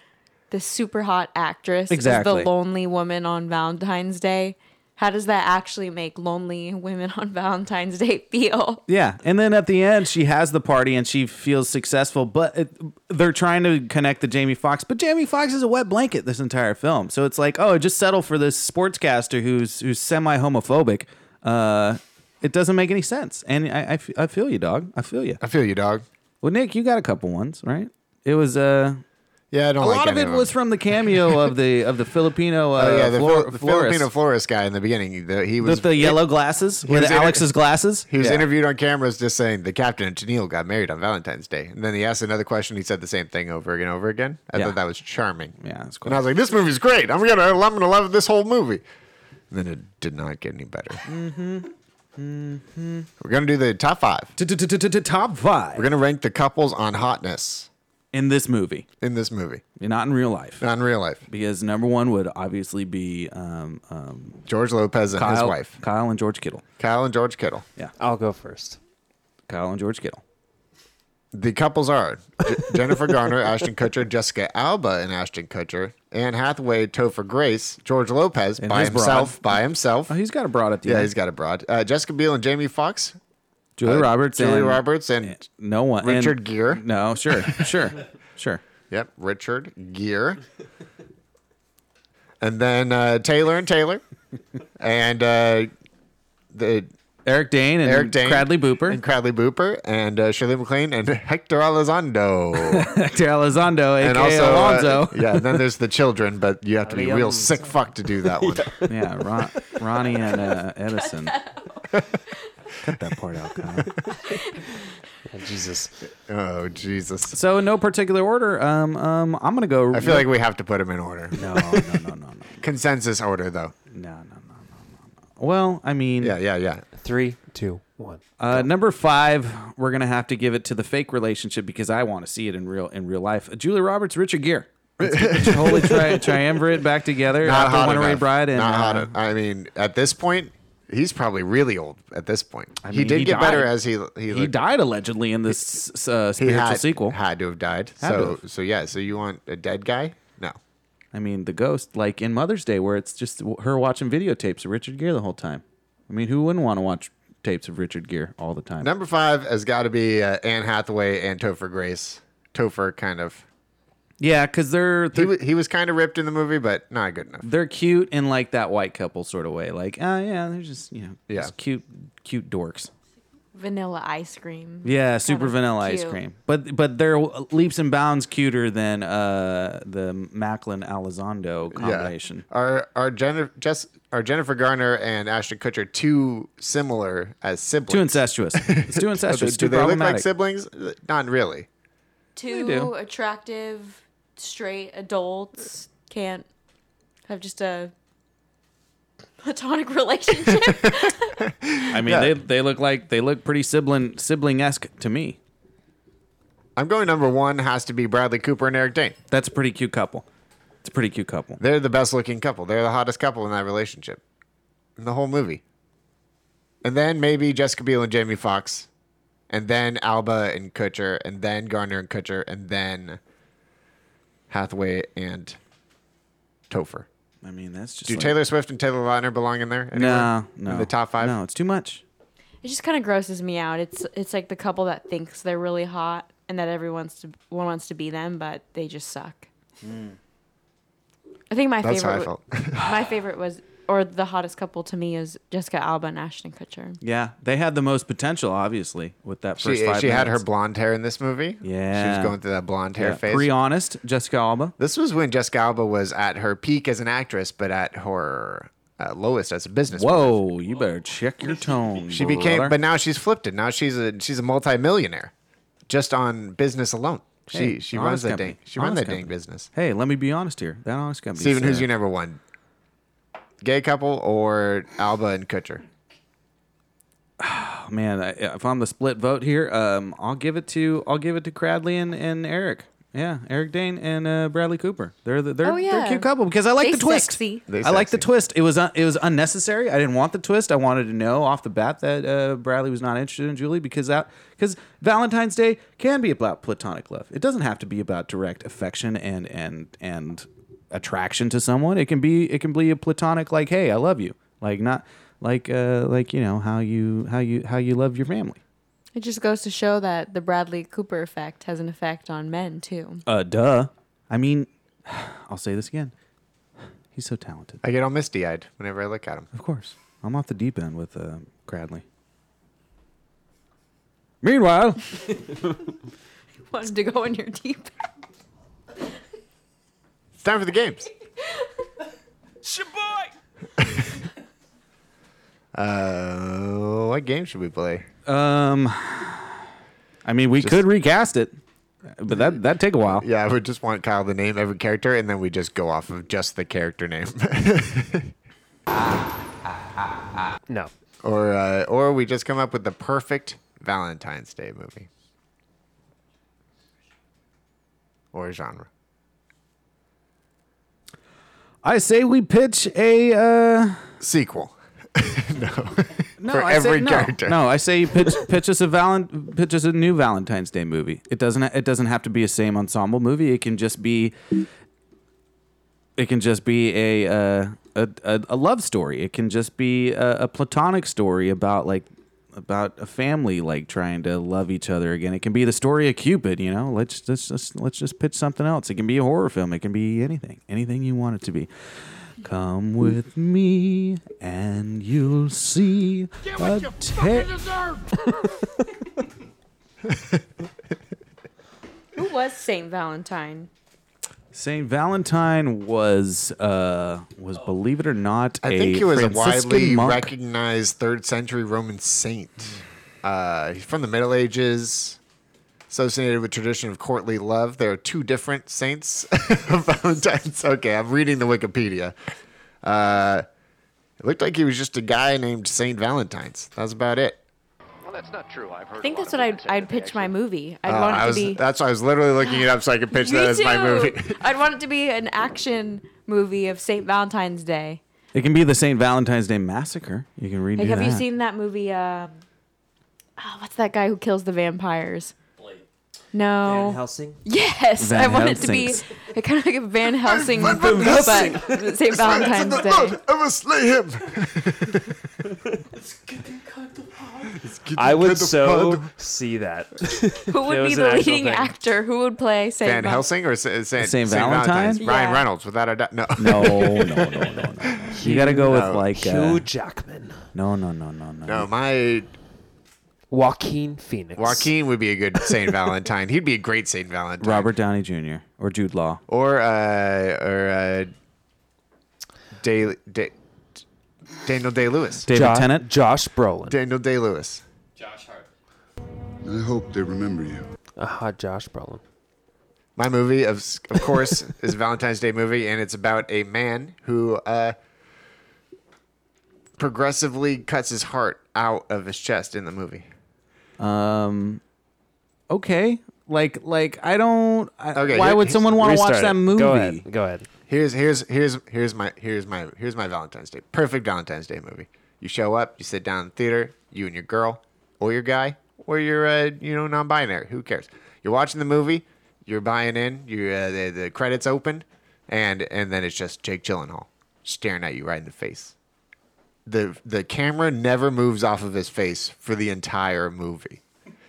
[SPEAKER 3] the super hot actress
[SPEAKER 1] Exactly.
[SPEAKER 3] as the lonely woman on Valentine's Day. How does that actually make lonely women on Valentine's Day feel?
[SPEAKER 1] Yeah, and then at the end, she has the party and she feels successful. But it, they're trying to connect to Jamie Foxx, but Jamie Foxx is a wet blanket this entire film. So it's like, oh, just settle for this sportscaster who's who's semi homophobic. Uh, it doesn't make any sense. And I, I, f- I feel you, dog. I feel you.
[SPEAKER 2] I feel you, dog.
[SPEAKER 1] Well, Nick, you got a couple ones, right? It was uh,
[SPEAKER 2] Yeah, I don't
[SPEAKER 1] a
[SPEAKER 2] like
[SPEAKER 1] lot of
[SPEAKER 2] any
[SPEAKER 1] it was from the cameo of the of the Filipino. Uh,
[SPEAKER 2] Oh, yeah, the,
[SPEAKER 1] flor-
[SPEAKER 2] Fil- the
[SPEAKER 1] florist.
[SPEAKER 2] Filipino florist guy in the beginning. The, he was
[SPEAKER 1] with the yellow glasses, with
[SPEAKER 2] was inter-
[SPEAKER 1] Alex's glasses.
[SPEAKER 2] He was
[SPEAKER 1] Yeah.
[SPEAKER 2] interviewed on cameras just saying the captain and Tennille got married on Valentine's Day. And then he asked another question. He said the same thing over and over again. I
[SPEAKER 1] Yeah.
[SPEAKER 2] thought that was charming.
[SPEAKER 1] Yeah, that's cool.
[SPEAKER 2] And I was like, this movie's great. I'm gonna, I'm gonna love this whole movie. And then it did not get any better.
[SPEAKER 1] Mm-hmm.
[SPEAKER 2] We're gonna do the top five.
[SPEAKER 1] Top five.
[SPEAKER 2] We're gonna rank the couples on hotness.
[SPEAKER 1] In this movie.
[SPEAKER 2] In this movie.
[SPEAKER 1] Not in real life.
[SPEAKER 2] Not in real life.
[SPEAKER 1] Because number one would obviously be um, um,
[SPEAKER 2] George Lopez and his
[SPEAKER 1] Kyle-
[SPEAKER 2] wife.
[SPEAKER 1] Kyle and George Kittle.
[SPEAKER 2] Kyle and George Kittle.
[SPEAKER 1] Yeah.
[SPEAKER 4] I'll go first.
[SPEAKER 1] Kyle and George Kittle.
[SPEAKER 2] The couples are J- Jennifer Garner, Ashton Kutcher, Jessica Alba, and Ashton Kutcher, Anne Hathaway, Topher Grace, George Lopez
[SPEAKER 1] And
[SPEAKER 2] by
[SPEAKER 1] his broad.
[SPEAKER 2] himself, by himself.
[SPEAKER 1] Oh, he's got a broad at the
[SPEAKER 2] yeah,
[SPEAKER 1] end.
[SPEAKER 2] he's got a broad. Uh, Jessica Biel and Jamie Foxx,
[SPEAKER 1] Julie
[SPEAKER 2] uh,
[SPEAKER 1] Roberts.
[SPEAKER 2] Julie
[SPEAKER 1] and-
[SPEAKER 2] Roberts, and
[SPEAKER 1] No one. and-
[SPEAKER 2] Richard Gere.
[SPEAKER 1] No, sure, sure, sure.
[SPEAKER 2] Yep, Richard Gere. and then uh, Taylor and Taylor, and uh, the
[SPEAKER 1] Eric Dane and
[SPEAKER 2] Eric
[SPEAKER 1] Mm-hmm.
[SPEAKER 2] Dane,
[SPEAKER 1] Bradley Booper.
[SPEAKER 2] and Cradley Booper, and uh, Shirley MacLaine, and Hector Elizondo.
[SPEAKER 1] Hector Elizondo, aka
[SPEAKER 2] and also
[SPEAKER 1] Alonzo.
[SPEAKER 2] uh, yeah. And then there's the children, but you have to be a real
[SPEAKER 4] Alonzo.
[SPEAKER 2] sick fuck to do that one.
[SPEAKER 1] yeah, Ron, Ronnie and uh, Edison. Cut that part out, Kyle.
[SPEAKER 4] Oh, Jesus.
[SPEAKER 2] Oh Jesus!
[SPEAKER 1] So, in no particular order, um, um, I'm gonna go.
[SPEAKER 2] I feel like we have to put them in order.
[SPEAKER 1] no, no, no, no, no, no,
[SPEAKER 2] Consensus order, though.
[SPEAKER 1] no, no, no, no. Well, I mean,
[SPEAKER 2] Yeah, yeah, yeah.
[SPEAKER 4] Three, two, one.
[SPEAKER 1] uh, number five, we're gonna have to give it to the fake relationship because I want to see it in real in real life. Julia Roberts, Richard Gere. Let's get the Holy tri- triumvirate back together
[SPEAKER 2] Not
[SPEAKER 1] after
[SPEAKER 2] hot
[SPEAKER 1] Runaway
[SPEAKER 2] enough.
[SPEAKER 1] Bride and
[SPEAKER 2] Not
[SPEAKER 1] uh,
[SPEAKER 2] hot en- I mean, at this point, he's probably really old. At this point, he
[SPEAKER 1] mean,
[SPEAKER 2] did
[SPEAKER 1] he
[SPEAKER 2] get better
[SPEAKER 1] died.
[SPEAKER 2] as he he
[SPEAKER 1] he
[SPEAKER 2] looked-
[SPEAKER 1] died allegedly in this s- uh,
[SPEAKER 2] He
[SPEAKER 1] spiritual
[SPEAKER 2] had
[SPEAKER 1] sequel.
[SPEAKER 2] had to have died.
[SPEAKER 1] Had to
[SPEAKER 2] so so yeah. So you want a dead guy? No.
[SPEAKER 1] I mean, the ghost, like in Mother's Day, where it's just her watching videotapes of Richard Gere the whole time. I mean, who wouldn't want to watch tapes of Richard Gere all the time?
[SPEAKER 2] Number five has got to be uh, Anne Hathaway and Topher Grace. Topher kind of
[SPEAKER 1] Yeah, because they're
[SPEAKER 2] he
[SPEAKER 1] they're,
[SPEAKER 2] was, he was kind of ripped in the movie, but not good enough.
[SPEAKER 1] they're cute in like that white couple sort of way. Like, oh yeah, they're just you know,
[SPEAKER 2] Yeah.
[SPEAKER 1] just cute, cute dorks.
[SPEAKER 3] Vanilla ice cream.
[SPEAKER 1] Yeah, super
[SPEAKER 3] of
[SPEAKER 1] vanilla ice
[SPEAKER 3] cute.
[SPEAKER 1] cream. But but they're leaps and bounds cuter than uh the Macklin Elizondo combination.
[SPEAKER 2] Yeah. Are are Jennifer Jess are Jennifer Garner and Ashton Kutcher too similar as siblings?
[SPEAKER 1] Too incestuous. It's too
[SPEAKER 2] Do they,
[SPEAKER 1] incestuous.
[SPEAKER 2] do
[SPEAKER 1] too
[SPEAKER 2] they look like
[SPEAKER 1] problematic.
[SPEAKER 2] siblings? Not really.
[SPEAKER 1] do.
[SPEAKER 3] Two attractive, straight adults can't have just a platonic relationship.
[SPEAKER 1] I mean,
[SPEAKER 2] Yeah.
[SPEAKER 1] they they look like they look pretty sibling sibling esque to me.
[SPEAKER 2] I'm going number one has to be Bradley Cooper and Eric Dane.
[SPEAKER 1] That's a pretty cute couple. It's a pretty cute couple.
[SPEAKER 2] They're the best looking couple. They're the hottest couple in that relationship. In the whole movie. And then maybe Jessica Biel and Jamie Foxx. And then Alba and Kutcher. And then Garner and Kutcher. And then Hathaway and Topher.
[SPEAKER 1] I mean, that's just
[SPEAKER 2] Do
[SPEAKER 1] like-
[SPEAKER 2] Taylor Swift and Taylor Lautner belong in there? anywhere?
[SPEAKER 1] No, no.
[SPEAKER 2] In the top five?
[SPEAKER 1] No, it's too much.
[SPEAKER 3] It just kind of grosses me out. It's it's like the couple that thinks they're really hot and that everyone's to, one wants to be them, but they just suck. I think my
[SPEAKER 2] Mm. That's how I
[SPEAKER 3] favorite
[SPEAKER 2] felt.
[SPEAKER 3] my favorite was or the hottest couple to me is Jessica Alba and Ashton Kutcher.
[SPEAKER 1] Yeah, they had the most potential, obviously, with that
[SPEAKER 2] she
[SPEAKER 1] first five.
[SPEAKER 2] she had her
[SPEAKER 1] minutes.
[SPEAKER 2] blonde hair in this movie. She was
[SPEAKER 1] Yeah.
[SPEAKER 2] going through that blonde hair
[SPEAKER 1] Yeah,
[SPEAKER 2] phase.
[SPEAKER 1] Pretty honest, Jessica Alba.
[SPEAKER 2] This was when Jessica Alba was at her peak as an actress, but at her uh, lowest as a business.
[SPEAKER 1] Whoa, you better check your tone.
[SPEAKER 2] She became,
[SPEAKER 1] brother.
[SPEAKER 2] but now she's flipped it. Now she's a she's a multimillionaire, just on business alone. She
[SPEAKER 1] Hey,
[SPEAKER 2] she runs
[SPEAKER 1] honest
[SPEAKER 2] that
[SPEAKER 1] company.
[SPEAKER 2] dang she runs
[SPEAKER 1] Honest
[SPEAKER 2] that dang
[SPEAKER 1] company.
[SPEAKER 2] business.
[SPEAKER 1] Hey, let me be honest here. That honest company.
[SPEAKER 2] Steven, who's
[SPEAKER 1] said-
[SPEAKER 2] your number one? Gay couple or Alba and Kutcher?
[SPEAKER 1] Oh, man, I, if I'm the split vote here, um, I'll give it to I'll give it to Cradley and, and Eric. Yeah, Eric Dane and uh, Bradley Cooper. They're the, they're,
[SPEAKER 3] Oh,
[SPEAKER 1] they're a
[SPEAKER 3] yeah.
[SPEAKER 1] cute couple because I like
[SPEAKER 3] They
[SPEAKER 1] the twist.
[SPEAKER 3] sexy.
[SPEAKER 2] They
[SPEAKER 1] I like the
[SPEAKER 2] sexy.
[SPEAKER 1] twist. It was un- it was unnecessary. I didn't want the twist. I wanted to know off the bat that uh, Bradley was not interested in Julie because that because Valentine's Day can be about platonic love. It doesn't have to be about direct affection and and and attraction to someone. It can be it can be a platonic like hey I love you like not like uh like you know how you how you how you love your family.
[SPEAKER 3] It just goes to show that the Bradley Cooper effect has an effect on men too.
[SPEAKER 1] Uh, duh. I mean, I'll say this again. He's so talented.
[SPEAKER 2] I get all misty eyed whenever I look at him.
[SPEAKER 1] Of course. I'm off the deep end with uh, Cradley. Meanwhile,
[SPEAKER 3] Wanted to go in your deep.
[SPEAKER 2] It's time for the games. Uh, what game should we play?
[SPEAKER 1] um, I mean, we could recast it, but that that'd take a while.
[SPEAKER 2] Yeah, I would just want Kyle to name every character, and then we just go off of just the character name,
[SPEAKER 4] No.
[SPEAKER 2] or uh, or we just come up with the perfect Valentine's Day movie. or a genre?
[SPEAKER 1] I say we pitch a uh,
[SPEAKER 2] sequel.
[SPEAKER 1] no,
[SPEAKER 2] For
[SPEAKER 1] I say-
[SPEAKER 2] every
[SPEAKER 1] no.
[SPEAKER 2] character.
[SPEAKER 1] No, I say you pitch pitch us a valen- pitch us a new Valentine's Day movie. It doesn't it doesn't have to be a same ensemble movie. It can just be it can just be a uh, a, a a love story. It can just be a, a platonic story about like about a family like trying to love each other again. It can be the story of Cupid. You know, let's let's just let's just pitch something else. It can be a horror film. It can be anything, anything you want it to be. Come with me and you'll see a ta-
[SPEAKER 3] Who was Saint Valentine?
[SPEAKER 1] Saint Valentine was uh was believe it or not
[SPEAKER 2] I
[SPEAKER 1] a
[SPEAKER 2] think he was
[SPEAKER 1] Franciscan
[SPEAKER 2] a widely
[SPEAKER 1] monk.
[SPEAKER 2] recognized third century Roman saint. Uh, he's from the Middle Ages, associated with tradition of courtly love. There are two different saints of Valentine's. Okay, I'm reading the Wikipedia. Uh, it looked like he was just a guy named Saint Valentine's. That's about it.
[SPEAKER 12] Well, that's not true. I've heard.
[SPEAKER 3] I think that's what I'd, I'd pitch my movie. I'd
[SPEAKER 2] Uh,
[SPEAKER 3] want it
[SPEAKER 2] I was,
[SPEAKER 3] to be.
[SPEAKER 2] That's why I was literally looking it up so I could pitch that as my movie.
[SPEAKER 3] I'd want it to be an action movie of Saint Valentine's Day.
[SPEAKER 1] It can be the Saint Valentine's Day massacre. You can read
[SPEAKER 3] Like, have
[SPEAKER 1] that.
[SPEAKER 3] you seen that movie? Um, oh, what's that guy who kills the vampires? No.
[SPEAKER 4] Van Helsing?
[SPEAKER 3] Yes,
[SPEAKER 1] Van
[SPEAKER 3] I want it
[SPEAKER 1] Helsings.
[SPEAKER 3] to be kind of like a Van Helsing
[SPEAKER 2] Van
[SPEAKER 3] movie,
[SPEAKER 2] Helsing.
[SPEAKER 3] but Saint Valentine's
[SPEAKER 2] It's in the
[SPEAKER 3] Day.
[SPEAKER 2] mud. I must slay him.
[SPEAKER 4] I
[SPEAKER 2] Get
[SPEAKER 4] would
[SPEAKER 2] the
[SPEAKER 4] so
[SPEAKER 2] blood.
[SPEAKER 4] see that.
[SPEAKER 3] Who would be the leading actor? Who would play Saint
[SPEAKER 2] Van
[SPEAKER 3] Val-
[SPEAKER 2] Helsing or Saint, Saint,
[SPEAKER 1] Saint
[SPEAKER 2] Valentine's?
[SPEAKER 1] Valentine?
[SPEAKER 2] Ryan
[SPEAKER 3] Yeah.
[SPEAKER 2] Reynolds, without a doubt. No.
[SPEAKER 1] No, no, no, no, no, no. You gotta go with
[SPEAKER 2] No.
[SPEAKER 1] like uh,
[SPEAKER 4] Hugh Jackman,
[SPEAKER 1] no, no, no, no, no.
[SPEAKER 2] No, my
[SPEAKER 4] Joaquin Phoenix,
[SPEAKER 2] Joaquin would be a good Saint Valentine. He'd be a great Saint Valentine.
[SPEAKER 1] Robert Downey Jr. or Jude Law.
[SPEAKER 2] Or uh or uh Day, Day, Daniel Day Lewis.
[SPEAKER 1] David
[SPEAKER 4] Jo-
[SPEAKER 1] Tennant.
[SPEAKER 4] Josh Brolin.
[SPEAKER 2] Daniel Day Lewis.
[SPEAKER 13] I hope they remember you.
[SPEAKER 4] Aha, Uh-huh, Josh Brolin.
[SPEAKER 2] My movie of s- of course is a Valentine's Day movie and it's about a man who uh progressively cuts his heart out of his chest in the movie.
[SPEAKER 1] Um, okay, like like I don't. I,
[SPEAKER 2] Okay,
[SPEAKER 1] why
[SPEAKER 2] here-
[SPEAKER 1] would someone want to watch
[SPEAKER 4] Restart
[SPEAKER 1] that
[SPEAKER 4] it.
[SPEAKER 1] movie?
[SPEAKER 4] Go ahead. Go ahead.
[SPEAKER 2] Here's here's here's here's my here's my here's my Valentine's Day. Perfect Valentine's Day movie. You show up, you sit down in the theater, you and your girl, or your guy, or your uh, you know non-binary. Who cares? You're watching the movie, you're buying in. You uh, the the credits open, and and then it's just Jake Gyllenhaal staring at you right in the face. the The camera never moves off of his face for the entire movie.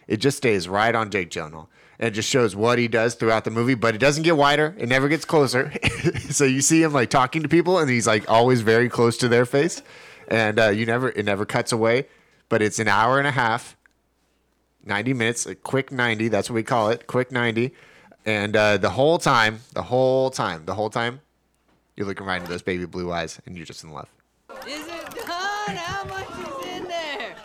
[SPEAKER 2] It just stays right on Jake Gyllenhaal. And it just shows what he does throughout the movie, but it doesn't get wider. It never gets closer. so you see him like talking to people, and he's like always very close to their face, and uh, you never it never cuts away. But it's an hour and a half, ninety minutes, a quick ninety. That's what we call it, quick ninety. And uh, the whole time, the whole time, the whole time, you're looking right into those baby blue eyes, and you're just in love.
[SPEAKER 14] Is it done? How much is in there?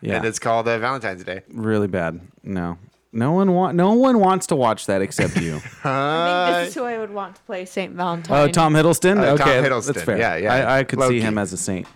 [SPEAKER 1] Yeah,
[SPEAKER 2] And it's called uh, Valentine's Day.
[SPEAKER 1] really bad. No, no one want. No one wants to watch that except you.
[SPEAKER 3] I think this is who I would want to play Saint Valentine.
[SPEAKER 1] Oh, Tom Hiddleston.
[SPEAKER 2] Uh, Tom
[SPEAKER 1] okay,
[SPEAKER 2] Hiddleston.
[SPEAKER 1] that's fair.
[SPEAKER 2] Yeah, yeah.
[SPEAKER 1] I, I could
[SPEAKER 2] Low-key.
[SPEAKER 1] see him as a saint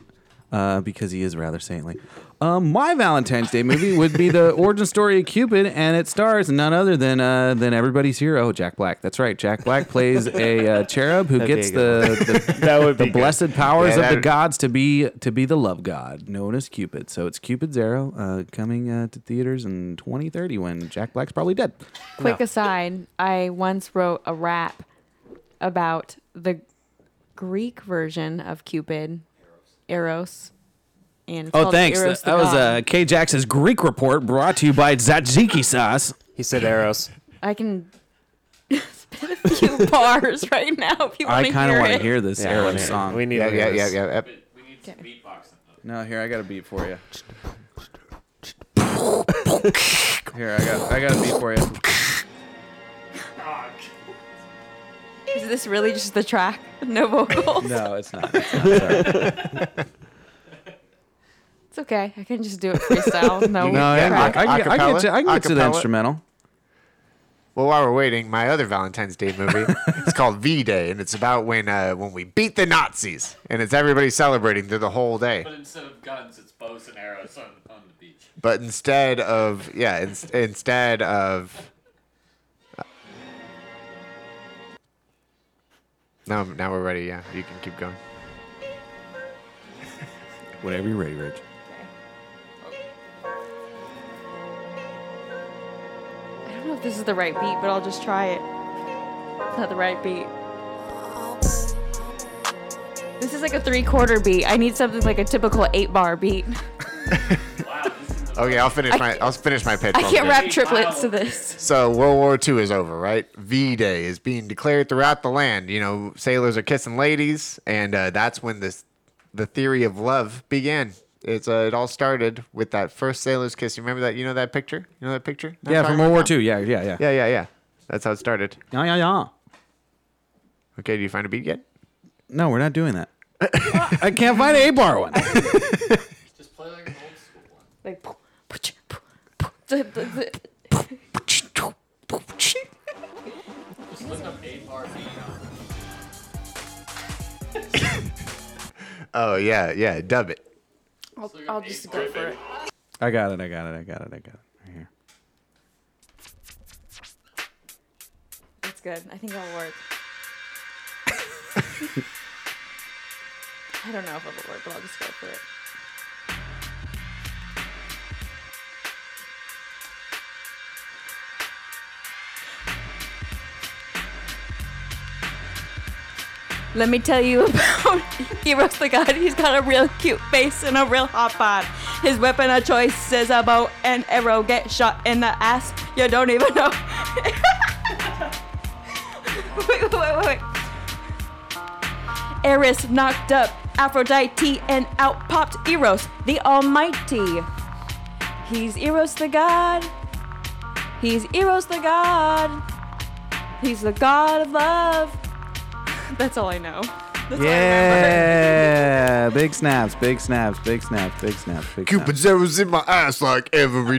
[SPEAKER 1] uh, because he is rather saintly. Um, my Valentine's Day movie would be the origin story of Cupid, and it stars none other than uh, than everybody's hero, Jack Black. That's right. Jack Black plays a uh, cherub who
[SPEAKER 4] That'd be
[SPEAKER 1] gets
[SPEAKER 4] a good
[SPEAKER 1] the, the
[SPEAKER 4] That would
[SPEAKER 1] the
[SPEAKER 4] be
[SPEAKER 1] blessed powers
[SPEAKER 2] Yeah,
[SPEAKER 1] of the
[SPEAKER 2] that-
[SPEAKER 1] gods to be to be the love god known as Cupid. So it's Cupid's arrow uh, coming uh, to theaters in 2030 when Jack Black's probably dead.
[SPEAKER 3] Quick aside, I once wrote a rap about the Greek version of Cupid, Eros. And it's
[SPEAKER 1] Oh,
[SPEAKER 3] called
[SPEAKER 1] thanks.
[SPEAKER 3] Eros
[SPEAKER 1] That,
[SPEAKER 3] the
[SPEAKER 1] was
[SPEAKER 3] god.
[SPEAKER 1] uh, K Jackson's Greek report brought to you by Tzatziki sauce.
[SPEAKER 4] He said Eros.
[SPEAKER 1] uh,
[SPEAKER 3] I can spit a few bars right now if you want
[SPEAKER 1] I
[SPEAKER 3] to
[SPEAKER 1] kind of
[SPEAKER 3] hear
[SPEAKER 1] want to
[SPEAKER 3] it.
[SPEAKER 1] hear this
[SPEAKER 4] Yeah, I
[SPEAKER 1] Arrow
[SPEAKER 4] wanna hear it.
[SPEAKER 1] song.
[SPEAKER 4] We need
[SPEAKER 2] Yeah,
[SPEAKER 4] to
[SPEAKER 2] yeah,
[SPEAKER 4] hear
[SPEAKER 2] yeah,
[SPEAKER 4] this.
[SPEAKER 2] yeah.
[SPEAKER 1] No, here I got a beat for you. Here I got I got a beat for you.
[SPEAKER 3] Is this really just the track? No vocals?
[SPEAKER 1] No, it's not. It's not. Sorry.
[SPEAKER 3] It's okay. I can just do it freestyle. No,
[SPEAKER 1] No, yeah,
[SPEAKER 2] ac-
[SPEAKER 1] I, I, can- I can get
[SPEAKER 2] acapella?
[SPEAKER 1] to, I can get to the
[SPEAKER 2] Acapella?
[SPEAKER 1] instrumental.
[SPEAKER 2] Well, while we're waiting, my other Valentine's Day movie it's called V Day, and it's about when uh, when we beat the Nazis, and it's everybody celebrating through the whole day.
[SPEAKER 12] But instead of guns, it's bows and arrows on, on the beach.
[SPEAKER 2] But uh, instead of yeah, in, instead of Now, now we're ready. Yeah, you can keep going.
[SPEAKER 1] Whenever you're ready, Rich.
[SPEAKER 3] I don't know if this is the right beat, but I'll just try it. It's not the right beat. This is like a three quarter beat. I need something like a typical eight bar beat.
[SPEAKER 2] Okay, I'll finish my I'll finish my pitch.
[SPEAKER 3] I
[SPEAKER 2] while
[SPEAKER 3] can't
[SPEAKER 2] we're doing
[SPEAKER 3] rap triplets to this.
[SPEAKER 2] So World War II is over, right? V Day is being declared throughout the land. You know, sailors are kissing ladies, and uh, that's when this the theory of love began. It's uh, it all started with that first sailor's kiss. You remember that? You know that picture? You know that picture? I'm
[SPEAKER 1] yeah,
[SPEAKER 2] talking
[SPEAKER 1] from World
[SPEAKER 2] about
[SPEAKER 1] War
[SPEAKER 2] now?
[SPEAKER 1] II. Yeah, yeah, yeah.
[SPEAKER 2] Yeah, yeah, yeah. That's how it started.
[SPEAKER 1] Yeah, yeah, yeah.
[SPEAKER 2] Okay, do you find a beat yet?
[SPEAKER 1] No, we're not doing that. I can't find an A bar one.
[SPEAKER 3] Like, the- the- the-
[SPEAKER 5] Just look up eight bar beat.
[SPEAKER 2] Oh yeah, yeah. Dub it.
[SPEAKER 3] I'll, I'll just go for it.
[SPEAKER 1] I got it. I got it. I got it. I got it. Right here.
[SPEAKER 3] That's good. I think that'll work. I don't know if it'll work, but I'll just go for it. Let me tell you about Heroes the God. He's got a real cute face and a real hot bod. His weapon of choice is a bow and arrow. Get shot in the ass. You don't even know. wait, wait, wait, wait. Eris knocked up Aphrodite and out popped Eros, the Almighty. He's Eros the God. He's Eros the God. He's the God of love. That's all I know. That's
[SPEAKER 1] Yeah, big snaps, big snaps, big snaps, big snaps, big snaps.
[SPEAKER 2] Cupid's arrows in my ass like every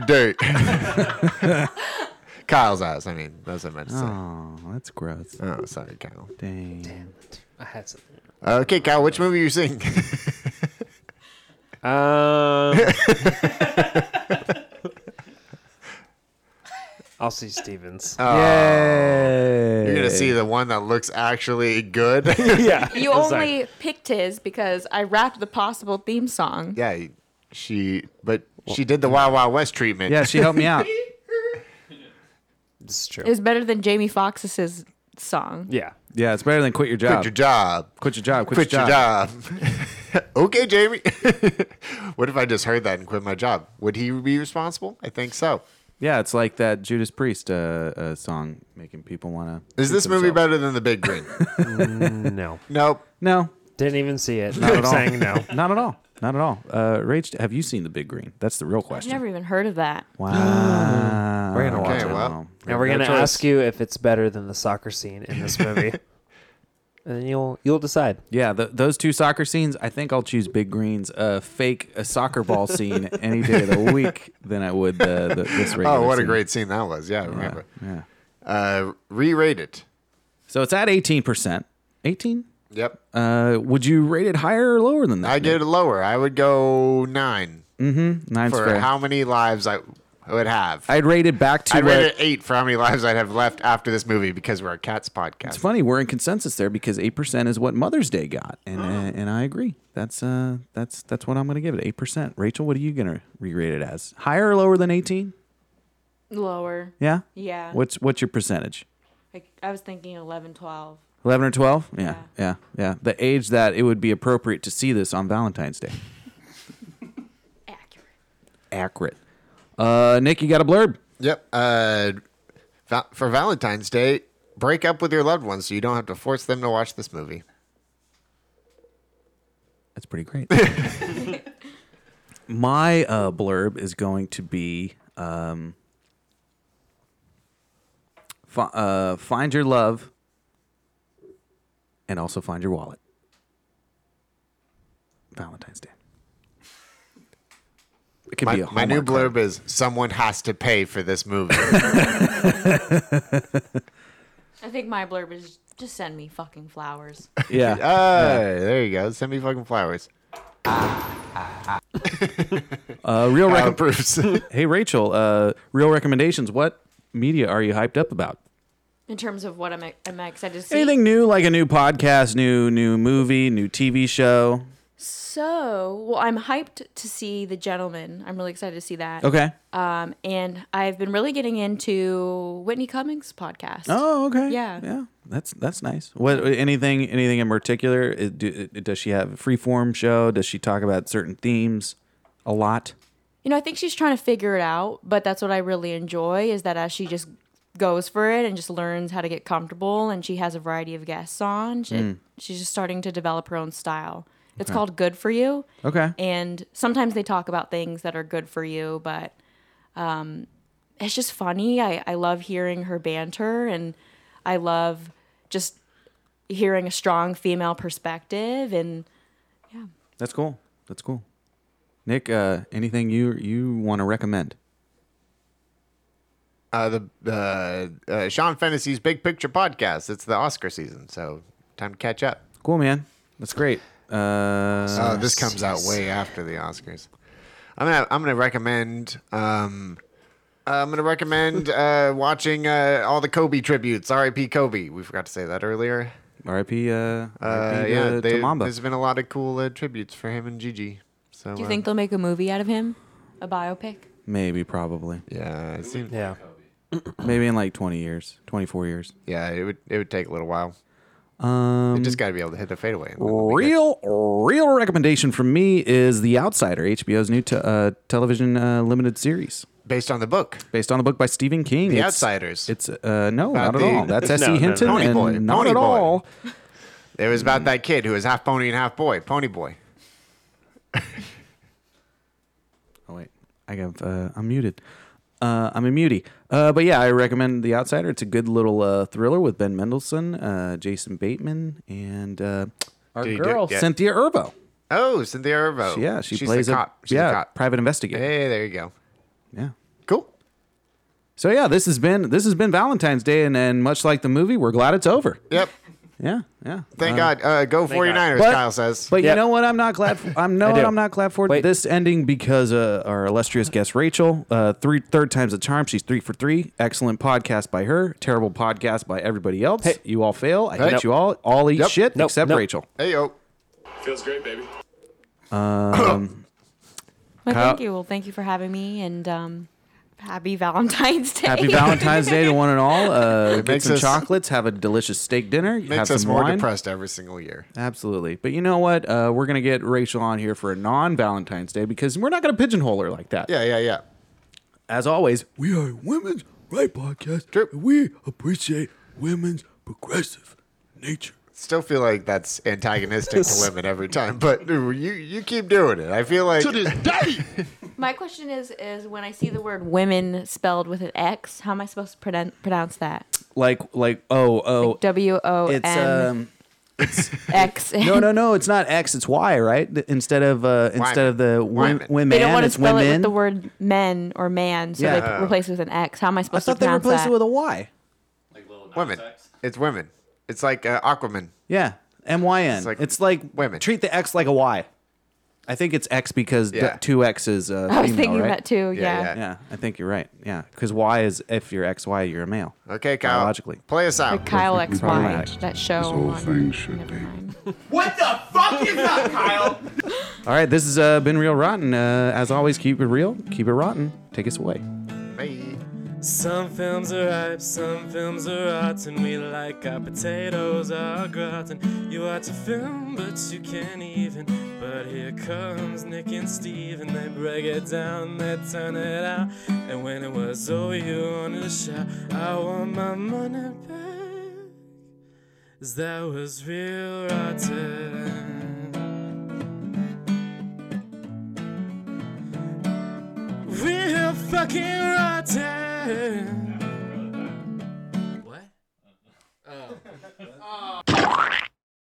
[SPEAKER 2] day. Kyle's eyes. I mean, that's what I meant to say.
[SPEAKER 1] Oh, that's gross.
[SPEAKER 2] Oh, sorry, Kyle.
[SPEAKER 1] Dang.
[SPEAKER 4] I had something.
[SPEAKER 2] Okay, Kyle, which movie are you seeing?
[SPEAKER 4] Um, I'll see Stevens.
[SPEAKER 1] Uh,
[SPEAKER 2] Oh. You're gonna see the one that looks actually good.
[SPEAKER 4] yeah.
[SPEAKER 3] all I- You only picked his because I rapped the possible theme song.
[SPEAKER 2] Yeah, she. But she did the Wild Wild West treatment.
[SPEAKER 1] Yeah, she helped me out.
[SPEAKER 4] This is true.
[SPEAKER 3] It was better than Jamie Foxx's song.
[SPEAKER 4] Yeah.
[SPEAKER 1] Yeah, it's better than quit your
[SPEAKER 2] Quit
[SPEAKER 1] job.
[SPEAKER 2] your job.
[SPEAKER 1] Quit your job. Quit,
[SPEAKER 2] Quit your job. okay, Jamie. what if I just heard that and quit my job? Would he be responsible? I think so.
[SPEAKER 1] Yeah, it's like that Judas Priest uh, uh, song, making people want to.
[SPEAKER 2] Is this movie better than The Big Green?
[SPEAKER 4] no.
[SPEAKER 2] Nope.
[SPEAKER 1] No.
[SPEAKER 4] Didn't even see it.
[SPEAKER 1] Not at all.
[SPEAKER 4] Saying no.
[SPEAKER 1] Not at all. Not at all. Uh, Rach, have you seen The Big Green? That's the real
[SPEAKER 3] I've
[SPEAKER 1] question.
[SPEAKER 3] never even heard of that.
[SPEAKER 1] Wow.
[SPEAKER 4] We're gonna watch
[SPEAKER 2] Okay,
[SPEAKER 4] it.
[SPEAKER 2] well,
[SPEAKER 4] and we're
[SPEAKER 2] no
[SPEAKER 4] gonna
[SPEAKER 2] choice.
[SPEAKER 4] ask you if it's better than the soccer scene in this movie, and then you'll you'll decide.
[SPEAKER 1] Yeah, th those two soccer scenes. I think I'll choose Big Green's uh, fake uh, soccer ball scene any day of the week than I would the, the this regular.
[SPEAKER 2] Oh, what a
[SPEAKER 1] scene.
[SPEAKER 2] great scene that was. Yeah, I remember.
[SPEAKER 1] Yeah.
[SPEAKER 2] Uh, re-rate it.
[SPEAKER 1] So it's at eighteen percent. Eighteen.
[SPEAKER 2] Yep.
[SPEAKER 1] Uh, would you rate it higher or lower than that?
[SPEAKER 2] I get it lower. I would go nine
[SPEAKER 1] Mm-hmm. Nine's
[SPEAKER 2] for
[SPEAKER 1] fair.
[SPEAKER 2] how many lives I would have.
[SPEAKER 1] I'd rate it back to
[SPEAKER 2] I'd
[SPEAKER 1] what.
[SPEAKER 2] rate it eight for how many lives I'd have left after this movie because we're a cats podcast.
[SPEAKER 1] it's funny we're in consensus there because eight percent is what Mother's Day got, and uh, and I agree. That's uh that's that's what I'm gonna give it eight percent. Rachel, what are you gonna re-rate it as? Higher or lower than eighteen?
[SPEAKER 3] Lower.
[SPEAKER 1] Yeah.
[SPEAKER 3] Yeah.
[SPEAKER 1] What's what's your percentage?
[SPEAKER 3] Like, I was thinking 11, 12.
[SPEAKER 1] 11 or 12? Yeah, yeah, yeah, The age that it would be appropriate to see this on Valentine's Day. Accurate. Uh, Nick, you got a blurb?
[SPEAKER 2] Yep. Uh, va- for Valentine's Day, break up with your loved ones so you don't have to force them to watch this movie.
[SPEAKER 1] That's pretty great. My uh, blurb is going to be um, fi- uh, find your love and also find your wallet. Valentine's Day. It could
[SPEAKER 2] my
[SPEAKER 1] be a
[SPEAKER 2] my new
[SPEAKER 1] Hallmark card.
[SPEAKER 2] blurb is someone has to pay for this movie.
[SPEAKER 3] I think my blurb is just send me fucking flowers.
[SPEAKER 1] yeah.
[SPEAKER 2] There you go. Send me fucking flowers.
[SPEAKER 1] Uh, real
[SPEAKER 2] Kyle
[SPEAKER 1] recom-
[SPEAKER 2] approves.
[SPEAKER 1] hey Rachel, uh, real recommendations. What media are you hyped up about?
[SPEAKER 3] in terms of what I'm, I'm excited to see.
[SPEAKER 1] Anything new, like a new podcast, new new movie, new TV show?
[SPEAKER 3] So, well, I'm hyped to see The Gentleman. I'm really excited to see that.
[SPEAKER 1] Okay.
[SPEAKER 3] Um, and I've been really getting into Whitney Cummings' podcast.
[SPEAKER 1] Oh, okay.
[SPEAKER 3] Yeah.
[SPEAKER 1] Yeah, that's that's nice. What anything anything in particular? It- do- it- does she have a freeform show? Does she talk about certain themes a lot?
[SPEAKER 3] You know, I think she's trying to figure it out, but that's what I really enjoy is that as she just goes for it and just learns how to get comfortable and she has a variety of guests on, she,
[SPEAKER 1] Mm.
[SPEAKER 3] she's just starting to develop her own style. It's
[SPEAKER 1] Okay.
[SPEAKER 3] called Good For You.
[SPEAKER 1] Okay.
[SPEAKER 3] And sometimes they talk about things that are good for you, but um, it's just funny. I, I love hearing her banter and I love just hearing a strong female perspective and
[SPEAKER 1] That's cool. That's cool. Nick, uh, anything you you want to recommend?
[SPEAKER 2] Uh, the uh, uh, Sean Fantasy's Big Picture podcast. It's the Oscar season, so time to catch up.
[SPEAKER 1] Cool, man. That's great. Uh,
[SPEAKER 2] Oh, this comes out way after the Oscars. I'm gonna I'm gonna recommend um, uh, I'm gonna recommend uh, watching uh, all the Kobe tributes. R.I.P. Kobe. We forgot to say that earlier.
[SPEAKER 1] R.I.P. Uh,
[SPEAKER 2] Uh,
[SPEAKER 1] R.I.P. to-
[SPEAKER 2] yeah,
[SPEAKER 1] to
[SPEAKER 2] they-
[SPEAKER 1] Mamba.
[SPEAKER 2] there's been a lot of cool uh, tributes for him and Gigi. So
[SPEAKER 3] do you
[SPEAKER 2] uh,
[SPEAKER 3] think they'll make a movie out of him? A biopic?
[SPEAKER 1] Maybe, probably.
[SPEAKER 2] Yeah, it seems.
[SPEAKER 4] Yeah.
[SPEAKER 1] Maybe in like 20 years, 24 years.
[SPEAKER 2] Yeah, it would it would take a little while.
[SPEAKER 1] Um,
[SPEAKER 2] They just got to be able to hit the fadeaway.
[SPEAKER 1] Mm-hmm. real, real recommendation from me is The Outsider, HBO's new te- uh, television uh, limited series.
[SPEAKER 2] Based on the book.
[SPEAKER 1] Based on the book by Stephen King.
[SPEAKER 2] The
[SPEAKER 1] It's-
[SPEAKER 2] Outsiders.
[SPEAKER 1] It's uh, no,
[SPEAKER 2] About
[SPEAKER 1] not at
[SPEAKER 2] the-
[SPEAKER 1] all. That's S.E.
[SPEAKER 2] No, no, no.
[SPEAKER 1] Hinton
[SPEAKER 2] Pony
[SPEAKER 1] and
[SPEAKER 2] Boy.
[SPEAKER 1] not
[SPEAKER 2] Pony
[SPEAKER 1] at
[SPEAKER 2] Boy.
[SPEAKER 1] all.
[SPEAKER 2] It was
[SPEAKER 1] Mm-hmm.
[SPEAKER 2] about that kid who was half pony and half boy. Pony boy.
[SPEAKER 1] Oh wait, I have uh, I'm muted. Uh, I'm a mutie. Uh, but yeah, I recommend The Outsider. It's a good little uh, thriller with Ben Mendelsohn, uh, Jason Bateman, and uh, our
[SPEAKER 2] Did you do it
[SPEAKER 1] girl
[SPEAKER 2] yet?
[SPEAKER 1] Cynthia Erivo.
[SPEAKER 2] Oh, Cynthia Erivo.
[SPEAKER 1] She- yeah, she
[SPEAKER 2] She's
[SPEAKER 1] plays
[SPEAKER 2] the
[SPEAKER 1] a
[SPEAKER 2] cop. She's
[SPEAKER 1] yeah
[SPEAKER 2] the cop.
[SPEAKER 1] private investigator.
[SPEAKER 2] Hey, there you go.
[SPEAKER 1] Yeah.
[SPEAKER 2] Cool.
[SPEAKER 1] So yeah, this has been this has been Valentine's Day, and, and much like the movie, we're glad it's over.
[SPEAKER 2] Yep.
[SPEAKER 1] Yeah, yeah.
[SPEAKER 2] Thank
[SPEAKER 1] Uh,
[SPEAKER 2] God. Uh, go
[SPEAKER 1] Thank
[SPEAKER 2] 49ers,
[SPEAKER 1] God. But-
[SPEAKER 2] Kyle says.
[SPEAKER 1] But you know what? I'm not glad. For, I'm no,
[SPEAKER 2] I do.
[SPEAKER 1] I'm not glad for this ending because uh, our illustrious guest Rachel, uh, three third times the charm. She's three for three. Excellent podcast by her. Terrible podcast by everybody else. You all fail. I
[SPEAKER 2] Hey.
[SPEAKER 1] hate
[SPEAKER 2] Nope.
[SPEAKER 1] you all. All eat
[SPEAKER 2] Yep.
[SPEAKER 1] shit
[SPEAKER 2] Nope.
[SPEAKER 1] except
[SPEAKER 2] Nope.
[SPEAKER 1] Rachel.
[SPEAKER 2] Hey, yo.
[SPEAKER 5] Feels great, baby.
[SPEAKER 1] Um,
[SPEAKER 3] Well,
[SPEAKER 1] Kyle-
[SPEAKER 3] thank you. Well, thank you for having me, and um, happy Valentine's Day.
[SPEAKER 1] Happy Valentine's Day to one and all. Uh,
[SPEAKER 2] It
[SPEAKER 1] get
[SPEAKER 2] makes
[SPEAKER 1] some
[SPEAKER 2] us-
[SPEAKER 1] chocolates. Have a delicious steak dinner. have
[SPEAKER 2] Makes
[SPEAKER 1] some
[SPEAKER 2] us more
[SPEAKER 1] wine.
[SPEAKER 2] depressed every single year.
[SPEAKER 1] Absolutely. But you know what? Uh, we're going to get Rachel on here for a non Valentine's Day because we're not going to pigeonhole her like that.
[SPEAKER 2] Yeah, yeah, yeah.
[SPEAKER 1] As always,
[SPEAKER 7] We are a women's right podcast. And we appreciate women's progressive nature.
[SPEAKER 2] Still feel like that's antagonistic to women every time, but you you keep doing it. I feel like
[SPEAKER 3] My question is: is when I see the word "women" spelled with an X, how am I supposed to pronoun- pronounce that?
[SPEAKER 1] like, like, oh, oh.
[SPEAKER 3] W O
[SPEAKER 1] it's,
[SPEAKER 3] M
[SPEAKER 1] um,
[SPEAKER 3] X.
[SPEAKER 1] no, no, no. It's not X. It's Y, right? Th- Instead of, uh, instead of the women, women
[SPEAKER 3] They don't want to
[SPEAKER 1] it's
[SPEAKER 3] spell
[SPEAKER 1] women.
[SPEAKER 3] it with the word "men" or "man," so they
[SPEAKER 1] Yeah.
[SPEAKER 3] p- replace it with an X. How am I supposed
[SPEAKER 1] thought
[SPEAKER 3] to
[SPEAKER 1] they
[SPEAKER 3] pronounce
[SPEAKER 1] replaced
[SPEAKER 3] that?
[SPEAKER 1] it with a Y.
[SPEAKER 2] women. It's women. It's like uh, Aquaman.
[SPEAKER 1] Yeah. M Y N. It's like women. Treat the X like a Y. I think it's X because
[SPEAKER 2] Yeah.
[SPEAKER 1] the two X is uh,
[SPEAKER 3] I was
[SPEAKER 1] female,
[SPEAKER 3] thinking
[SPEAKER 1] right?
[SPEAKER 3] that too, Yeah, yeah. yeah.
[SPEAKER 1] yeah. I think you're right. Yeah, because Y is if you're X Y, you're a male.
[SPEAKER 2] Okay, Kyle.
[SPEAKER 1] Logically,
[SPEAKER 2] play us out.
[SPEAKER 3] Kyle X Y.
[SPEAKER 1] Problematic.
[SPEAKER 3] That show. on-
[SPEAKER 13] Things should be.
[SPEAKER 5] What the fuck is up, Kyle?
[SPEAKER 1] All right, this has uh, been real rotten. Uh, as always, keep it real, keep it rotten. Take us away.
[SPEAKER 15] Some films are ripe, some films are rotten. We like our potatoes our gratin. You watch a film, but you can't even. But here comes Nick and Steve, and they break it down, they turn it out. And when it was over, you wanted to shout, I want my money back. 'Cause that was real rotten. Real fucking rotten.